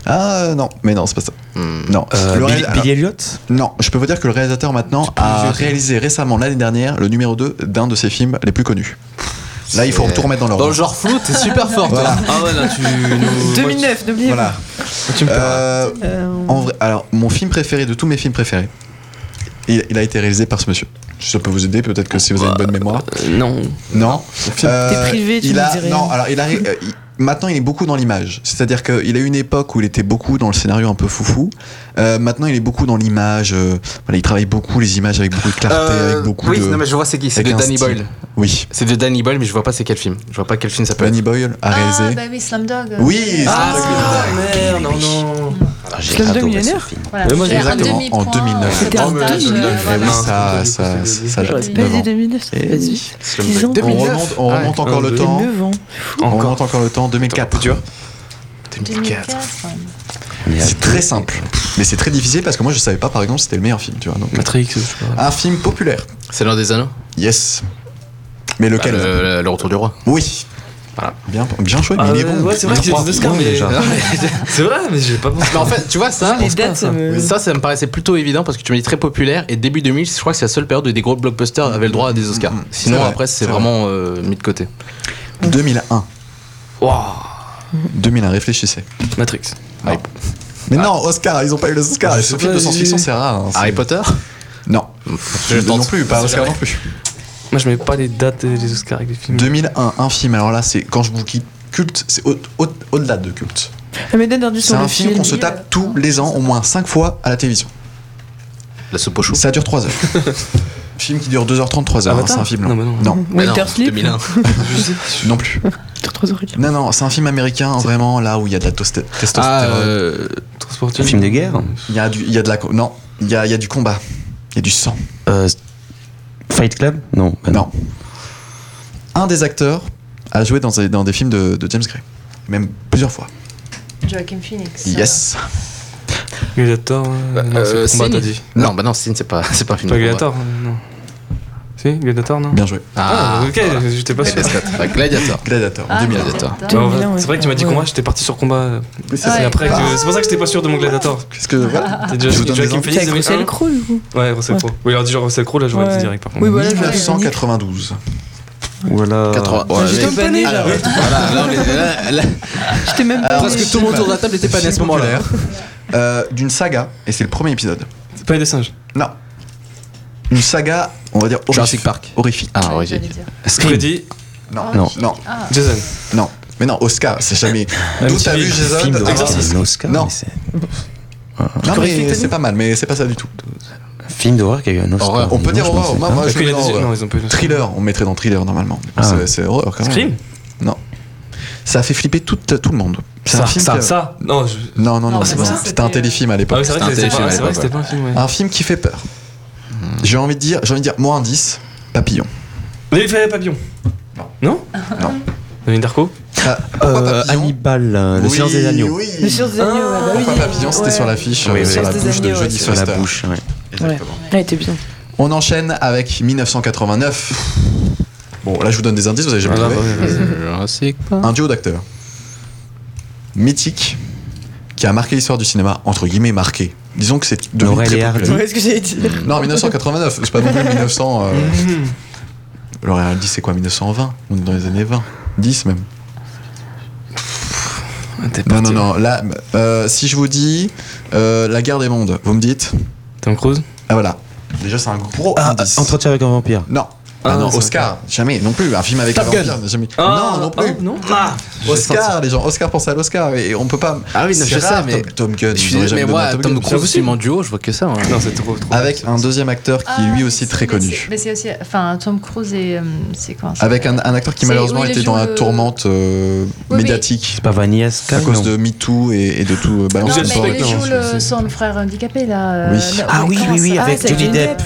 Speaker 1: Ah non, mais non, c'est pas ça.
Speaker 3: Hmm.
Speaker 1: Non.
Speaker 5: Euh,
Speaker 1: Le
Speaker 5: Billy,
Speaker 1: réal-
Speaker 5: Billy Elliott
Speaker 1: Non, je peux vous dire que le réalisateur maintenant a réalisé récemment l'année dernière le numéro 2 d'un de ses films les plus connus. Là, il faut
Speaker 3: C'est-
Speaker 1: tout remettre dans
Speaker 3: Dans le
Speaker 1: l'ordre.
Speaker 3: genre flou, t'es super fort, toi.
Speaker 1: Voilà.
Speaker 3: Ah ouais, là, tu.
Speaker 7: 2009, n'oubliez pas.
Speaker 1: Voilà. Euh, en vrai, alors mon film préféré de tous mes films préférés, il, il a été réalisé par ce monsieur. Ça peut vous aider, peut-être que si vous avez une bonne mémoire.
Speaker 2: Non.
Speaker 1: Non. Euh,
Speaker 7: privé, tu
Speaker 1: il
Speaker 7: nous
Speaker 1: a,
Speaker 7: dis rien.
Speaker 1: Non, alors il a. euh, il- Maintenant, il est beaucoup dans l'image. C'est-à-dire qu'il a eu une époque où il était beaucoup dans le scénario un peu foufou. Euh, maintenant, il est beaucoup dans l'image. euh, voilà, il travaille beaucoup les images avec beaucoup de clarté,
Speaker 3: Euh,
Speaker 1: avec beaucoup
Speaker 3: oui,
Speaker 1: de.
Speaker 3: non, mais je vois c'est qui. C'est
Speaker 1: avec
Speaker 3: de
Speaker 1: un
Speaker 3: Danny
Speaker 1: style.
Speaker 3: Boyle.
Speaker 1: Oui.
Speaker 3: C'est de Danny Boyle, mais je vois pas c'est quel film. Je vois pas quel film ça peut être.
Speaker 1: Danny Boyle a
Speaker 6: Ah,
Speaker 1: réalisé.
Speaker 6: bah oui, Slumdog.
Speaker 1: Oui,
Speaker 3: Ah,
Speaker 1: oh
Speaker 4: merde, non, non.
Speaker 5: Ah, J'ai
Speaker 7: Slumdog
Speaker 5: adoré ce
Speaker 7: Millionnaire
Speaker 5: film.
Speaker 6: Voilà,
Speaker 4: Mais moi,
Speaker 6: c'est un
Speaker 1: exactement,
Speaker 6: demi-point,
Speaker 1: en 2009.
Speaker 6: c'est
Speaker 3: Oh,
Speaker 7: En
Speaker 6: un stage,
Speaker 7: 2009,
Speaker 6: euh,
Speaker 1: Eh Oui,
Speaker 6: voilà.
Speaker 1: ça, ça, ça
Speaker 7: J'aurais
Speaker 1: date.
Speaker 7: pas
Speaker 1: Neuf
Speaker 7: dit
Speaker 1: ans.
Speaker 7: 2009, ça
Speaker 1: Et-
Speaker 7: passe vite. 10 ans.
Speaker 1: On remonte, on remonte encore
Speaker 4: Un,
Speaker 1: le
Speaker 4: deux.
Speaker 1: temps.
Speaker 7: 9 ans.
Speaker 1: On
Speaker 4: Encore.
Speaker 1: remonte encore le temps. 2004.
Speaker 6: 2004.
Speaker 5: On est à
Speaker 1: C'est très simple, mais c'est très difficile parce que moi je savais pas par exemple c'était le meilleur film, tu vois. Donc,
Speaker 4: Matrix, je sais pas.
Speaker 1: un film populaire,
Speaker 3: C'est l'un des anneaux
Speaker 1: yes. Mais
Speaker 3: Bah,
Speaker 1: lequel
Speaker 3: le, le- le retour du roi.
Speaker 1: Oui.
Speaker 3: Voilà.
Speaker 1: Bien, bien joué, mais
Speaker 4: Ah,
Speaker 1: il est
Speaker 4: ouais,
Speaker 1: bon.
Speaker 4: ouais, c'est vrai qu'il y a
Speaker 5: trois
Speaker 4: des Oscars,
Speaker 5: points,
Speaker 4: mais.
Speaker 5: déjà.
Speaker 4: C'est vrai, mais j'ai pas pensé.
Speaker 3: Mais en fait, tu vois, ça,
Speaker 7: Les dates, ça me.
Speaker 3: ça, ça me paraissait plutôt évident parce que tu m'as dit très populaire et début 2000, je crois que c'est la seule période où des gros blockbusters avaient le droit à des Oscars.
Speaker 1: Mm, mm,
Speaker 3: Sinon,
Speaker 1: c'est vrai,
Speaker 3: après, c'est
Speaker 1: c'est
Speaker 3: vraiment euh, mis de côté.
Speaker 1: 2001.
Speaker 4: Waouh.
Speaker 1: 2001, réfléchissez.
Speaker 4: Matrix.
Speaker 1: Mais non, Oscar, ils ont pas eu les Oscars.
Speaker 4: Je
Speaker 1: Et
Speaker 4: sais
Speaker 1: ce film
Speaker 4: pas,
Speaker 1: de
Speaker 4: j'ai-
Speaker 1: science-fiction, c'est rare. hein, c'est-
Speaker 3: Harry Potter
Speaker 1: Non,
Speaker 3: Ah, Je
Speaker 1: non
Speaker 3: tente.
Speaker 1: plus, pas
Speaker 3: C'est
Speaker 1: Oscar
Speaker 3: vrai.
Speaker 1: non plus.
Speaker 4: Moi, je mets pas les dates des Oscars avec les films.
Speaker 1: 2001, un film. Alors là, c'est quand je vous quitte, culte, c'est au- au- au-delà de culte.
Speaker 7: Ah, Mais dernière
Speaker 1: C'est
Speaker 7: sur
Speaker 1: un
Speaker 7: le
Speaker 1: film
Speaker 7: film.
Speaker 1: qu'on se tape tous les ans, au moins 5 fois à la télévision.
Speaker 3: La soupe au chou. Ah,
Speaker 1: Ça dure 3 heures. film qui dure 2h30, 3h. hein,
Speaker 4: Avatar
Speaker 1: c'est un film long.
Speaker 4: Non, bah non.
Speaker 7: Winter Sleep.
Speaker 3: 2001.
Speaker 1: Non plus.
Speaker 7: Sur 3 heures et quart.
Speaker 1: Non, non, c'est un film américain, vraiment, là où il y a de la tosté-
Speaker 3: Ah,
Speaker 1: testostérone.
Speaker 3: euh,
Speaker 5: Un
Speaker 4: Transporteur.
Speaker 5: film de guerre
Speaker 1: Il y, a du- il y a de la. co- Non, il y a, il y a du combat. Il y a du sang.
Speaker 5: Euh, Fight Club Non.
Speaker 3: Ah
Speaker 5: bah
Speaker 1: Non. Un des acteurs a joué dans des, dans des films de, de James Gray. Même plusieurs fois.
Speaker 6: Joaquin Phoenix.
Speaker 1: Yes.
Speaker 4: Gladiator. euh, non, c'est
Speaker 3: euh,
Speaker 4: le combat,
Speaker 3: Signe.
Speaker 4: t'as dit.
Speaker 3: Non, bah non, Signe, c'est pas, c'est pas un film.
Speaker 4: Pas
Speaker 3: de combat.
Speaker 4: Gladiator, euh, non. fait Gladiator, non
Speaker 1: Bien joué.
Speaker 4: Ah, ok,
Speaker 3: bah.
Speaker 4: j'étais pas sûr.
Speaker 3: Ah, Gladiator.
Speaker 1: Gladiator.
Speaker 6: Ah,
Speaker 1: 2000.
Speaker 3: Gladiator.
Speaker 4: Bah, en
Speaker 7: 2001,
Speaker 4: fait,
Speaker 7: ouais.
Speaker 4: C'est vrai que tu m'as dit
Speaker 7: Ouais.
Speaker 4: combat, j'étais parti sur combat.
Speaker 1: c'est
Speaker 6: Ouais.
Speaker 4: Et après,
Speaker 6: Ah.
Speaker 4: que- c'est pour ça que j'étais pas sûr de mon Gladiator.
Speaker 1: Qu'est-ce que. voilà.
Speaker 4: T'as déjà
Speaker 1: Je vous donne
Speaker 4: Joaquin
Speaker 1: des
Speaker 4: Phoenix,
Speaker 7: avec
Speaker 4: 2001.
Speaker 7: Russell Crowe, du coup.
Speaker 4: Ouais, Russell
Speaker 7: Ouais.
Speaker 4: Crowe. Oui, alors dit Russell Crowe, là, j'aurais
Speaker 7: Ouais.
Speaker 4: dit direct par contre.
Speaker 7: Oui, voilà, je-
Speaker 1: 1992.
Speaker 5: Voilà.
Speaker 4: Ah,
Speaker 3: 80. Ouais,
Speaker 7: J'étais
Speaker 3: mais-
Speaker 7: même pas né,
Speaker 3: Alors,
Speaker 7: j'avoue.
Speaker 3: voilà, là, on est- là, là,
Speaker 7: J'étais même pas
Speaker 3: presque
Speaker 7: né.
Speaker 3: tout le monde autour de la table n'était pas né à ce
Speaker 1: Film
Speaker 3: moment-là.
Speaker 1: populaire, euh, D'une saga, et c'est le premier épisode.
Speaker 4: C'est pas des singes.
Speaker 1: Non. Une saga, on va dire horrifique.
Speaker 3: Jurassic Park.
Speaker 1: Horrifique.
Speaker 3: Ah, ouais, j'ai
Speaker 6: J'allais dire.
Speaker 4: Freddy,
Speaker 1: Non,
Speaker 5: Non.
Speaker 1: non,
Speaker 6: Ah.
Speaker 4: Jason.
Speaker 1: non. Mais non, Oscar, c'est jamais.
Speaker 4: Un
Speaker 1: D'où
Speaker 4: petit
Speaker 1: t'as vu Jason
Speaker 5: Film d'horreur, Ah,
Speaker 1: Exorcist.
Speaker 5: c'est un Oscar,
Speaker 1: Non,
Speaker 5: mais c'est-
Speaker 1: non mais c'est pas mal, mais c'est pas ça du tout.
Speaker 5: Film d'horreur qui a eu un Oscar.
Speaker 3: Horreur.
Speaker 1: On peut
Speaker 5: Non,
Speaker 1: dire
Speaker 5: je
Speaker 1: horreur,
Speaker 5: pensais
Speaker 1: moi,
Speaker 5: pas.
Speaker 1: moi
Speaker 4: Parce
Speaker 1: je
Speaker 4: qu'il
Speaker 1: mets
Speaker 4: y a
Speaker 1: dans,
Speaker 4: des-
Speaker 1: euh,
Speaker 4: non, ils ont pas eu le-
Speaker 1: Thriller, on mettrait dans thriller normalement. mais
Speaker 5: Ah.
Speaker 1: c'est- C'est horreur quand même.
Speaker 4: Scream
Speaker 1: Non. Ça a fait flipper tout, euh, tout le monde. C'est un
Speaker 4: Ça,
Speaker 1: film
Speaker 4: ça,
Speaker 1: que-
Speaker 4: ça. Non, je-
Speaker 1: Non, non, non,
Speaker 6: Non,
Speaker 1: c'est
Speaker 6: mais
Speaker 1: pas
Speaker 6: ça,
Speaker 1: ça. c'était un
Speaker 6: c'était-
Speaker 1: téléfilm à
Speaker 4: Ah
Speaker 1: l'époque.
Speaker 4: oui, c'est vrai
Speaker 3: C'est
Speaker 4: que
Speaker 3: un
Speaker 4: c'était pas-
Speaker 3: téléfilm,
Speaker 4: c'est vrai que
Speaker 3: ouais,
Speaker 4: c'était pas un film, ouais.
Speaker 1: Un film qui fait peur. J'ai envie de dire, j'ai envie de dire, moins indice, papillon.
Speaker 4: Mais il fallait papillon.
Speaker 1: Non.
Speaker 4: Non
Speaker 1: Non.
Speaker 4: Donnie Darko
Speaker 1: Ah, Pourquoi
Speaker 5: Euh,
Speaker 1: papillon
Speaker 5: Hannibal, euh, le
Speaker 1: Oui,
Speaker 5: silence des agneaux.
Speaker 1: oui.
Speaker 7: Le Science des Agneaux, ouais, bah oui.
Speaker 1: Pourquoi papillon C'était
Speaker 7: Ouais.
Speaker 1: sur l'affiche,
Speaker 5: Oui,
Speaker 1: euh,
Speaker 5: oui.
Speaker 1: sur la
Speaker 7: Silence des
Speaker 1: bouche de
Speaker 7: agneaux,
Speaker 1: Jodie
Speaker 7: ouais,
Speaker 5: Sur la
Speaker 1: Foster.
Speaker 5: bouche, ouais.
Speaker 1: Exactement.
Speaker 7: Elle était bien.
Speaker 1: On enchaîne avec 1989. Bon, là, je vous donne des indices, vous avez jamais
Speaker 4: Ah,
Speaker 1: trouvé.
Speaker 4: bah, ouais.
Speaker 3: Jurassic
Speaker 5: bah
Speaker 3: Park.
Speaker 1: Un duo d'acteurs. Mythique, qui a marqué l'histoire du cinéma, entre guillemets marqué. Disons que c'est devenu
Speaker 5: Laurel
Speaker 1: très
Speaker 5: et Hardy.
Speaker 1: populaire.
Speaker 7: Ouais, ce que j'allais dire.
Speaker 1: Non, 1989, c'est pas non plus 1900. euh, L'Oréal dit c'est quoi 1920 On est dans les années 20. 10 même.
Speaker 4: T'es
Speaker 1: Non,
Speaker 4: parti.
Speaker 1: non, non. Là, euh, si je vous dis euh, La guerre des mondes, vous me dites.
Speaker 4: Tom Cruise
Speaker 1: Ah voilà. Déjà, c'est un gros
Speaker 5: Ah,
Speaker 1: indice.
Speaker 5: entretien avec un vampire.
Speaker 1: Non. Ah
Speaker 4: Ah,
Speaker 1: non,
Speaker 4: c'est
Speaker 1: Oscar, jamais, non plus. Un film avec
Speaker 3: Top
Speaker 1: un
Speaker 3: Gun.
Speaker 1: vampire, jamais.
Speaker 4: Ah,
Speaker 1: non, non plus.
Speaker 4: ah, non Ah, j'ai senti.
Speaker 1: Oscar, les gens, Oscar pense à l'Oscar et on peut pas.
Speaker 3: Ah oui, non,
Speaker 1: C'est
Speaker 3: je sais,
Speaker 1: rare,
Speaker 3: mais-
Speaker 1: Tom, Tom Gunn.
Speaker 3: Je suis
Speaker 1: vous aurez
Speaker 3: désolé, mais
Speaker 1: jamais
Speaker 3: moi,
Speaker 1: donné à
Speaker 3: Tom
Speaker 1: Gunn.
Speaker 3: Cruise, c'est mon duo, je vois que ça. hein.
Speaker 4: Non, c'est trop, trop.
Speaker 1: Avec un deuxième acteur qui
Speaker 6: Ah,
Speaker 1: lui
Speaker 6: mais
Speaker 1: aussi
Speaker 6: c'est-
Speaker 1: très
Speaker 6: mais c'est-
Speaker 1: connu.
Speaker 6: Mais c'est aussi, enfin, Tom Cruise et. euh, c'est quoi ça
Speaker 1: Avec un, un acteur qui
Speaker 6: C'est-
Speaker 1: malheureusement
Speaker 6: oui, il
Speaker 1: était
Speaker 6: joue
Speaker 1: dans la
Speaker 6: le-
Speaker 1: tourmente euh,
Speaker 6: mais-
Speaker 1: médiatique
Speaker 5: C'est pas Vanilla Sky
Speaker 1: à cause
Speaker 5: non
Speaker 1: de MeToo et, et de tout. euh,
Speaker 6: Non,
Speaker 1: balance
Speaker 4: Michel
Speaker 1: ton
Speaker 6: mais
Speaker 1: porc.
Speaker 6: il joue
Speaker 4: Spector, c'est-
Speaker 6: le- son frère handicapé là.
Speaker 1: Oui.
Speaker 6: euh, là,
Speaker 5: Ah
Speaker 6: où
Speaker 5: oui,
Speaker 6: il
Speaker 5: oui,
Speaker 6: commence.
Speaker 5: oui, avec
Speaker 6: c'est
Speaker 5: Johnny
Speaker 6: Johnny
Speaker 5: Depp.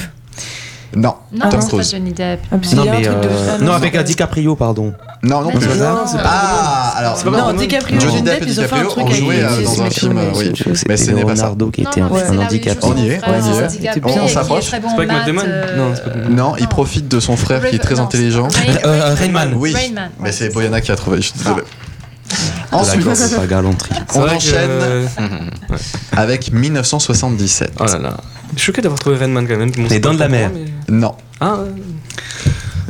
Speaker 1: Non, Tom
Speaker 6: Non, c'est pas
Speaker 1: Cruise.
Speaker 6: Johnny Depp.
Speaker 7: Ah, parce qu'il
Speaker 5: Non,
Speaker 7: y a un
Speaker 5: mais.
Speaker 7: truc de
Speaker 5: euh,
Speaker 7: ça,
Speaker 5: non, avec un DiCaprio, pardon.
Speaker 1: non, non,
Speaker 6: Mais
Speaker 1: plus.
Speaker 6: non,
Speaker 5: Non,
Speaker 6: c'est pas
Speaker 1: Ah, alors
Speaker 4: pas
Speaker 7: Non,
Speaker 4: Brandon.
Speaker 7: DiCaprio,
Speaker 1: Johnny
Speaker 7: Johnny
Speaker 1: Depp
Speaker 7: Depp,
Speaker 1: et
Speaker 7: ils ont fait un
Speaker 1: DiCaprio
Speaker 7: truc
Speaker 1: ont
Speaker 7: avec
Speaker 1: joué, euh,
Speaker 7: Jesse
Speaker 1: dans un
Speaker 7: McConaughey,
Speaker 1: film, euh,
Speaker 7: je
Speaker 1: oui.
Speaker 7: sais plus.
Speaker 1: Mais ce n'est pas ça.
Speaker 5: Leonardo qui
Speaker 6: Non,
Speaker 5: était
Speaker 6: non,
Speaker 5: un
Speaker 6: mais c'est
Speaker 5: un
Speaker 6: là où il joue
Speaker 5: handicapé.
Speaker 6: son
Speaker 1: On y est,
Speaker 6: frère
Speaker 1: on y est.
Speaker 6: handicapé
Speaker 1: On
Speaker 6: et qui est
Speaker 1: s'approche.
Speaker 6: très bon
Speaker 4: C'est pas
Speaker 6: en
Speaker 4: avec Matt Damon
Speaker 6: maths, euh,
Speaker 4: Non, c'est pas-
Speaker 6: euh,
Speaker 1: Non, il profite de son frère qui est très
Speaker 6: non,
Speaker 1: intelligent.
Speaker 6: Ray-
Speaker 5: Euh, Rainman.
Speaker 1: Oui,
Speaker 6: Rain Man,
Speaker 1: mais
Speaker 6: ouais,
Speaker 1: c'est
Speaker 6: c'est
Speaker 1: Boyana qui a trouvé, je suis désolé.
Speaker 6: Ah.
Speaker 5: La
Speaker 1: Ensuite,
Speaker 5: gorge, c'est pas galanterie.
Speaker 4: C'est
Speaker 1: on
Speaker 4: vrai que- euh,
Speaker 1: enchaîne
Speaker 3: Mhm.
Speaker 1: avec 1977.
Speaker 4: Oh là là. Je suis choqué d'avoir trouvé Rainman quand même. Bon,
Speaker 5: Les
Speaker 4: c'est
Speaker 5: Dents de
Speaker 4: pas
Speaker 5: la
Speaker 4: trop,
Speaker 5: Mer.
Speaker 4: mais-
Speaker 1: Non,
Speaker 4: Ah, euh,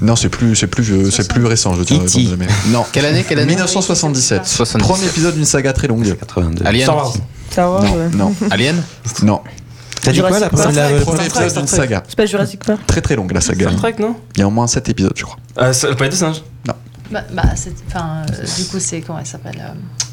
Speaker 1: non, c'est plus, c'est plus, vieux, c'est plus récent, je te
Speaker 5: E.T.
Speaker 1: réponds jamais. Non.
Speaker 3: Quelle année, quelle année
Speaker 1: 1977.
Speaker 3: 77.
Speaker 1: Premier épisode d'une saga très longue.
Speaker 5: 82.
Speaker 3: Alien.
Speaker 4: Star Wars.
Speaker 7: Star Wars, ouais.
Speaker 1: Non, non,
Speaker 3: Alien
Speaker 1: non.
Speaker 5: T'as dit quoi la
Speaker 7: Jurassic
Speaker 5: première
Speaker 7: Park.
Speaker 5: la-
Speaker 1: Premier épisode d'une saga
Speaker 7: C'est pas Jurassic Park
Speaker 1: très très longue, la saga.
Speaker 4: Star Trek, non
Speaker 1: Il y a au moins 7 épisodes, je crois.
Speaker 4: Ah, ça- Pas des singes.
Speaker 6: Bah, bah, c'est- enfin, euh, du coup, c'est comment elle s'appelle euh,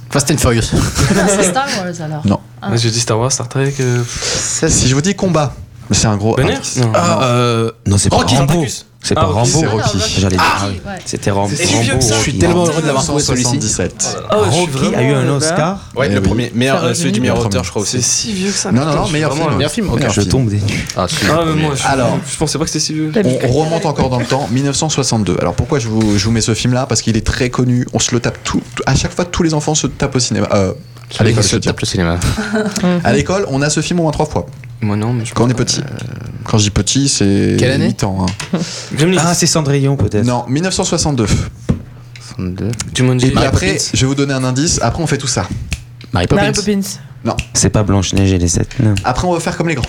Speaker 3: Fast and Furious.
Speaker 6: non, C'est Star Wars alors.
Speaker 1: Non.
Speaker 6: Ah.
Speaker 4: Ouais, J'ai dit Star Wars, Star Trek. euh,
Speaker 1: Si je vous dis combat, c'est un gros.
Speaker 4: Banner
Speaker 1: indice.
Speaker 4: Non.
Speaker 1: Ah,
Speaker 5: Euh, Non, c'est pas
Speaker 4: Rocky.
Speaker 5: Rambo.
Speaker 4: Spartacus.
Speaker 5: C'est
Speaker 4: Ah,
Speaker 5: pas
Speaker 4: Rocky,
Speaker 5: Rambo.
Speaker 1: c'est Rocky. Oh
Speaker 5: J'allais
Speaker 6: Ah,
Speaker 5: dire.
Speaker 6: oui, ouais.
Speaker 5: C'était Rambo.
Speaker 4: Je suis vieux
Speaker 5: Rambo,
Speaker 4: que ça.
Speaker 5: Rocky,
Speaker 3: Je suis tellement
Speaker 5: Rambo.
Speaker 3: heureux de l'avoir trouvé celui-ci.
Speaker 1: 1977.
Speaker 4: Ah, je suis
Speaker 5: Rocky a eu
Speaker 7: vraiment
Speaker 5: un
Speaker 7: là-bas.
Speaker 5: Oscar.
Speaker 3: Ouais,
Speaker 1: Eh
Speaker 3: le
Speaker 1: oui.
Speaker 3: premier, meilleur,
Speaker 7: Ça
Speaker 3: euh, celui
Speaker 7: réunit
Speaker 3: du meilleur
Speaker 1: bien.
Speaker 3: auteur, je crois
Speaker 4: C'est
Speaker 3: aussi.
Speaker 4: si vieux que ça.
Speaker 1: Non, non,
Speaker 4: Ah, putain,
Speaker 1: non,
Speaker 4: je
Speaker 1: meilleur
Speaker 4: suis vraiment
Speaker 1: film.
Speaker 4: un-
Speaker 3: Meilleur film, ok.
Speaker 1: Meilleur
Speaker 5: Je
Speaker 1: film.
Speaker 5: tombe des nues.
Speaker 3: Ah, si.
Speaker 4: Ah, mais moi, je,
Speaker 1: Alors.
Speaker 4: je pensais pas que c'était si vieux.
Speaker 7: T'as vu
Speaker 1: On remonte encore dans le temps, 1962. Alors pourquoi je vous, je vous mets ce film-là Parce qu'il est très connu. On se le tape tout. tout- À chaque fois, tous les enfants se tapent au cinéma. Euh, à l'école, je veux dire.
Speaker 3: le cinéma.
Speaker 1: À l'école, on a ce film au moins trois fois.
Speaker 4: Moi, non, mais je
Speaker 1: Quand on est petit. Euh, Quand je dis petit, c'est
Speaker 3: Quelle année
Speaker 1: 8 ans. hein.
Speaker 4: Gremlins.
Speaker 5: Ah, c'est Cendrillon peut-être.
Speaker 1: Non, 1962.
Speaker 3: 62.
Speaker 1: Et
Speaker 4: Jumanji.
Speaker 1: puis après,
Speaker 3: Poppins.
Speaker 1: je vais vous donner un indice. Après, on fait tout ça.
Speaker 3: Mary
Speaker 7: Mary
Speaker 3: Poppins.
Speaker 7: Poppins.
Speaker 5: C'est pas Blanche-Neige et les sept nains.
Speaker 1: Après, on va faire comme les grands.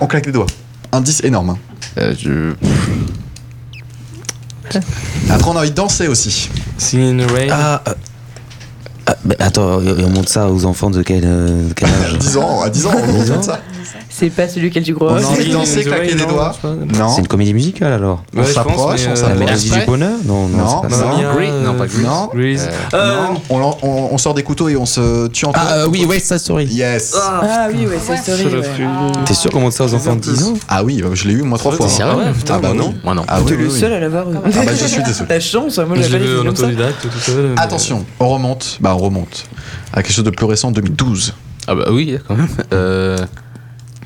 Speaker 1: On claque les doigts. Indice énorme. hein.
Speaker 3: Euh, je-
Speaker 1: Après, on a envie de danser aussi.
Speaker 4: Singing in the Rain.
Speaker 5: Ah, euh, ah, mais attends, euh, on montre ça aux enfants de quel, euh, de quel âge
Speaker 1: 10 ans, à 10 ans, on fait ça.
Speaker 7: C'est pas celui qu'elle du gros.
Speaker 1: On a
Speaker 4: Singing
Speaker 1: envie de
Speaker 4: in
Speaker 1: danser,
Speaker 4: the
Speaker 1: claquer
Speaker 4: Rain,
Speaker 1: les
Speaker 4: non,
Speaker 1: doigts.
Speaker 4: je sais pas.
Speaker 1: Non,
Speaker 5: C'est une comédie musicale alors Ah,
Speaker 1: On
Speaker 4: Ouais, je pense,
Speaker 1: s'approche,
Speaker 4: mais,
Speaker 1: on
Speaker 4: euh,
Speaker 5: La
Speaker 1: s'approche.
Speaker 3: mais-
Speaker 5: mélodie du
Speaker 3: Airspray
Speaker 5: bonheur Non, non,
Speaker 1: Non,
Speaker 5: c'est pas
Speaker 1: non,
Speaker 5: ça.
Speaker 1: non.
Speaker 4: Mamma Mia,
Speaker 3: Grease.
Speaker 4: euh,
Speaker 3: Non, pas Grease.
Speaker 1: Non.
Speaker 4: Grease.
Speaker 3: Euh,
Speaker 4: Euh,
Speaker 1: Non, on, l'en- on- on sort des couteaux et on se tue entre
Speaker 5: Ah euh, oui, West Side Story.
Speaker 1: Yes. Ah,
Speaker 7: Ah oui, ouais, c'est
Speaker 6: Ouais.
Speaker 7: Story.
Speaker 4: je l'ai
Speaker 7: ouais.
Speaker 4: pris.
Speaker 5: T'es sûr qu'on montre ça aux enfants de 10 ans
Speaker 1: oui, bah, je l'ai eu moi trois
Speaker 4: Ouais,
Speaker 1: fois.
Speaker 4: t'es
Speaker 1: hein.
Speaker 4: sérieux Ah ouais, putain,
Speaker 1: Ah bah
Speaker 4: moi,
Speaker 1: non.
Speaker 4: non.
Speaker 3: Moi non.
Speaker 1: Ah
Speaker 7: T'es
Speaker 1: oui,
Speaker 7: le
Speaker 1: oui, oui.
Speaker 7: seul à l'avoir. eu.
Speaker 1: Ah bah je suis désolé.
Speaker 7: La chance, moi
Speaker 4: Je l'ai
Speaker 7: j'avais pas les
Speaker 4: vu en
Speaker 7: films comme ça.
Speaker 4: autodidacte tout seul. mais-
Speaker 1: Attention, on remonte. Bah on remonte. À quelque chose de plus récent, 2012.
Speaker 3: Ah bah oui, quand même. Euh,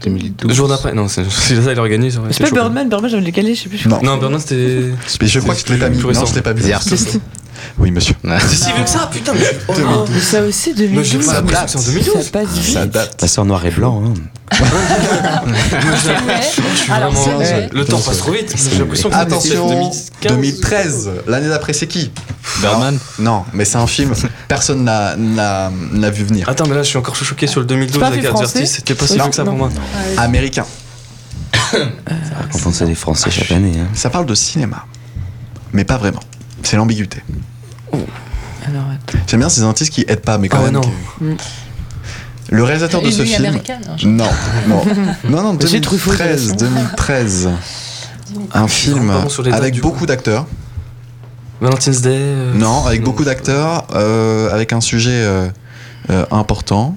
Speaker 3: 2012.
Speaker 4: Le jour d'après. Non, c'est c'est ça, il organise. ouais,
Speaker 7: C'est
Speaker 4: chaud.
Speaker 7: pas Birdman, Birdman j'avais le caler, je sais plus. je
Speaker 1: Non.
Speaker 4: Non, Bernard, c'était.
Speaker 1: Mais je crois que je te l'ai pas mis.
Speaker 4: Plus
Speaker 1: Non,
Speaker 4: récent.
Speaker 1: je l'ai pas mis.
Speaker 3: Les artistes.
Speaker 1: Oui, monsieur.
Speaker 8: Si vu que ça, putain, mais je- oh, non.
Speaker 7: Mais ça aussi, 2012.
Speaker 8: pas l'impression que c'est en 2012.
Speaker 7: Ça passe vite.
Speaker 1: Ça date.
Speaker 5: Bah, c'est en noir et blanc. hein.
Speaker 6: C'est vrai. Alors,
Speaker 4: Vraiment,
Speaker 6: c'est vrai.
Speaker 4: le temps passe trop vite. J'ai l'impression que c'était
Speaker 1: Attention,
Speaker 4: 2015.
Speaker 1: 2013, l'année d'après c'est qui
Speaker 3: Birdman.
Speaker 1: Non, mais c'est un film, personne n'a- n'a n'a vu venir.
Speaker 4: Attends, mais là, je suis encore choqué sur le 2012
Speaker 7: pas
Speaker 4: avec
Speaker 7: du français
Speaker 4: Advertis. C'était pas si
Speaker 7: Non.
Speaker 4: vieux que ça pour moi.
Speaker 1: Américain.
Speaker 5: Quand on sait les Français chaque année. hein.
Speaker 1: Ça parle de cinéma, mais pas vraiment. C'est l'ambiguïté.
Speaker 8: Alors,
Speaker 1: J'aime bien ces artistes qui aident pas, mais quand
Speaker 4: Ah ouais,
Speaker 1: même.
Speaker 4: non.
Speaker 1: que- Le réalisateur de
Speaker 6: Une
Speaker 1: ce
Speaker 6: nuit
Speaker 1: film.
Speaker 6: américaine. hein, je-
Speaker 1: Non, non, non, non,
Speaker 7: Monsieur Truffaut,
Speaker 1: 2013, 2013. Un film
Speaker 4: vraiment sur les dates,
Speaker 1: avec
Speaker 4: du coup.
Speaker 1: beaucoup d'acteurs.
Speaker 4: Valentine's Day. euh,
Speaker 1: Non, avec beaucoup d'acteurs, euh, avec un sujet euh, euh, important.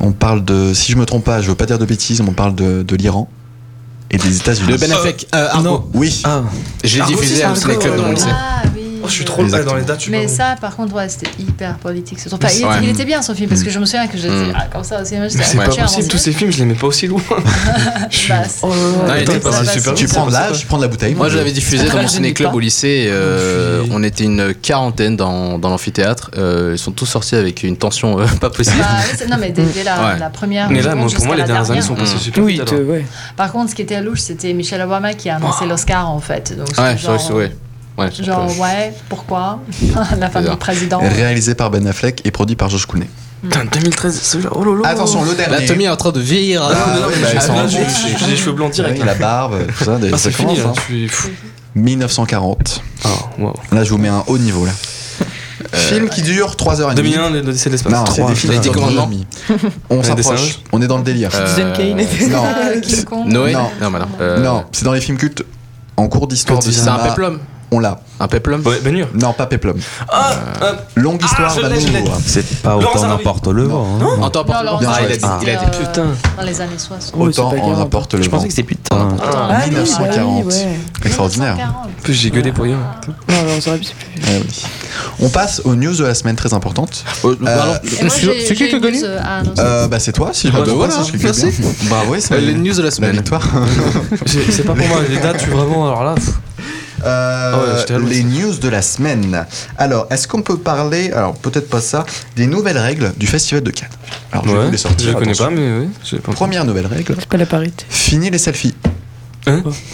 Speaker 1: On parle de, si je me trompe pas, je veux pas dire de bêtises, mais on parle de, de l'Iran et des États-Unis. Oh.
Speaker 3: De Ben Affleck. Euh, Argo.
Speaker 5: non.
Speaker 1: Oui,
Speaker 5: Ah,
Speaker 3: J'ai
Speaker 4: Argo,
Speaker 3: diffusé
Speaker 4: c'est
Speaker 3: à
Speaker 4: Argo,
Speaker 3: Ciné Club
Speaker 4: ouais,
Speaker 3: dans mon
Speaker 4: ouais.
Speaker 3: lycée.
Speaker 6: Ah oui.
Speaker 4: Oh, je suis trop
Speaker 1: Exactement.
Speaker 4: mal dans les dates. je suis
Speaker 6: Mais
Speaker 4: pas-
Speaker 6: ça, par contre, ouais, c'était hyper politique. ce soir. Enfin, il,
Speaker 3: Ouais.
Speaker 6: était, il était bien son film parce que je me souviens que j'étais
Speaker 3: Mm.
Speaker 6: ah, comme ça aussi.
Speaker 4: Mais c'est pas possible, tous ces films, je les mets pas aussi loin.
Speaker 7: Oh là là.
Speaker 3: Ouais,
Speaker 4: Attends,
Speaker 3: il était
Speaker 4: pas
Speaker 3: pas
Speaker 4: mal,
Speaker 3: mal.
Speaker 4: super.
Speaker 1: Ah, tu prends de
Speaker 6: Bah,
Speaker 1: l'âge, tu prends de la bouteille.
Speaker 3: Moi, je l'avais diffusé dans
Speaker 7: Après,
Speaker 3: mon
Speaker 7: je ne dis
Speaker 3: ciné-club
Speaker 7: pas.
Speaker 3: au lycée. euh, on était une quarantaine dans, dans l'amphithéâtre. euh, ils sont tous sortis avec une tension euh, pas possible.
Speaker 6: Bah, oui, c'est- non, mais dès, dès la,
Speaker 3: Ouais.
Speaker 6: la première.
Speaker 4: Mais là,
Speaker 6: je
Speaker 4: moi,
Speaker 6: pense
Speaker 4: pour moi, les
Speaker 6: jusqu'à la
Speaker 4: dernières années sont
Speaker 6: dernière.
Speaker 4: passées
Speaker 3: Mm.
Speaker 4: super
Speaker 7: Oui,
Speaker 4: vite.
Speaker 7: te-
Speaker 4: alors.
Speaker 7: ouais.
Speaker 6: Par contre, ce qui était louche, c'était Michel Obama qui a annoncé l'Oscar en fait. Donc,
Speaker 3: Ouais,
Speaker 6: Ah, genre,
Speaker 3: c'est vrai, ouais. Ouais, c'est un peu-
Speaker 6: genre, ouais, pourquoi La femme du
Speaker 3: Bizarre.
Speaker 6: président.
Speaker 1: Réalisé par Ben Affleck et produit par Josh Clooney.
Speaker 4: Putain, 2013, celui-là, oh lolo.
Speaker 1: Attention, le
Speaker 3: Là,
Speaker 1: dernier.
Speaker 3: Tommy est en train de vieillir.
Speaker 1: Ah, oui, bah,
Speaker 4: Ah,
Speaker 1: ils sont
Speaker 4: là,
Speaker 1: en-
Speaker 4: j'ai j'ai- j'ai les cheveux blancs direct. hein.
Speaker 1: Ouais, la barbe, tout ça, des-
Speaker 4: Ah,
Speaker 1: ça
Speaker 4: c'est fini,
Speaker 1: commence,
Speaker 4: là,
Speaker 1: hein.
Speaker 4: je suis fou.
Speaker 1: 1940.
Speaker 4: Ah, waouh.
Speaker 1: Là, je vous mets un haut niveau là. Euh, Film qui dure 3h30.
Speaker 4: 2001, le décès de l'espace.
Speaker 1: Non, c'est
Speaker 4: Trois.
Speaker 1: des films
Speaker 3: Les
Speaker 1: qui
Speaker 3: Dix
Speaker 1: durent
Speaker 3: Commandements.
Speaker 1: 3h30. On
Speaker 4: des
Speaker 1: s'approche,
Speaker 4: singes.
Speaker 1: on est dans le délire.
Speaker 3: Euh,
Speaker 7: Citizen Kane.
Speaker 1: Non,
Speaker 6: Euh, King Kong.
Speaker 3: Noé
Speaker 1: Non.
Speaker 3: mais alors, euh,
Speaker 1: non, c'est dans les films cultes. En cours d'histoire de
Speaker 3: C'est un
Speaker 1: cinéma,
Speaker 3: peplum.
Speaker 1: on l'a.
Speaker 3: Un peplum.
Speaker 4: Ouais, Ben Hur.
Speaker 1: Non, pas Peplum.
Speaker 8: Ah, ah,
Speaker 1: Longue histoire
Speaker 8: je
Speaker 1: d'un
Speaker 8: l'ai, je l'ai.
Speaker 1: nouveau.
Speaker 5: c'est pas
Speaker 8: Laurence
Speaker 5: autant
Speaker 8: Harvey.
Speaker 5: n'importe le vent. hein.
Speaker 3: En temps
Speaker 6: Non,
Speaker 3: portant.
Speaker 6: Laurence
Speaker 1: Non,
Speaker 3: Ah, il a
Speaker 6: Harvey,
Speaker 3: dit- il a dit.
Speaker 6: euh,
Speaker 4: Putain.
Speaker 6: Dans les années 60.
Speaker 7: Oh, c'est
Speaker 1: Autant
Speaker 7: pas
Speaker 1: on
Speaker 7: grave.
Speaker 1: apporte le
Speaker 5: Je
Speaker 1: vent.
Speaker 5: pensais que c'était putain.
Speaker 7: Ah, oui, bah oui,
Speaker 1: 1940.
Speaker 7: ouais.
Speaker 1: Extraordinaire.
Speaker 6: 1940.
Speaker 4: En plus, j'ai gueulé pour rien.
Speaker 7: Non, non, on saurait plus. plus-
Speaker 1: Eh oui. On passe aux news de la semaine très importantes.
Speaker 3: Euh, pardon.
Speaker 1: Euh,
Speaker 6: Et moi,
Speaker 3: C'est
Speaker 6: j'ai-
Speaker 3: c'est qui
Speaker 6: j'ai
Speaker 3: qui a
Speaker 6: une
Speaker 3: connu
Speaker 6: news, euh, à annoncer.
Speaker 1: Euh, bah c'est toi, si je me
Speaker 3: Ah, bah
Speaker 1: trompe
Speaker 3: voilà,
Speaker 1: pas, si je suis
Speaker 3: merci.
Speaker 1: bien. Bah ouais, c'est
Speaker 3: Euh, Les news de la
Speaker 1: la
Speaker 3: semaine.
Speaker 1: victoire.
Speaker 4: J'ai- C'est pas pour moi, les dates, je suis vraiment. Alors là, pff,
Speaker 1: Euh,
Speaker 4: Ah ouais, j'étais à l'ouest.
Speaker 1: les news de la semaine. Alors, est-ce qu'on peut parler, alors peut-être pas ça, des nouvelles règles du Festival de Cannes Alors, je vais vous
Speaker 4: ouais,
Speaker 1: les sortir.
Speaker 4: je Bah, les connais
Speaker 1: attention.
Speaker 4: pas, mais oui. j'ai pas-
Speaker 1: Première nouvelle règle,
Speaker 7: C'est pas la parité.
Speaker 1: fini les selfies.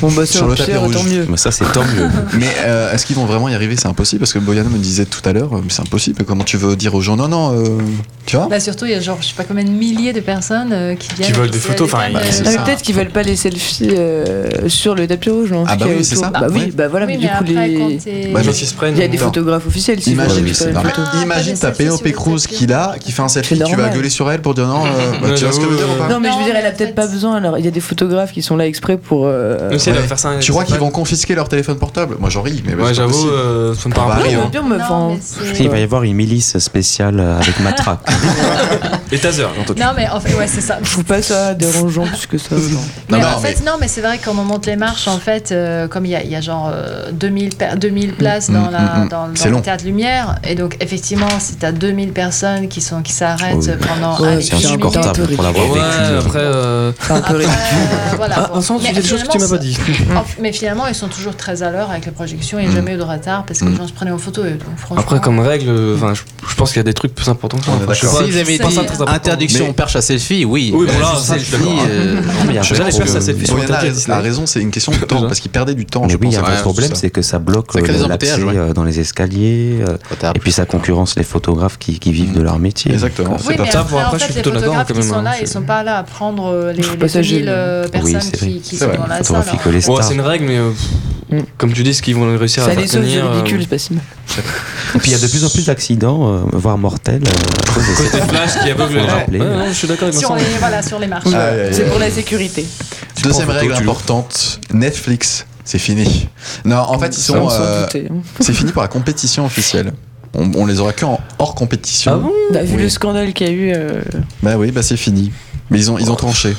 Speaker 7: Bon,
Speaker 1: Sur
Speaker 7: bah, sur
Speaker 1: le
Speaker 7: le
Speaker 1: tapis
Speaker 7: pire,
Speaker 1: rouge.
Speaker 7: tant mieux.
Speaker 5: Mais ça, c'est tant mieux.
Speaker 1: Mais euh, est-ce qu'ils vont vraiment y arriver C'est impossible parce que Boyano me disait tout à l'heure, euh, mais c'est impossible. Comment tu veux dire aux gens non non euh, Tu vois
Speaker 6: Bah surtout, il y a genre, je sais pas combien de milliers de personnes euh, qui viennent.
Speaker 4: veulent
Speaker 6: et
Speaker 4: des
Speaker 6: se
Speaker 4: photos, enfin,
Speaker 6: décalent,
Speaker 4: bah,
Speaker 6: euh,
Speaker 4: c'est
Speaker 7: Ah, mais peut-être qu'ils veulent pas les selfies euh, sur le tapis rouge, non
Speaker 1: Ah,
Speaker 7: ce
Speaker 1: bah
Speaker 7: qu'il y a
Speaker 1: oui, c'est
Speaker 7: autour.
Speaker 1: ça.
Speaker 7: Bah
Speaker 1: Ouais.
Speaker 7: oui, bah voilà,
Speaker 6: Oui,
Speaker 7: mais
Speaker 6: mais
Speaker 7: du coup,
Speaker 6: après, quand
Speaker 7: les...
Speaker 6: t'es...
Speaker 1: Bah,
Speaker 4: Les gens
Speaker 1: mais-
Speaker 4: qui se prennent.
Speaker 7: il y a des
Speaker 1: Non.
Speaker 7: photographes officiels. s'ils veulent
Speaker 1: Imagine,
Speaker 7: pas faire une
Speaker 5: c'est
Speaker 1: non, mais
Speaker 7: photo.
Speaker 6: Ah,
Speaker 1: imagine
Speaker 6: pas
Speaker 1: ta
Speaker 6: des selfies
Speaker 1: Pénélope
Speaker 6: sur les
Speaker 1: Cruz
Speaker 6: selfies.
Speaker 1: qui l'a, qui fait un selfie, tu vas
Speaker 7: normal.
Speaker 1: gueuler sur elle pour dire non. euh, bah,
Speaker 4: Ouais,
Speaker 1: tu vois ce que je veux dire ou pas
Speaker 7: Non, mais je veux
Speaker 6: Non,
Speaker 7: dire, elle
Speaker 6: mais
Speaker 7: a
Speaker 6: en
Speaker 7: peut-être
Speaker 6: fait-
Speaker 7: pas besoin. Alors, il y a des photographes qui sont là exprès pour. euh,
Speaker 4: Même si elle va
Speaker 1: Ouais.
Speaker 4: faire ça.
Speaker 1: Tu crois qu'ils vont confisquer leur téléphone portable Moi j'en ris, mais bah,
Speaker 4: Ouais,
Speaker 1: c'est pas
Speaker 4: j'avoue,
Speaker 1: possible.
Speaker 4: euh, ça me
Speaker 1: Bah,
Speaker 4: paraît
Speaker 1: oui,
Speaker 4: un peu.
Speaker 7: Non,
Speaker 4: long.
Speaker 7: mais bien, mais
Speaker 6: Non,
Speaker 7: enfin.
Speaker 6: mais c'est-
Speaker 5: Il va y avoir une milice spéciale euh, avec Matra.
Speaker 4: Et Taser, en tout cas.
Speaker 6: Non, mais en fait, ouais, c'est ça.
Speaker 7: Je trouve pas ça dérangeant plus que ça. genre.
Speaker 1: Non,
Speaker 6: mais
Speaker 1: non,
Speaker 6: en fait, non, mais c'est vrai qu'on monte les marches, en fait, euh, comme il y a, il y a genre euh, 2000, per- 2000 places dans,
Speaker 1: Mm,
Speaker 6: la,
Speaker 1: mm,
Speaker 6: dans,
Speaker 1: C'est
Speaker 6: dans
Speaker 1: long.
Speaker 6: le théâtre Lumière, et donc effectivement, si t'as 2000 personnes qui sont qui s'arrêtent
Speaker 5: Oh oui.
Speaker 6: pendant
Speaker 7: Ouais,
Speaker 6: allez,
Speaker 5: C'est
Speaker 7: puis
Speaker 6: dix
Speaker 7: en même temps,
Speaker 6: minutes, euh,
Speaker 7: un peu
Speaker 5: insupportable pour l'avoir
Speaker 4: Ouais,
Speaker 5: vécu.
Speaker 4: après. euh,
Speaker 7: C'est un peu
Speaker 6: après,
Speaker 7: ridicule.
Speaker 6: euh, voilà. bon.
Speaker 4: Un sens,
Speaker 6: Mais
Speaker 4: il y a des choses que Ah, tu m'as pas
Speaker 6: finalement,
Speaker 4: dit.
Speaker 6: Oh, mais finalement, ils sont toujours très à l'heure avec les projections. Il n'y a
Speaker 1: Mm.
Speaker 6: jamais eu de retard parce que
Speaker 1: Mm.
Speaker 6: les gens se prenaient en photo. Et donc, franchement,
Speaker 4: Après, comme règle, euh, enfin, je je pense qu'il y a des trucs plus importants que ça.
Speaker 1: On est
Speaker 4: Enfin, je sais
Speaker 1: d'accord.
Speaker 4: pas,
Speaker 3: S'ils avaient
Speaker 4: je pense
Speaker 3: dit
Speaker 4: pas ça très important.
Speaker 3: interdiction
Speaker 1: Mais-
Speaker 3: perche à selfie, oui.
Speaker 4: Oui,
Speaker 3: Mais
Speaker 4: bon, là,
Speaker 3: juste
Speaker 4: ça, je suis
Speaker 3: selfie.
Speaker 4: d'accord.
Speaker 3: euh,
Speaker 5: Non, mais
Speaker 4: J'allais
Speaker 5: après,
Speaker 4: faire
Speaker 5: euh,
Speaker 4: ça, cette
Speaker 1: Boyana
Speaker 4: sur
Speaker 1: a
Speaker 4: le
Speaker 1: raison- a raison, c'est une question de temps,
Speaker 4: Déjà.
Speaker 1: parce qu'ils perdaient du temps.
Speaker 5: Mais
Speaker 1: je
Speaker 5: oui, il
Speaker 1: pense,
Speaker 5: y a
Speaker 1: à
Speaker 5: un
Speaker 1: faire
Speaker 5: vrai
Speaker 1: tout
Speaker 5: problème,
Speaker 1: ça.
Speaker 5: c'est que ça bloque
Speaker 3: Ça crée
Speaker 5: euh,
Speaker 3: des
Speaker 5: l'accès
Speaker 3: embouteillages, ouais.
Speaker 5: euh, dans les escaliers. euh, Et puis ça concurrence les photographes qui, qui vivent de leur métier.
Speaker 1: Exactement.
Speaker 5: Donc, euh,
Speaker 6: Oui,
Speaker 4: pas
Speaker 6: mais
Speaker 4: ça,
Speaker 6: après,
Speaker 4: bon,
Speaker 6: en
Speaker 4: après, je
Speaker 6: fait,
Speaker 4: suis
Speaker 6: les
Speaker 4: plutôt d'accord
Speaker 6: photographes
Speaker 4: quand
Speaker 6: qui
Speaker 4: même,
Speaker 6: sont
Speaker 4: hein,
Speaker 6: là,
Speaker 4: je-
Speaker 6: ils sont pas là à prendre euh, les, les
Speaker 7: pas ça
Speaker 6: 2000 euh,
Speaker 5: Oui,
Speaker 6: personnes
Speaker 5: c'est vrai.
Speaker 6: qui, qui
Speaker 1: C'est
Speaker 6: sont
Speaker 1: vrai,
Speaker 6: dans la salle.
Speaker 5: Photographie que les
Speaker 4: Ouais,
Speaker 5: stars.
Speaker 4: c'est une règle, mais euh,
Speaker 7: Mm.
Speaker 4: comme tu dis, ce qu'ils vont réussir à
Speaker 7: Ça
Speaker 4: faire
Speaker 7: les sauve du
Speaker 4: tenir. euh,
Speaker 7: ridicule, c'est pas si mal.
Speaker 5: Et puis il y a de plus en plus d'accidents, euh, voire mortels, euh, à cause de
Speaker 4: Côté
Speaker 5: cette-
Speaker 4: flash qui aveugle les
Speaker 5: Faut
Speaker 4: gens.
Speaker 5: rappeler.
Speaker 4: Ouais, non, je suis d'accord avec
Speaker 6: Sur
Speaker 4: Vincent.
Speaker 6: les, voilà, sur les marches.
Speaker 1: Ah, Ouais. Aïe, aïe,
Speaker 7: C'est
Speaker 1: aïe.
Speaker 7: pour la sécurité.
Speaker 1: Deuxième
Speaker 4: prends en photo,
Speaker 1: règle
Speaker 4: tu l'ouvres.
Speaker 1: importante Netflix, c'est fini. Non, en fait, ils
Speaker 7: Ça,
Speaker 1: sont.
Speaker 7: on s'en
Speaker 1: euh,
Speaker 7: doutait, hein.
Speaker 1: C'est fini pour la compétition officielle. On, on les aura que en hors compétition.
Speaker 4: Ah bon
Speaker 7: Bah, vu
Speaker 1: oui.
Speaker 7: le scandale qu'il y a eu, euh,
Speaker 1: Bah oui, bah c'est fini. Mais ils ont, ils ont tranché.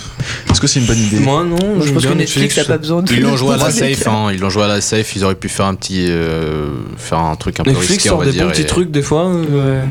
Speaker 1: Est-ce que c'est une bonne idée
Speaker 4: Moi, non,
Speaker 7: je
Speaker 4: j'aime
Speaker 7: pense que
Speaker 4: bien
Speaker 7: Netflix n'a pas besoin de.
Speaker 3: Ils l'ont joué à la
Speaker 7: de-
Speaker 3: safe, hein, ils l'ont joué à la safe, ils auraient pu faire un petit. euh, faire un truc un peu
Speaker 4: Netflix
Speaker 3: risqué, on
Speaker 4: sort
Speaker 3: va
Speaker 4: des
Speaker 3: dire.
Speaker 4: bons petits
Speaker 3: et-
Speaker 4: trucs des fois. euh,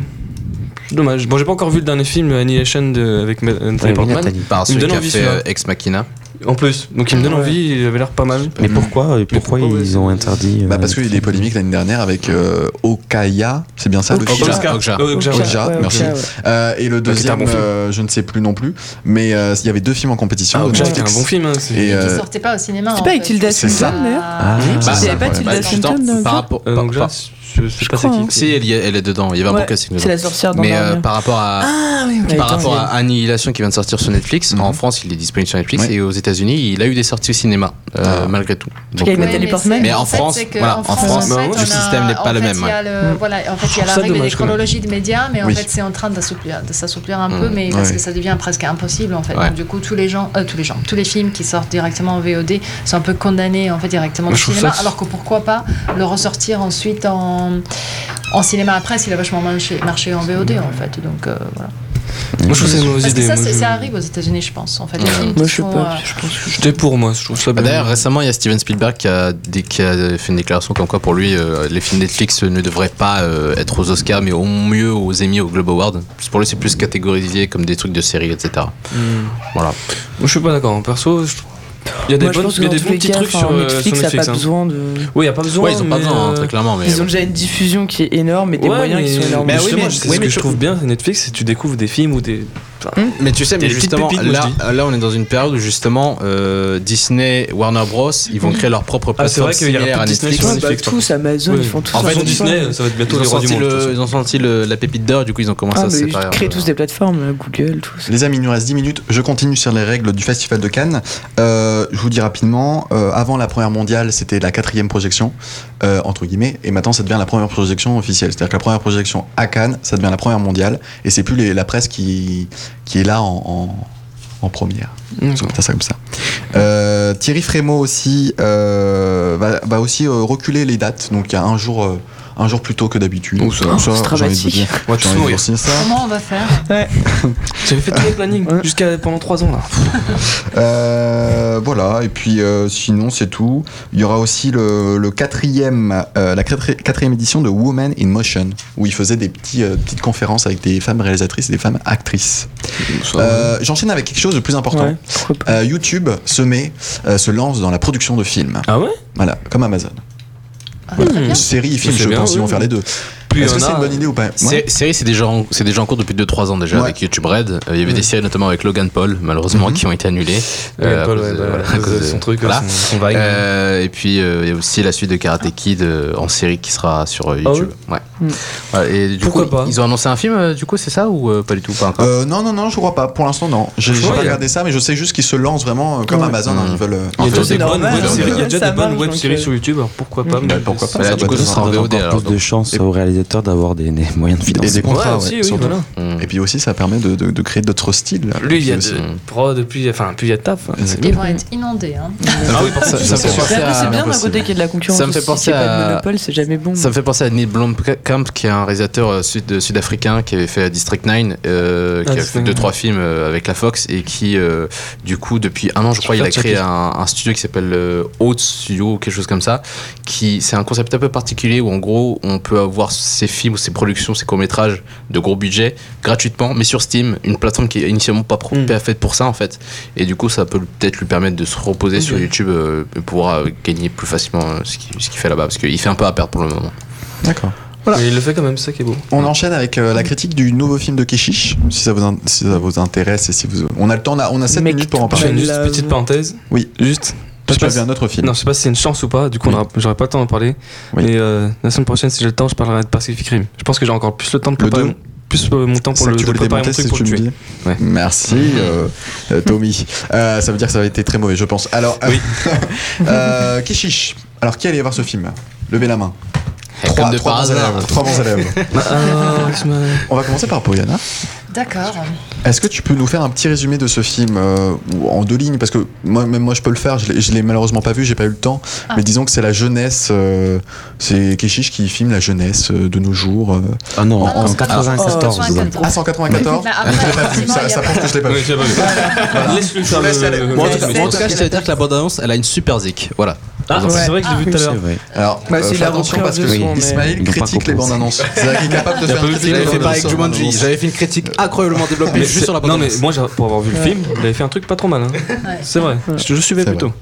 Speaker 4: Dommage. Bon, j'ai pas encore vu le dernier film, Annihilation, de- avec Ma- Anthony
Speaker 5: Ouais,
Speaker 4: Portman.
Speaker 5: Nathalie.
Speaker 3: Par
Speaker 4: Il me
Speaker 3: celui
Speaker 4: donne
Speaker 3: qui a
Speaker 4: envie,
Speaker 3: fait
Speaker 4: celui-là.
Speaker 3: euh, Ex Machina.
Speaker 4: En plus. Donc il me donne envie, il avait l'air pas mal.
Speaker 5: Mais pourquoi, euh, pourquoi ils ont interdit euh,
Speaker 1: Bah parce qu'il y a eu des polémiques l'année dernière avec euh, Okaya, c'est bien ça le
Speaker 4: Okja.
Speaker 1: film
Speaker 4: Okja.
Speaker 1: Okja.
Speaker 4: Okja,
Speaker 1: Okja,
Speaker 4: Okja,
Speaker 7: ouais,
Speaker 1: merci.
Speaker 7: Okja, ouais.
Speaker 1: Euh, et le
Speaker 4: qui était un
Speaker 1: deuxième,
Speaker 4: bon film.
Speaker 1: euh, je ne sais plus non plus, mais euh, il y avait deux films en compétition.
Speaker 4: Ah,
Speaker 1: de
Speaker 4: Okja, c'est un
Speaker 1: Netflix.
Speaker 4: bon film. hein, c'est-
Speaker 1: Et,
Speaker 6: Qui
Speaker 1: euh,
Speaker 6: sortait pas au cinéma.
Speaker 7: C'est
Speaker 6: en fait.
Speaker 7: pas avec Tilda Swinton, d'ailleurs
Speaker 5: Ah.
Speaker 6: Mmh.
Speaker 7: Bah,
Speaker 3: c'est
Speaker 7: il y avait pas Tilda Swinton dans le
Speaker 3: Par
Speaker 7: film
Speaker 3: rapport.
Speaker 4: Euh,
Speaker 3: par-
Speaker 4: Okja,
Speaker 3: par-
Speaker 4: je je sais pas c'est
Speaker 7: crois,
Speaker 4: qui.
Speaker 7: hein.
Speaker 3: Si, elle, y est, elle est dedans, il y avait un
Speaker 7: Ouais,
Speaker 3: bon casting
Speaker 7: C'est
Speaker 3: dedans.
Speaker 7: la sorcière dans
Speaker 3: Mais euh,
Speaker 7: l'armure.
Speaker 3: par rapport à.
Speaker 7: Ah oui,
Speaker 3: Par rapport à Annihilation qui vient de sortir sur Netflix,
Speaker 1: Mhm.
Speaker 3: en France il est disponible sur Netflix
Speaker 1: Ouais.
Speaker 3: et aux États-Unis il a eu des sorties au cinéma euh,
Speaker 1: Ah.
Speaker 3: malgré tout.
Speaker 7: tout cas, il
Speaker 3: euh,
Speaker 6: Ouais,
Speaker 7: Nathalie
Speaker 6: mais
Speaker 7: Portman.
Speaker 6: c'est-
Speaker 3: Mais en
Speaker 6: fait,
Speaker 3: France,
Speaker 6: c'est que
Speaker 3: voilà, en France,
Speaker 6: en fait,
Speaker 4: le
Speaker 6: on a-
Speaker 3: système n'est pas
Speaker 6: en
Speaker 3: le
Speaker 6: fait,
Speaker 3: même,
Speaker 6: il y a le-
Speaker 7: Mm.
Speaker 6: voilà, en fait, il y a
Speaker 4: Je
Speaker 6: la
Speaker 4: trouve ça
Speaker 6: règle des
Speaker 4: dommage, quand même.
Speaker 6: chronologies de médias, mais en
Speaker 1: Oui.
Speaker 6: fait, c'est en train d'assouplir, de s'assouplir un
Speaker 3: Mm.
Speaker 6: peu, mais parce
Speaker 1: Ouais.
Speaker 6: que ça devient presque impossible, en fait.
Speaker 3: Ouais.
Speaker 6: Donc, du coup, tous les gens, euh, tous les gens, tous les films qui sortent directement en VOD sont un peu condamnés, en fait, directement
Speaker 4: Moi,
Speaker 6: au
Speaker 4: je trouve
Speaker 6: cinéma,
Speaker 4: ça-
Speaker 6: alors que pourquoi pas le ressortir ensuite en, en cinéma après, s'il a vachement marché, marché en VOD, en fait. Donc, euh, voilà.
Speaker 4: Moi je trouve que c'est une mauvaise
Speaker 6: Parce que
Speaker 4: idée.
Speaker 6: ça,
Speaker 4: moi,
Speaker 6: c'est-
Speaker 4: je-
Speaker 6: ça arrive aux États-Unis, je pense, en fait. Les
Speaker 3: Ouais.
Speaker 6: films
Speaker 7: Moi,
Speaker 6: qui
Speaker 7: je sais
Speaker 6: sont,
Speaker 7: pas.
Speaker 6: euh,
Speaker 7: Je pense que
Speaker 4: J'étais pour moi, je trouve ça
Speaker 3: Bah,
Speaker 4: bien.
Speaker 3: D'ailleurs, récemment, il y a Steven Spielberg qui a, dé- qui a fait une déclaration comme quoi pour lui, euh, les films Netflix ne devraient pas euh, être aux Oscars, mais au mieux aux Emmy, aux Globe Awards. Pour lui, c'est plus catégorisé comme des trucs de série, etc.
Speaker 4: Hmm.
Speaker 3: Voilà.
Speaker 4: Moi, je suis pas d'accord. En perso, je trouve- il y a des,
Speaker 7: Moi, je
Speaker 4: bonnes,
Speaker 7: pense
Speaker 4: il
Speaker 7: que
Speaker 4: y a
Speaker 7: dans
Speaker 4: des
Speaker 7: tous
Speaker 4: bons
Speaker 7: les
Speaker 4: petits
Speaker 7: cas,
Speaker 4: trucs sur,
Speaker 7: enfin,
Speaker 4: euh,
Speaker 7: Netflix
Speaker 4: sur
Speaker 7: a pas
Speaker 4: Netflix. hein.
Speaker 7: besoin de.
Speaker 4: Oui, il y a pas besoin.
Speaker 3: ouais, ils ont pas
Speaker 4: mais,
Speaker 3: besoin, hein,
Speaker 4: euh,
Speaker 3: très clairement, mais.
Speaker 7: Ils ont
Speaker 3: bon.
Speaker 7: déjà une diffusion qui est énorme et des
Speaker 4: ouais,
Speaker 7: moyens qui
Speaker 4: mais-
Speaker 7: sont énormes.
Speaker 4: mais
Speaker 3: Mais oui,
Speaker 4: justement,
Speaker 3: mais-
Speaker 4: c'est
Speaker 3: oui,
Speaker 4: ce
Speaker 3: mais
Speaker 4: que je
Speaker 3: je-
Speaker 4: trouve bien, c'est Netflix, c'est que tu découvres des films ou des.
Speaker 3: Mais tu sais, mais
Speaker 4: Des petites
Speaker 3: justement,
Speaker 4: pépites, moi,
Speaker 3: là,
Speaker 4: je
Speaker 3: là, on est dans une période où justement euh, Disney, Warner Bros, ils vont créer leur propre
Speaker 4: Ah, c'est
Speaker 3: plateforme
Speaker 4: vrai qu'il y a un
Speaker 3: similaire
Speaker 4: peu
Speaker 3: à
Speaker 4: de Disney
Speaker 3: Netflix.
Speaker 4: sur
Speaker 7: Ouais, bah,
Speaker 4: Netflix, par
Speaker 7: tous, Amazon,
Speaker 4: Oui.
Speaker 7: ils font tous
Speaker 4: En
Speaker 7: ça.
Speaker 4: fait,
Speaker 7: ils font
Speaker 4: Disney,
Speaker 7: ça.
Speaker 4: ça va être bientôt
Speaker 3: Ils ont
Speaker 4: les rois du
Speaker 3: sorti,
Speaker 4: monde. de toute
Speaker 3: le-
Speaker 4: façon.
Speaker 3: ils ont sorti le- la pépite d'or, du coup ils ont commencé
Speaker 7: Ah,
Speaker 3: à
Speaker 7: mais
Speaker 3: se
Speaker 7: ils
Speaker 3: séparer.
Speaker 7: créent tous des plateformes, là, Google, tout ça.
Speaker 1: Les amis, il nous reste 10 minutes. Je continue sur les règles du Festival de Cannes. Euh, je vous dis rapidement, euh, avant la première mondiale, c'était la quatrième projection, euh, entre guillemets, et maintenant ça devient la première projection officielle. C'est-à-dire que la première projection à Cannes, ça devient la première mondiale, et c'est plus les- la presse qui, qui est là en, en- en première.
Speaker 4: D'accord.
Speaker 1: C'est ça comme ça. Euh, Thierry Frémaux aussi euh, va, va aussi euh, reculer les dates, donc il y a un jour, euh, un jour plus tôt que d'habitude.
Speaker 4: Oh, ça-
Speaker 1: j'ai envie de vous
Speaker 7: dramatique.
Speaker 1: dire.
Speaker 4: On va
Speaker 1: J'ai
Speaker 4: tous
Speaker 1: envie de vous
Speaker 4: mourir.
Speaker 1: signer ça.
Speaker 6: Comment on va faire
Speaker 4: J'avais fait tous les plannings
Speaker 7: Ouais.
Speaker 4: jusqu'à pendant 3 ans là.
Speaker 1: Euh, voilà, et puis euh, sinon c'est tout. Il y aura aussi le, le quatrième, euh, la quatri- quatrième édition de Woman in Motion, où il faisait des petits, euh, petites conférences avec des femmes réalisatrices et des femmes actrices.
Speaker 4: Ah
Speaker 1: Euh, J'enchaîne avec quelque chose de plus important.
Speaker 7: Ouais, pourquoi pas.
Speaker 1: Euh, YouTube se met, euh, se lance dans la production de films.
Speaker 4: Ah ouais
Speaker 1: Voilà, comme Amazon.
Speaker 6: Ah, très bien.
Speaker 1: Séries et films,
Speaker 4: Mais c'est
Speaker 1: je
Speaker 4: bien,
Speaker 1: pense, ils
Speaker 4: oui.
Speaker 1: vont faire les deux.
Speaker 4: Plus
Speaker 1: Est-ce
Speaker 4: il y
Speaker 1: que
Speaker 4: en
Speaker 1: c'est
Speaker 4: a,
Speaker 1: une bonne idée ou pas
Speaker 3: Sé-
Speaker 1: Ouais.
Speaker 3: Série, c'est déjà, en- c'est déjà en cours depuis 2-3 ans déjà
Speaker 1: Ouais.
Speaker 3: avec YouTube Red. Euh, Il y avait
Speaker 4: Ouais.
Speaker 3: des séries notamment avec Logan Paul, malheureusement, qui ont été annulées. euh, à
Speaker 4: Mm-hmm. Paul,
Speaker 3: cause
Speaker 4: ouais,
Speaker 3: de-
Speaker 4: bah,
Speaker 3: voilà, à
Speaker 4: à cause de
Speaker 3: cause de-
Speaker 4: son truc,
Speaker 3: voilà.
Speaker 4: son- son vague.
Speaker 3: Euh, et puis euh, il y a aussi la suite de Karate Kid euh, en série qui sera sur euh,
Speaker 4: Ah
Speaker 3: YouTube. ouais.
Speaker 7: Mm.
Speaker 3: Voilà, et du
Speaker 4: Pourquoi
Speaker 3: coup,
Speaker 4: pas
Speaker 3: Ils ont annoncé un film euh, du coup, c'est ça ou euh, pas du tout Pas encore.
Speaker 1: Euh, non, non, non, je crois pas. Pour l'instant, non. J'ai
Speaker 4: Ah, Je
Speaker 1: j'ai
Speaker 4: crois,
Speaker 1: pas
Speaker 4: il y a-
Speaker 1: regardé ça, mais je sais juste qu'ils se lancent vraiment euh, comme
Speaker 7: Ouais.
Speaker 1: Amazon. hein,
Speaker 3: Mhm.
Speaker 1: ils veulent. euh,
Speaker 4: Il y a
Speaker 3: en
Speaker 4: déjà
Speaker 3: fait,
Speaker 4: des
Speaker 7: normal,
Speaker 4: bonnes web
Speaker 1: c'est
Speaker 4: séries- il y a
Speaker 7: normal,
Speaker 4: déjà
Speaker 7: ça
Speaker 4: des bonnes
Speaker 7: marche,
Speaker 4: web
Speaker 7: donc,
Speaker 4: séries
Speaker 7: euh,
Speaker 4: sur YouTube, alors pourquoi pas
Speaker 7: Bah,
Speaker 4: mais-
Speaker 1: pourquoi pas
Speaker 3: Ouais,
Speaker 1: ça
Speaker 3: du
Speaker 1: doit
Speaker 3: coup,
Speaker 1: être
Speaker 3: ce sera en
Speaker 5: donne
Speaker 3: VOD.
Speaker 5: encore
Speaker 3: alors,
Speaker 5: plus de
Speaker 3: donc.
Speaker 5: chance aux réalisateurs d'avoir des, des moyens de
Speaker 1: Et des
Speaker 5: financement.
Speaker 1: contrats,
Speaker 4: Ouais,
Speaker 1: ouais,
Speaker 4: si, oui,
Speaker 1: surtout.
Speaker 4: voilà.
Speaker 3: Mm.
Speaker 1: Et puis aussi, ça permet de, de- de créer d'autres styles.
Speaker 4: Lui, il y a
Speaker 1: aussi.
Speaker 4: de prod, puis enfin, puis il y a de taf. hein.
Speaker 1: Exactement.
Speaker 6: Ils vont être inondés. Hein.
Speaker 3: Ah oui, ça- ça me fait
Speaker 1: C'est
Speaker 3: penser
Speaker 7: Mais après,
Speaker 3: à-
Speaker 7: C'est bien d'un côté qu'il y ait de la concurrence.
Speaker 3: Ça me fait
Speaker 7: aussi, s'il y a
Speaker 3: penser
Speaker 7: pas de
Speaker 3: à-
Speaker 7: monopole, c'est jamais bon.
Speaker 3: Ça me fait penser à Neil Blomkamp, qui est un réalisateur euh, sud- euh, sud-africain qui avait fait District 9, euh,
Speaker 4: Ah,
Speaker 3: qui a
Speaker 4: District
Speaker 3: fait deux
Speaker 4: Nine.
Speaker 3: trois films euh, avec la Fox et qui, euh, du coup, depuis un an, je crois, il a
Speaker 4: faire
Speaker 3: créé
Speaker 4: checker.
Speaker 3: un, un studio qui s'appelle euh, Haute Studio ou quelque chose comme ça. Qui, c'est un concept un peu particulier où en gros, on peut avoir ses films ou ses productions, ses courts métrages de gros budget gratuitement, mais sur Steam, une plateforme qui est initialement pas pro-
Speaker 4: Mm.
Speaker 3: pas faite pour ça en fait. Et du coup, ça peut peut-être lui permettre de se reposer sur
Speaker 4: Ok.
Speaker 3: YouTube euh, et pouvoir euh, gagner plus facilement euh, ce qu'il ce qu'il fait là-bas parce qu'il fait un peu à perdre pour le moment.
Speaker 1: D'accord.
Speaker 4: Mais il le fait quand même, c'est ça qui est beau.
Speaker 1: On enchaîne avec euh, la critique du nouveau film de Keshish, si ça vous, in- si ça vous intéresse et si vous. On a le temps, on a, on a 7
Speaker 7: Mec,
Speaker 1: minutes pour en
Speaker 4: Je fais
Speaker 1: parler.
Speaker 4: une
Speaker 7: Mais
Speaker 4: juste
Speaker 7: là,
Speaker 4: petite
Speaker 7: euh,
Speaker 4: parenthèse.
Speaker 1: Oui.
Speaker 4: Juste.
Speaker 1: Parce que
Speaker 4: je
Speaker 1: tu as vu
Speaker 4: sais
Speaker 1: un autre film.
Speaker 4: Non, je sais pas si c'est une chance ou pas, du coup, on
Speaker 1: Oui.
Speaker 4: aura- j'aurai pas le temps d'en parler.
Speaker 1: Oui.
Speaker 4: Mais euh, la semaine prochaine, si j'ai le temps, je parlerai de Pacific Rim. Je pense que j'ai encore plus le temps de
Speaker 1: Le
Speaker 4: préparer
Speaker 1: deux
Speaker 4: mon- plus euh, mon temps
Speaker 1: C'est
Speaker 4: pour
Speaker 1: ça
Speaker 4: le
Speaker 1: que tu
Speaker 4: de
Speaker 1: voulais
Speaker 4: préparer
Speaker 1: démonter,
Speaker 4: mon
Speaker 1: c'est ce
Speaker 4: truc
Speaker 1: que
Speaker 4: pour
Speaker 1: tu
Speaker 4: le
Speaker 1: me dis.
Speaker 4: tuer. Ouais.
Speaker 1: Merci, euh, euh, Tommy. Euh, ça veut dire que ça a été très mauvais, je pense. Alors, euh, euh, Keshish. Alors, qui allait voir ce film Levez la main.
Speaker 3: Et
Speaker 1: Trois,
Speaker 3: comme de
Speaker 1: trois
Speaker 3: par
Speaker 1: bons
Speaker 3: hasard.
Speaker 1: élèves, trois bons élèves.
Speaker 4: Ah,
Speaker 7: Ah,
Speaker 1: On va commencer par Poyana.
Speaker 6: D'accord.
Speaker 1: Est-ce que tu peux nous faire un petit résumé de ce film euh, ou en deux lignes Parce que moi, même moi, je peux le faire. Je l'ai- je l'ai malheureusement pas vu, j'ai pas eu le temps.
Speaker 6: Ah.
Speaker 1: Mais disons que c'est la jeunesse. euh, c'est Keshish qui filme la jeunesse euh, de nos jours. euh.
Speaker 5: Ah non,
Speaker 6: Ah non,
Speaker 5: en
Speaker 6: c'est pas-
Speaker 5: 94.
Speaker 6: Ah,
Speaker 5: ouais.
Speaker 6: 94.
Speaker 1: Ah, 194
Speaker 6: Mais Bah,
Speaker 1: Je l'ai pas vu,
Speaker 6: après, effectivement,
Speaker 1: ça,
Speaker 6: il y
Speaker 1: ça
Speaker 6: a
Speaker 1: prouve que je l'ai pas vu.
Speaker 4: Laisse-le faire
Speaker 1: laisse y aller.
Speaker 4: le-
Speaker 1: Bon,
Speaker 3: Bon, en
Speaker 1: Ouais,
Speaker 3: tout cas,
Speaker 1: c'est-
Speaker 3: en tout cas, je tiens à dire que la bande-annonce, elle a une super zik. Voilà.
Speaker 9: Ah,
Speaker 3: Dans un-
Speaker 9: c'est vrai que je l'ai vu tout à l'heure.
Speaker 1: Alors,
Speaker 9: Bah,
Speaker 1: euh,
Speaker 9: c'est
Speaker 1: fais
Speaker 9: la
Speaker 1: attention
Speaker 9: reprise
Speaker 1: parce que
Speaker 5: de son, mais-
Speaker 1: Ismaël
Speaker 5: Ils l'ont pas
Speaker 1: critique les
Speaker 5: compris.
Speaker 1: bandes annonces. C'est-à-dire qu'il est capable de
Speaker 3: Il a
Speaker 1: faire
Speaker 3: pas
Speaker 1: un
Speaker 3: eu le
Speaker 1: critique
Speaker 3: film,
Speaker 1: des
Speaker 3: il fait
Speaker 1: bandes
Speaker 3: pas avec
Speaker 1: annonces.
Speaker 3: Jumanji. J'avais fait une critique incroyablement développée
Speaker 4: Mais
Speaker 3: juste sur la bande
Speaker 4: Ah, Non, mais
Speaker 3: annonce.
Speaker 4: moi, j'ai- pour avoir vu le film, j'avais fait un truc pas trop mal. hein. C'est vrai. Je, je suivais
Speaker 1: C'est
Speaker 4: plutôt.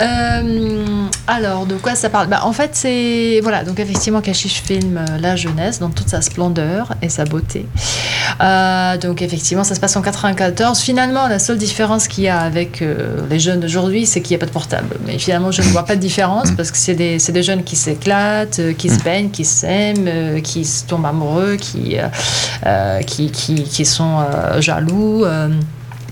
Speaker 6: Euh, alors, de quoi ça parle Bah, En fait, c'est. Voilà, donc effectivement, Kashish filme euh, la jeunesse dans toute sa splendeur et sa beauté. Euh, donc, effectivement, ça se passe en 94. Finalement, la seule différence qu'il y a avec euh, les jeunes d'aujourd'hui, c'est qu'il n'y a pas de portable. Mais finalement, je ne vois pas de différence parce que c'est des, c'est des jeunes qui s'éclatent, euh, qui se
Speaker 1: Mm.
Speaker 6: baignent, qui s'aiment, euh, qui se tombent amoureux, qui, euh, euh, qui, qui, qui sont euh, jaloux. euh,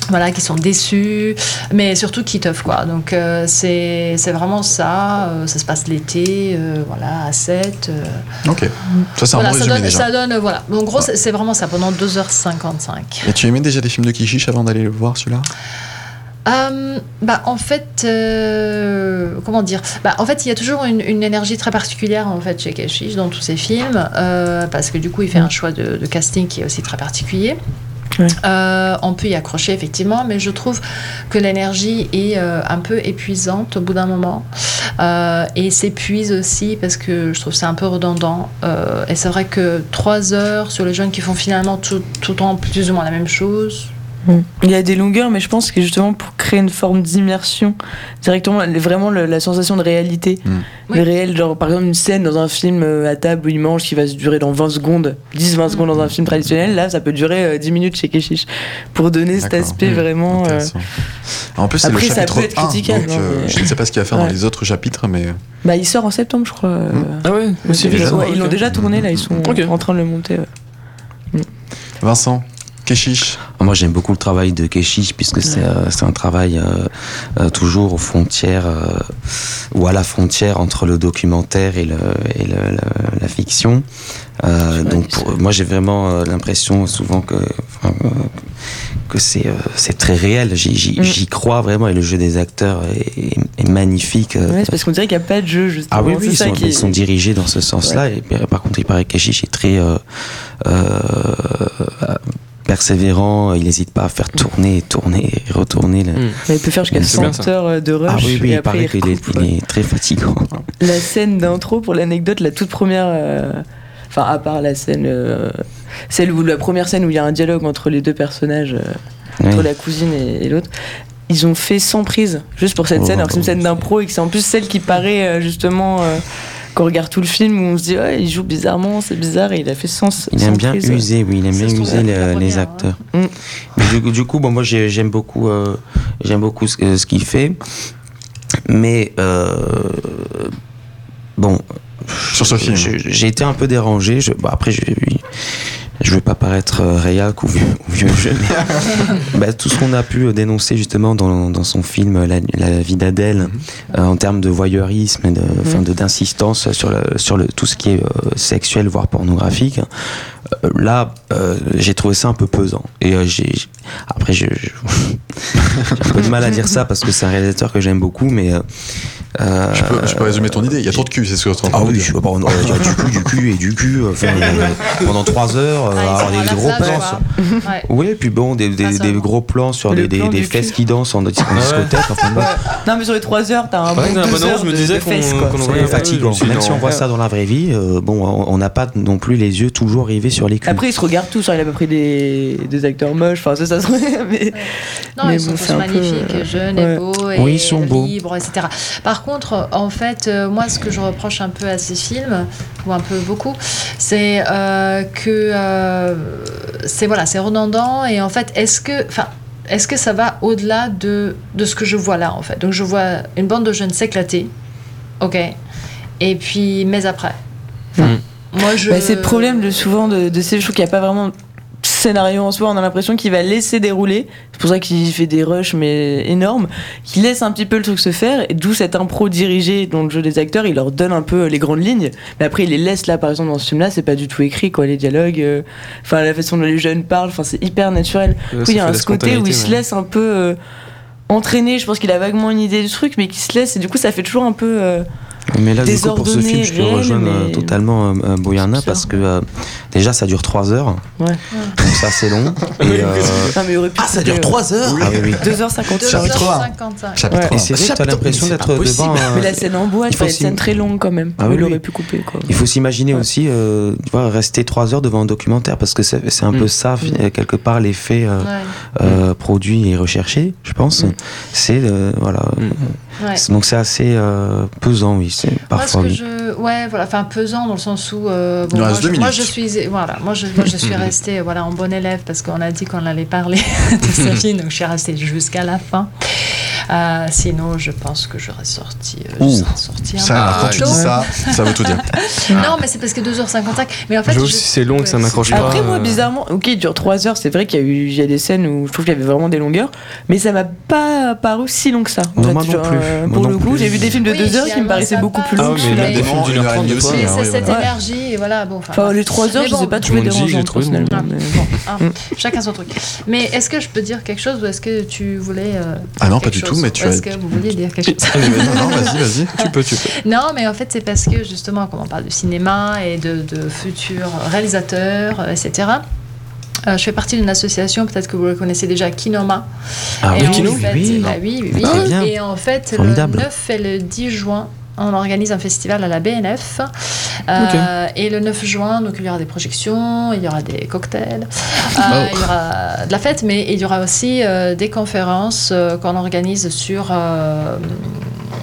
Speaker 6: voilà, qui sont déçus, mais surtout qui teuvent quoi. Donc euh, c'est c'est vraiment ça. euh, ça se passe l'été, euh, voilà, à 7. euh,
Speaker 1: Ok. Ça, c'est un
Speaker 6: voilà,
Speaker 1: bon
Speaker 6: ça,
Speaker 1: résumé
Speaker 6: donne,
Speaker 1: déjà.
Speaker 6: ça donne, euh, voilà. En gros, c'est c'est vraiment ça pendant 2h55.
Speaker 1: Et tu aimais déjà des films de Kishish avant d'aller le voir celui-là
Speaker 6: Euh, bah, en fait, euh, comment dire bah, En fait, il y a toujours une, une énergie très particulière en fait, chez Keshish dans tous ses films, euh, parce que du coup, il fait un choix de, de casting qui est aussi très particulier.
Speaker 7: Ouais.
Speaker 6: Euh, on peut y accrocher effectivement, mais je trouve que l'énergie est euh, un peu épuisante au bout d'un moment Euh, et s'épuise aussi parce que je trouve ça un peu redondant. Euh, et c'est vrai que trois heures sur les jeunes qui font finalement tout, tout le temps plus ou moins la même chose,
Speaker 7: Il y a des longueurs, mais je pense que justement pour créer une forme d'immersion directement, les- vraiment le- la sensation de réalité.
Speaker 5: Mm.
Speaker 6: Oui.
Speaker 7: Le réel, genre par exemple une scène dans un film euh, à table où il mange qui va se durer dans 20 secondes, 10-20 secondes
Speaker 5: Mm.
Speaker 7: dans un film traditionnel, là ça peut durer euh, 10 minutes chez Keshish pour donner cet
Speaker 1: D'accord.
Speaker 7: aspect
Speaker 5: Mm.
Speaker 1: Mmh.
Speaker 7: vraiment. euh,
Speaker 1: Intéressant. En plus, c'est le
Speaker 7: Après, ça
Speaker 1: chapitre
Speaker 7: peut être
Speaker 1: 1,
Speaker 7: critiquable,
Speaker 1: donc, euh,
Speaker 7: hein, mais-
Speaker 1: je ne sais pas ce qu'il va faire dans
Speaker 7: Ouais.
Speaker 1: les autres chapitres, mais euh,
Speaker 7: Bah il sort en septembre, je crois. euh,
Speaker 5: Mm.
Speaker 9: Ah ouais,
Speaker 7: le film.
Speaker 1: vite.
Speaker 7: Ouais, ils l'ont déjà tourné là, ils sont
Speaker 9: Ok.
Speaker 7: en train de le monter. ouais.
Speaker 1: Vincent, Keshish,
Speaker 5: Moi, j'aime beaucoup le travail de Keshish puisque c'est euh, c'est un travail euh, euh, toujours aux frontières euh, ou à la frontière entre le documentaire et, le, et le- le- la fiction. Euh, donc, pour- moi, j'ai vraiment euh, l'impression souvent que, enfin, euh, que c'est euh, c'est très réel. J'y- J'y
Speaker 7: Mm.
Speaker 5: j'y crois vraiment et le jeu des acteurs est, est magnifique. euh,
Speaker 7: Ouais, c'est parce qu'on dirait qu'il n'y a pas de jeu justement.
Speaker 5: ah oui, oui,
Speaker 7: c'est
Speaker 5: ils
Speaker 7: ça
Speaker 5: sont,
Speaker 7: qui-
Speaker 5: ils sont dirigés dans ce sens-là. Et par- par contre, il paraît que Kashish est très euh, euh, euh, persévérant. Il n'hésite pas à faire tourner, et tourner, et retourner. le-
Speaker 7: Il peut faire jusqu'à
Speaker 5: C'est bien,
Speaker 7: 100 heures euh, de rush.
Speaker 5: Ah oui, oui,
Speaker 7: et
Speaker 5: il
Speaker 7: après,
Speaker 5: paraît qu'il est,
Speaker 7: recoupe.
Speaker 5: il est très fatigant.
Speaker 7: La scène d'intro, pour l'anecdote, la toute première. euh, Enfin, à part la scène. euh, celle où, la première scène où il y a un dialogue entre les deux personnages, euh,
Speaker 5: Ouais.
Speaker 7: entre la cousine et, et l'autre. Ils ont fait 100 prises juste pour cette
Speaker 5: Oh,
Speaker 7: scène, alors que c'est une
Speaker 5: oh,
Speaker 7: scène d'impro et que c'est en plus celle qui paraît euh, justement. euh, quand on regarde tout le film, où on se dit, ouais, il joue bizarrement, c'est bizarre, et il a fait 100
Speaker 5: Il
Speaker 7: 100
Speaker 5: aime bien
Speaker 7: prises,
Speaker 6: euh,
Speaker 7: ouais.
Speaker 5: user, oui, il aime
Speaker 6: Ça
Speaker 5: bien
Speaker 6: se trouve,
Speaker 5: user
Speaker 6: la
Speaker 5: les,
Speaker 6: première,
Speaker 5: les
Speaker 6: hein.
Speaker 5: acteurs.
Speaker 7: Mm.
Speaker 5: Mais du, coup- du coup, bon, moi j'ai- j'aime beaucoup, euh, j'aime beaucoup ce, que- ce qu'il fait, mais euh, bon,
Speaker 1: sur ce film.
Speaker 5: Je- J'ai été un peu dérangé. Je, bah, après, je, je veux pas paraître euh, réac ou vieux, ou vieux jeu, mais bah, tout ce qu'on a pu euh, dénoncer justement dans, dans son film euh, La, La vie d'Adèle,
Speaker 6: Mm-hmm.
Speaker 5: euh, en termes de voyeurisme, et de, enfin, de- d'insistance sur, le- sur le, tout ce qui est euh, sexuel, voire pornographique, euh, là, euh, j'ai trouvé ça un peu pesant. Et euh, j'ai, j'ai- après, je- je- j'ai un peu de mal à dire ça parce que c'est un réalisateur que j'aime beaucoup, mais. euh, euh,
Speaker 1: Je peux, je peux résumer ton idée. Il y a trop de cul, c'est ce que je suis en train
Speaker 5: ah
Speaker 1: de
Speaker 5: oui,
Speaker 1: dire.
Speaker 5: je- bon, on- euh, du cul, du cul et du cul euh, enfin, euh, pendant trois heures, euh,
Speaker 6: Ah, ils
Speaker 5: avoir
Speaker 6: sont à
Speaker 5: des
Speaker 6: la
Speaker 5: gros
Speaker 6: plage,
Speaker 5: plans.
Speaker 6: quoi.
Speaker 5: sur-
Speaker 6: Ouais.
Speaker 5: Oui, et puis bon, des, des-
Speaker 6: Pas
Speaker 5: des
Speaker 6: seulement.
Speaker 5: gros plans sur
Speaker 7: Le
Speaker 5: des, des-
Speaker 7: plan
Speaker 5: des
Speaker 7: du
Speaker 5: fesses
Speaker 7: cul.
Speaker 5: qui dansent en, en discothèque. Enfin, bon,
Speaker 7: Non, mais sur les 3 heures, t'as un
Speaker 4: Ouais,
Speaker 7: bon
Speaker 4: dans la
Speaker 7: 12
Speaker 4: bonne annonce,
Speaker 7: heures
Speaker 4: je me
Speaker 7: de-
Speaker 4: disais
Speaker 7: de
Speaker 4: qu'on-
Speaker 7: fesses, quoi.
Speaker 4: qu'on
Speaker 5: c'est
Speaker 4: Ouais,
Speaker 5: fatigant.
Speaker 4: je suis
Speaker 5: Même
Speaker 4: dans-
Speaker 5: si on voit
Speaker 4: Ouais.
Speaker 5: ça dans la vraie vie, euh, bon, on- on n'a pas non plus les yeux toujours rivés sur les culs.
Speaker 7: Après, ils se regardent tous, hein, il a pas pris des, des acteurs moches, enfin, ça, ça se. mais-
Speaker 6: Non,
Speaker 7: Mais
Speaker 6: ils sont
Speaker 7: bon,
Speaker 6: tous
Speaker 7: c'est un peu,
Speaker 6: magnifiques,
Speaker 7: euh,
Speaker 6: jeunes
Speaker 7: ouais.
Speaker 6: et beaux, et
Speaker 5: Oui, ils sont beaux.
Speaker 6: libres, etc. Par contre, en fait, euh, moi, ce que je reproche un peu à ces films, ou un peu beaucoup, c'est euh, que euh, c'est voilà, c'est redondant, et en fait, est-ce que, enfin, est-ce que ça va au-delà de, de ce que je vois là, en fait Donc, je vois une bande de jeunes s'éclater, ok, et puis, mais après. Enfin,
Speaker 4: Mm.
Speaker 6: Moi, je.
Speaker 7: Bah, c'est le problème de, souvent de, de ces choses qu'il n'y a pas vraiment de scénario en soi. On a l'impression qu'il va laisser dérouler. C'est pour ça qu'il fait des rushs mais énormes. Qu'il laisse un petit peu le truc se faire. Et d'où cette impro dirigée dans le jeu des acteurs. Il leur donne un peu euh, les grandes lignes. Mais après, il les laisse là, par exemple, dans ce film-là. C'est pas du tout écrit, quoi. Les dialogues, euh, enfin, la façon dont les jeunes parlent, enfin, c'est hyper naturel.
Speaker 4: Ouais,
Speaker 7: Du coup,
Speaker 4: ça
Speaker 7: il y a
Speaker 4: fait
Speaker 7: un
Speaker 4: de la
Speaker 7: ce côté où il
Speaker 4: spontanéité,
Speaker 7: se laisse un peu. euh, entraîner. je pense qu'il a vaguement une idée du truc, mais qui se laisse, et du coup ça fait toujours un peu euh,
Speaker 5: Mais là, du coup, pour ce film, je peux
Speaker 7: désordonnée,
Speaker 5: rejoindre
Speaker 7: réelle,
Speaker 5: euh,
Speaker 7: mais-
Speaker 5: totalement euh, euh, Boyana
Speaker 7: Absurde.
Speaker 5: parce que euh, déjà, ça dure 3 heures.
Speaker 7: Ouais.
Speaker 5: Donc, ça, c'est long. Et, euh,
Speaker 7: Non, mais il aurait pu euh,
Speaker 2: Ah, ça dure 3 heures
Speaker 5: ah oui, oui.
Speaker 7: 2h50.
Speaker 1: Chapitre
Speaker 6: 2h55.
Speaker 1: Chapitre
Speaker 5: Et c'est vrai que t'as l'impression d'être devant euh, un.
Speaker 7: Mais la scène en bois,
Speaker 5: Ah Il
Speaker 7: il
Speaker 5: faut
Speaker 7: fallait une
Speaker 5: aussi-
Speaker 7: scène très longue quand même.
Speaker 5: Ah oui,
Speaker 7: il
Speaker 5: oui.
Speaker 7: aurait pu couper quoi.
Speaker 5: Il faut s'imaginer
Speaker 7: Ouais.
Speaker 5: aussi, euh, tu vois, rester 3 heures devant un documentaire parce que c'est c'est un
Speaker 3: Mm.
Speaker 5: peu ça, fi-
Speaker 6: Mm.
Speaker 5: quelque part, l'effet euh,
Speaker 6: Ouais,
Speaker 5: euh, produit et recherché, je pense.
Speaker 3: Mm.
Speaker 5: C'est. euh, voilà.
Speaker 6: ouais.
Speaker 5: Donc, c'est assez euh, pesant, oui. c'est- Parfois,
Speaker 6: moi,
Speaker 5: oui.
Speaker 6: ce que je... Ouais, voilà, enfin pesant dans le sens où... euh,
Speaker 1: Il nous
Speaker 6: moi,
Speaker 1: reste
Speaker 6: je,
Speaker 1: deux
Speaker 6: moi, je
Speaker 1: minutes.
Speaker 6: suis, voilà, moi, je, moi, je suis restée voilà, en bon élève parce qu'on a dit qu'on allait parler de sa fille, donc je suis restée jusqu'à la fin. Euh, sinon, je pense que j'aurais sorti, euh, je
Speaker 1: Ouh.
Speaker 6: serais sortie un
Speaker 1: Ça,
Speaker 6: peu
Speaker 3: Ah,
Speaker 1: quand
Speaker 6: plus
Speaker 1: tu
Speaker 6: tôt.
Speaker 1: dis ça, ça veut tout dire.
Speaker 6: Non, mais c'est parce que 2h55. Mais en fait,
Speaker 4: Je
Speaker 6: je-
Speaker 4: aussi, c'est long que ça
Speaker 6: Ouais,
Speaker 4: m'accroche pas.
Speaker 7: Après, moi,
Speaker 4: euh,
Speaker 7: bizarrement, ok, il dure 3 heures, c'est vrai qu'il y a eu il y a des scènes où je trouve qu'il y avait vraiment des longueurs, mais ça m'a pas paru si long que ça.
Speaker 5: Non,
Speaker 7: fait,
Speaker 5: moi non
Speaker 7: genre,
Speaker 5: plus.
Speaker 7: euh,
Speaker 5: Moi
Speaker 7: Pour
Speaker 5: non
Speaker 7: le coup,
Speaker 5: plus.
Speaker 7: j'ai vu des films de
Speaker 6: Oui,
Speaker 7: 2 heures qui me
Speaker 6: finalement,
Speaker 7: paraissaient
Speaker 6: ça
Speaker 7: beaucoup plus
Speaker 6: passe.
Speaker 7: longs que
Speaker 4: Ah oui, mais
Speaker 7: celui-là.
Speaker 4: là,
Speaker 1: Évidemment,
Speaker 4: des- d'une
Speaker 1: une
Speaker 4: heure
Speaker 1: heure et
Speaker 4: trente
Speaker 1: demie aussi.
Speaker 4: de fois,
Speaker 6: Oui,
Speaker 4: Ah
Speaker 6: c'est
Speaker 4: ouais,
Speaker 6: cette
Speaker 7: voilà.
Speaker 6: énergie, et voilà, bon. enfin,
Speaker 7: Enfin,
Speaker 6: bref.
Speaker 7: les 3 heures,
Speaker 6: Mais
Speaker 7: je sais
Speaker 6: bon,
Speaker 7: pas
Speaker 4: tout le
Speaker 7: trouvé
Speaker 4: monde dit, j'ai
Speaker 7: dérangeant
Speaker 4: trouvé bon.
Speaker 7: personnellement. mais-
Speaker 6: Ah, chacun son truc. Mais est-ce que je peux dire quelque chose ou est-ce que tu voulais. euh,
Speaker 1: Ah non,
Speaker 6: dire
Speaker 1: pas
Speaker 6: quelque
Speaker 1: du tout,
Speaker 6: chose
Speaker 1: mais tu
Speaker 6: Ou
Speaker 1: as-
Speaker 6: Est-ce que vous vouliez dire quelque chose
Speaker 1: non, non, vas-y, vas-y.
Speaker 7: hein.
Speaker 4: Tu peux, tu peux.
Speaker 6: Non, mais en fait, c'est parce que justement, quand on parle de cinéma et de, de futurs réalisateurs, euh, etc. euh, je fais partie d'une association, peut-être que vous le connaissez déjà, Kinoma.
Speaker 5: Ah
Speaker 6: et
Speaker 5: oui,
Speaker 6: en
Speaker 5: Kino,
Speaker 6: fait,
Speaker 5: oui.
Speaker 6: bah oui, oui,
Speaker 5: Mais
Speaker 6: oui.
Speaker 5: très bien.
Speaker 6: Et en fait,
Speaker 5: Formidable.
Speaker 6: le 9 et le 10 juin, on organise un festival à la BNF. Euh, Et le 9 juin, donc il y aura des projections, il y aura des cocktails,
Speaker 5: Bah
Speaker 6: euh, il y aura de la fête, mais il y aura aussi euh, des conférences euh, qu'on organise sur. euh,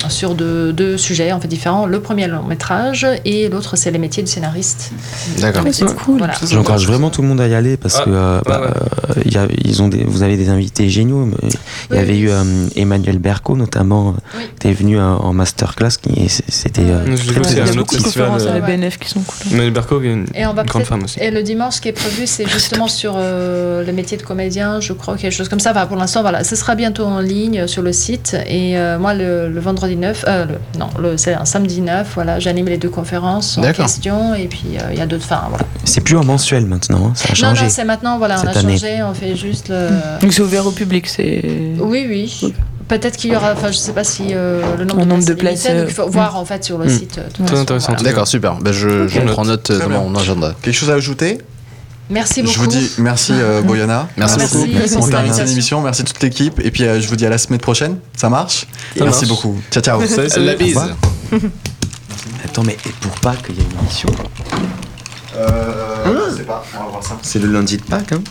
Speaker 6: sur deux, deux sujets en fait différents. Le premier long métrage et l'autre c'est les métiers du scénariste.
Speaker 5: Ah,
Speaker 3: D'accord.
Speaker 7: Ouais, C'est cool.
Speaker 6: Voilà.
Speaker 5: J'encourage vraiment tout le monde à y aller parce
Speaker 4: Ah,
Speaker 5: que euh,
Speaker 4: ouais,
Speaker 5: bah,
Speaker 4: ouais.
Speaker 5: euh, il y a- ils ont des, vous avez des invités géniaux. mais Il y
Speaker 6: Oui.
Speaker 5: avait eu euh, Emmanuel Berco notamment,
Speaker 6: Oui.
Speaker 5: qui était venu euh, en masterclass, qui et c'est- c'était euh,
Speaker 4: Je l'ai
Speaker 5: très,
Speaker 4: vu aussi
Speaker 7: Il y
Speaker 5: très
Speaker 4: à
Speaker 7: a
Speaker 4: un
Speaker 5: bien.
Speaker 7: beaucoup
Speaker 4: autre
Speaker 7: de conférences à
Speaker 4: festival.
Speaker 7: la
Speaker 6: euh,
Speaker 7: BNF qui sont cool.
Speaker 4: Manuel Berco, une
Speaker 6: Et on va
Speaker 4: grande
Speaker 6: peut-être-
Speaker 4: femme aussi.
Speaker 6: Et le dimanche, ce qui est prévu, c'est justement sur euh, le métier de comédien, je crois, quelque chose comme ça. Enfin, pour l'instant, voilà, ce sera bientôt en ligne euh, sur le site. Et euh, moi, le, le vendredi 9, euh, le- non, le, c'est un samedi 9, voilà, j'anime les deux conférences en
Speaker 3: D'accord.
Speaker 6: question. Et puis, euh, il y a d'autres. Enfin, voilà.
Speaker 5: C'est plus en mensuel maintenant, hein, ça a
Speaker 6: Non,
Speaker 5: changé.
Speaker 6: non, c'est maintenant, voilà, on
Speaker 5: Cette
Speaker 6: a
Speaker 5: année.
Speaker 6: changé, on fait juste le.
Speaker 7: Donc c'est ouvert au public, c'est.
Speaker 6: Oui, oui.
Speaker 7: Ok.
Speaker 6: Peut-être qu'il y aura, enfin, je sais pas si euh, le nombre
Speaker 7: Le
Speaker 6: de places,
Speaker 7: nombre de
Speaker 6: est limité,
Speaker 7: places,
Speaker 6: donc il faut
Speaker 7: euh,
Speaker 6: voir en fait sur le
Speaker 4: Mm.
Speaker 6: site. euh, de toute
Speaker 4: Très
Speaker 6: façon,
Speaker 4: intéressant.
Speaker 6: voilà.
Speaker 3: D'accord, super. Ben, je, je
Speaker 4: Ok.
Speaker 3: prends note euh,
Speaker 1: Très
Speaker 3: dans
Speaker 1: bien.
Speaker 3: mon agenda.
Speaker 1: Quelque chose à ajouter
Speaker 6: Merci beaucoup.
Speaker 1: Je vous dis merci, euh, Boyana.
Speaker 3: Merci
Speaker 6: beaucoup. Merci
Speaker 1: On
Speaker 6: pour
Speaker 1: termine
Speaker 6: cette
Speaker 1: cette émission. Merci toute l'équipe. Et puis, euh, je vous dis à la semaine prochaine. Ça marche
Speaker 4: Ça
Speaker 1: Merci
Speaker 4: marche.
Speaker 1: beaucoup. Ciao, ciao.
Speaker 4: Salut, salut.
Speaker 3: La bise.
Speaker 5: revoir. Attends, mais et pour Pâques, il y a une émission.
Speaker 1: Euh, je sais pas. On va voir ça.
Speaker 5: C'est le lundi de Pâques, hein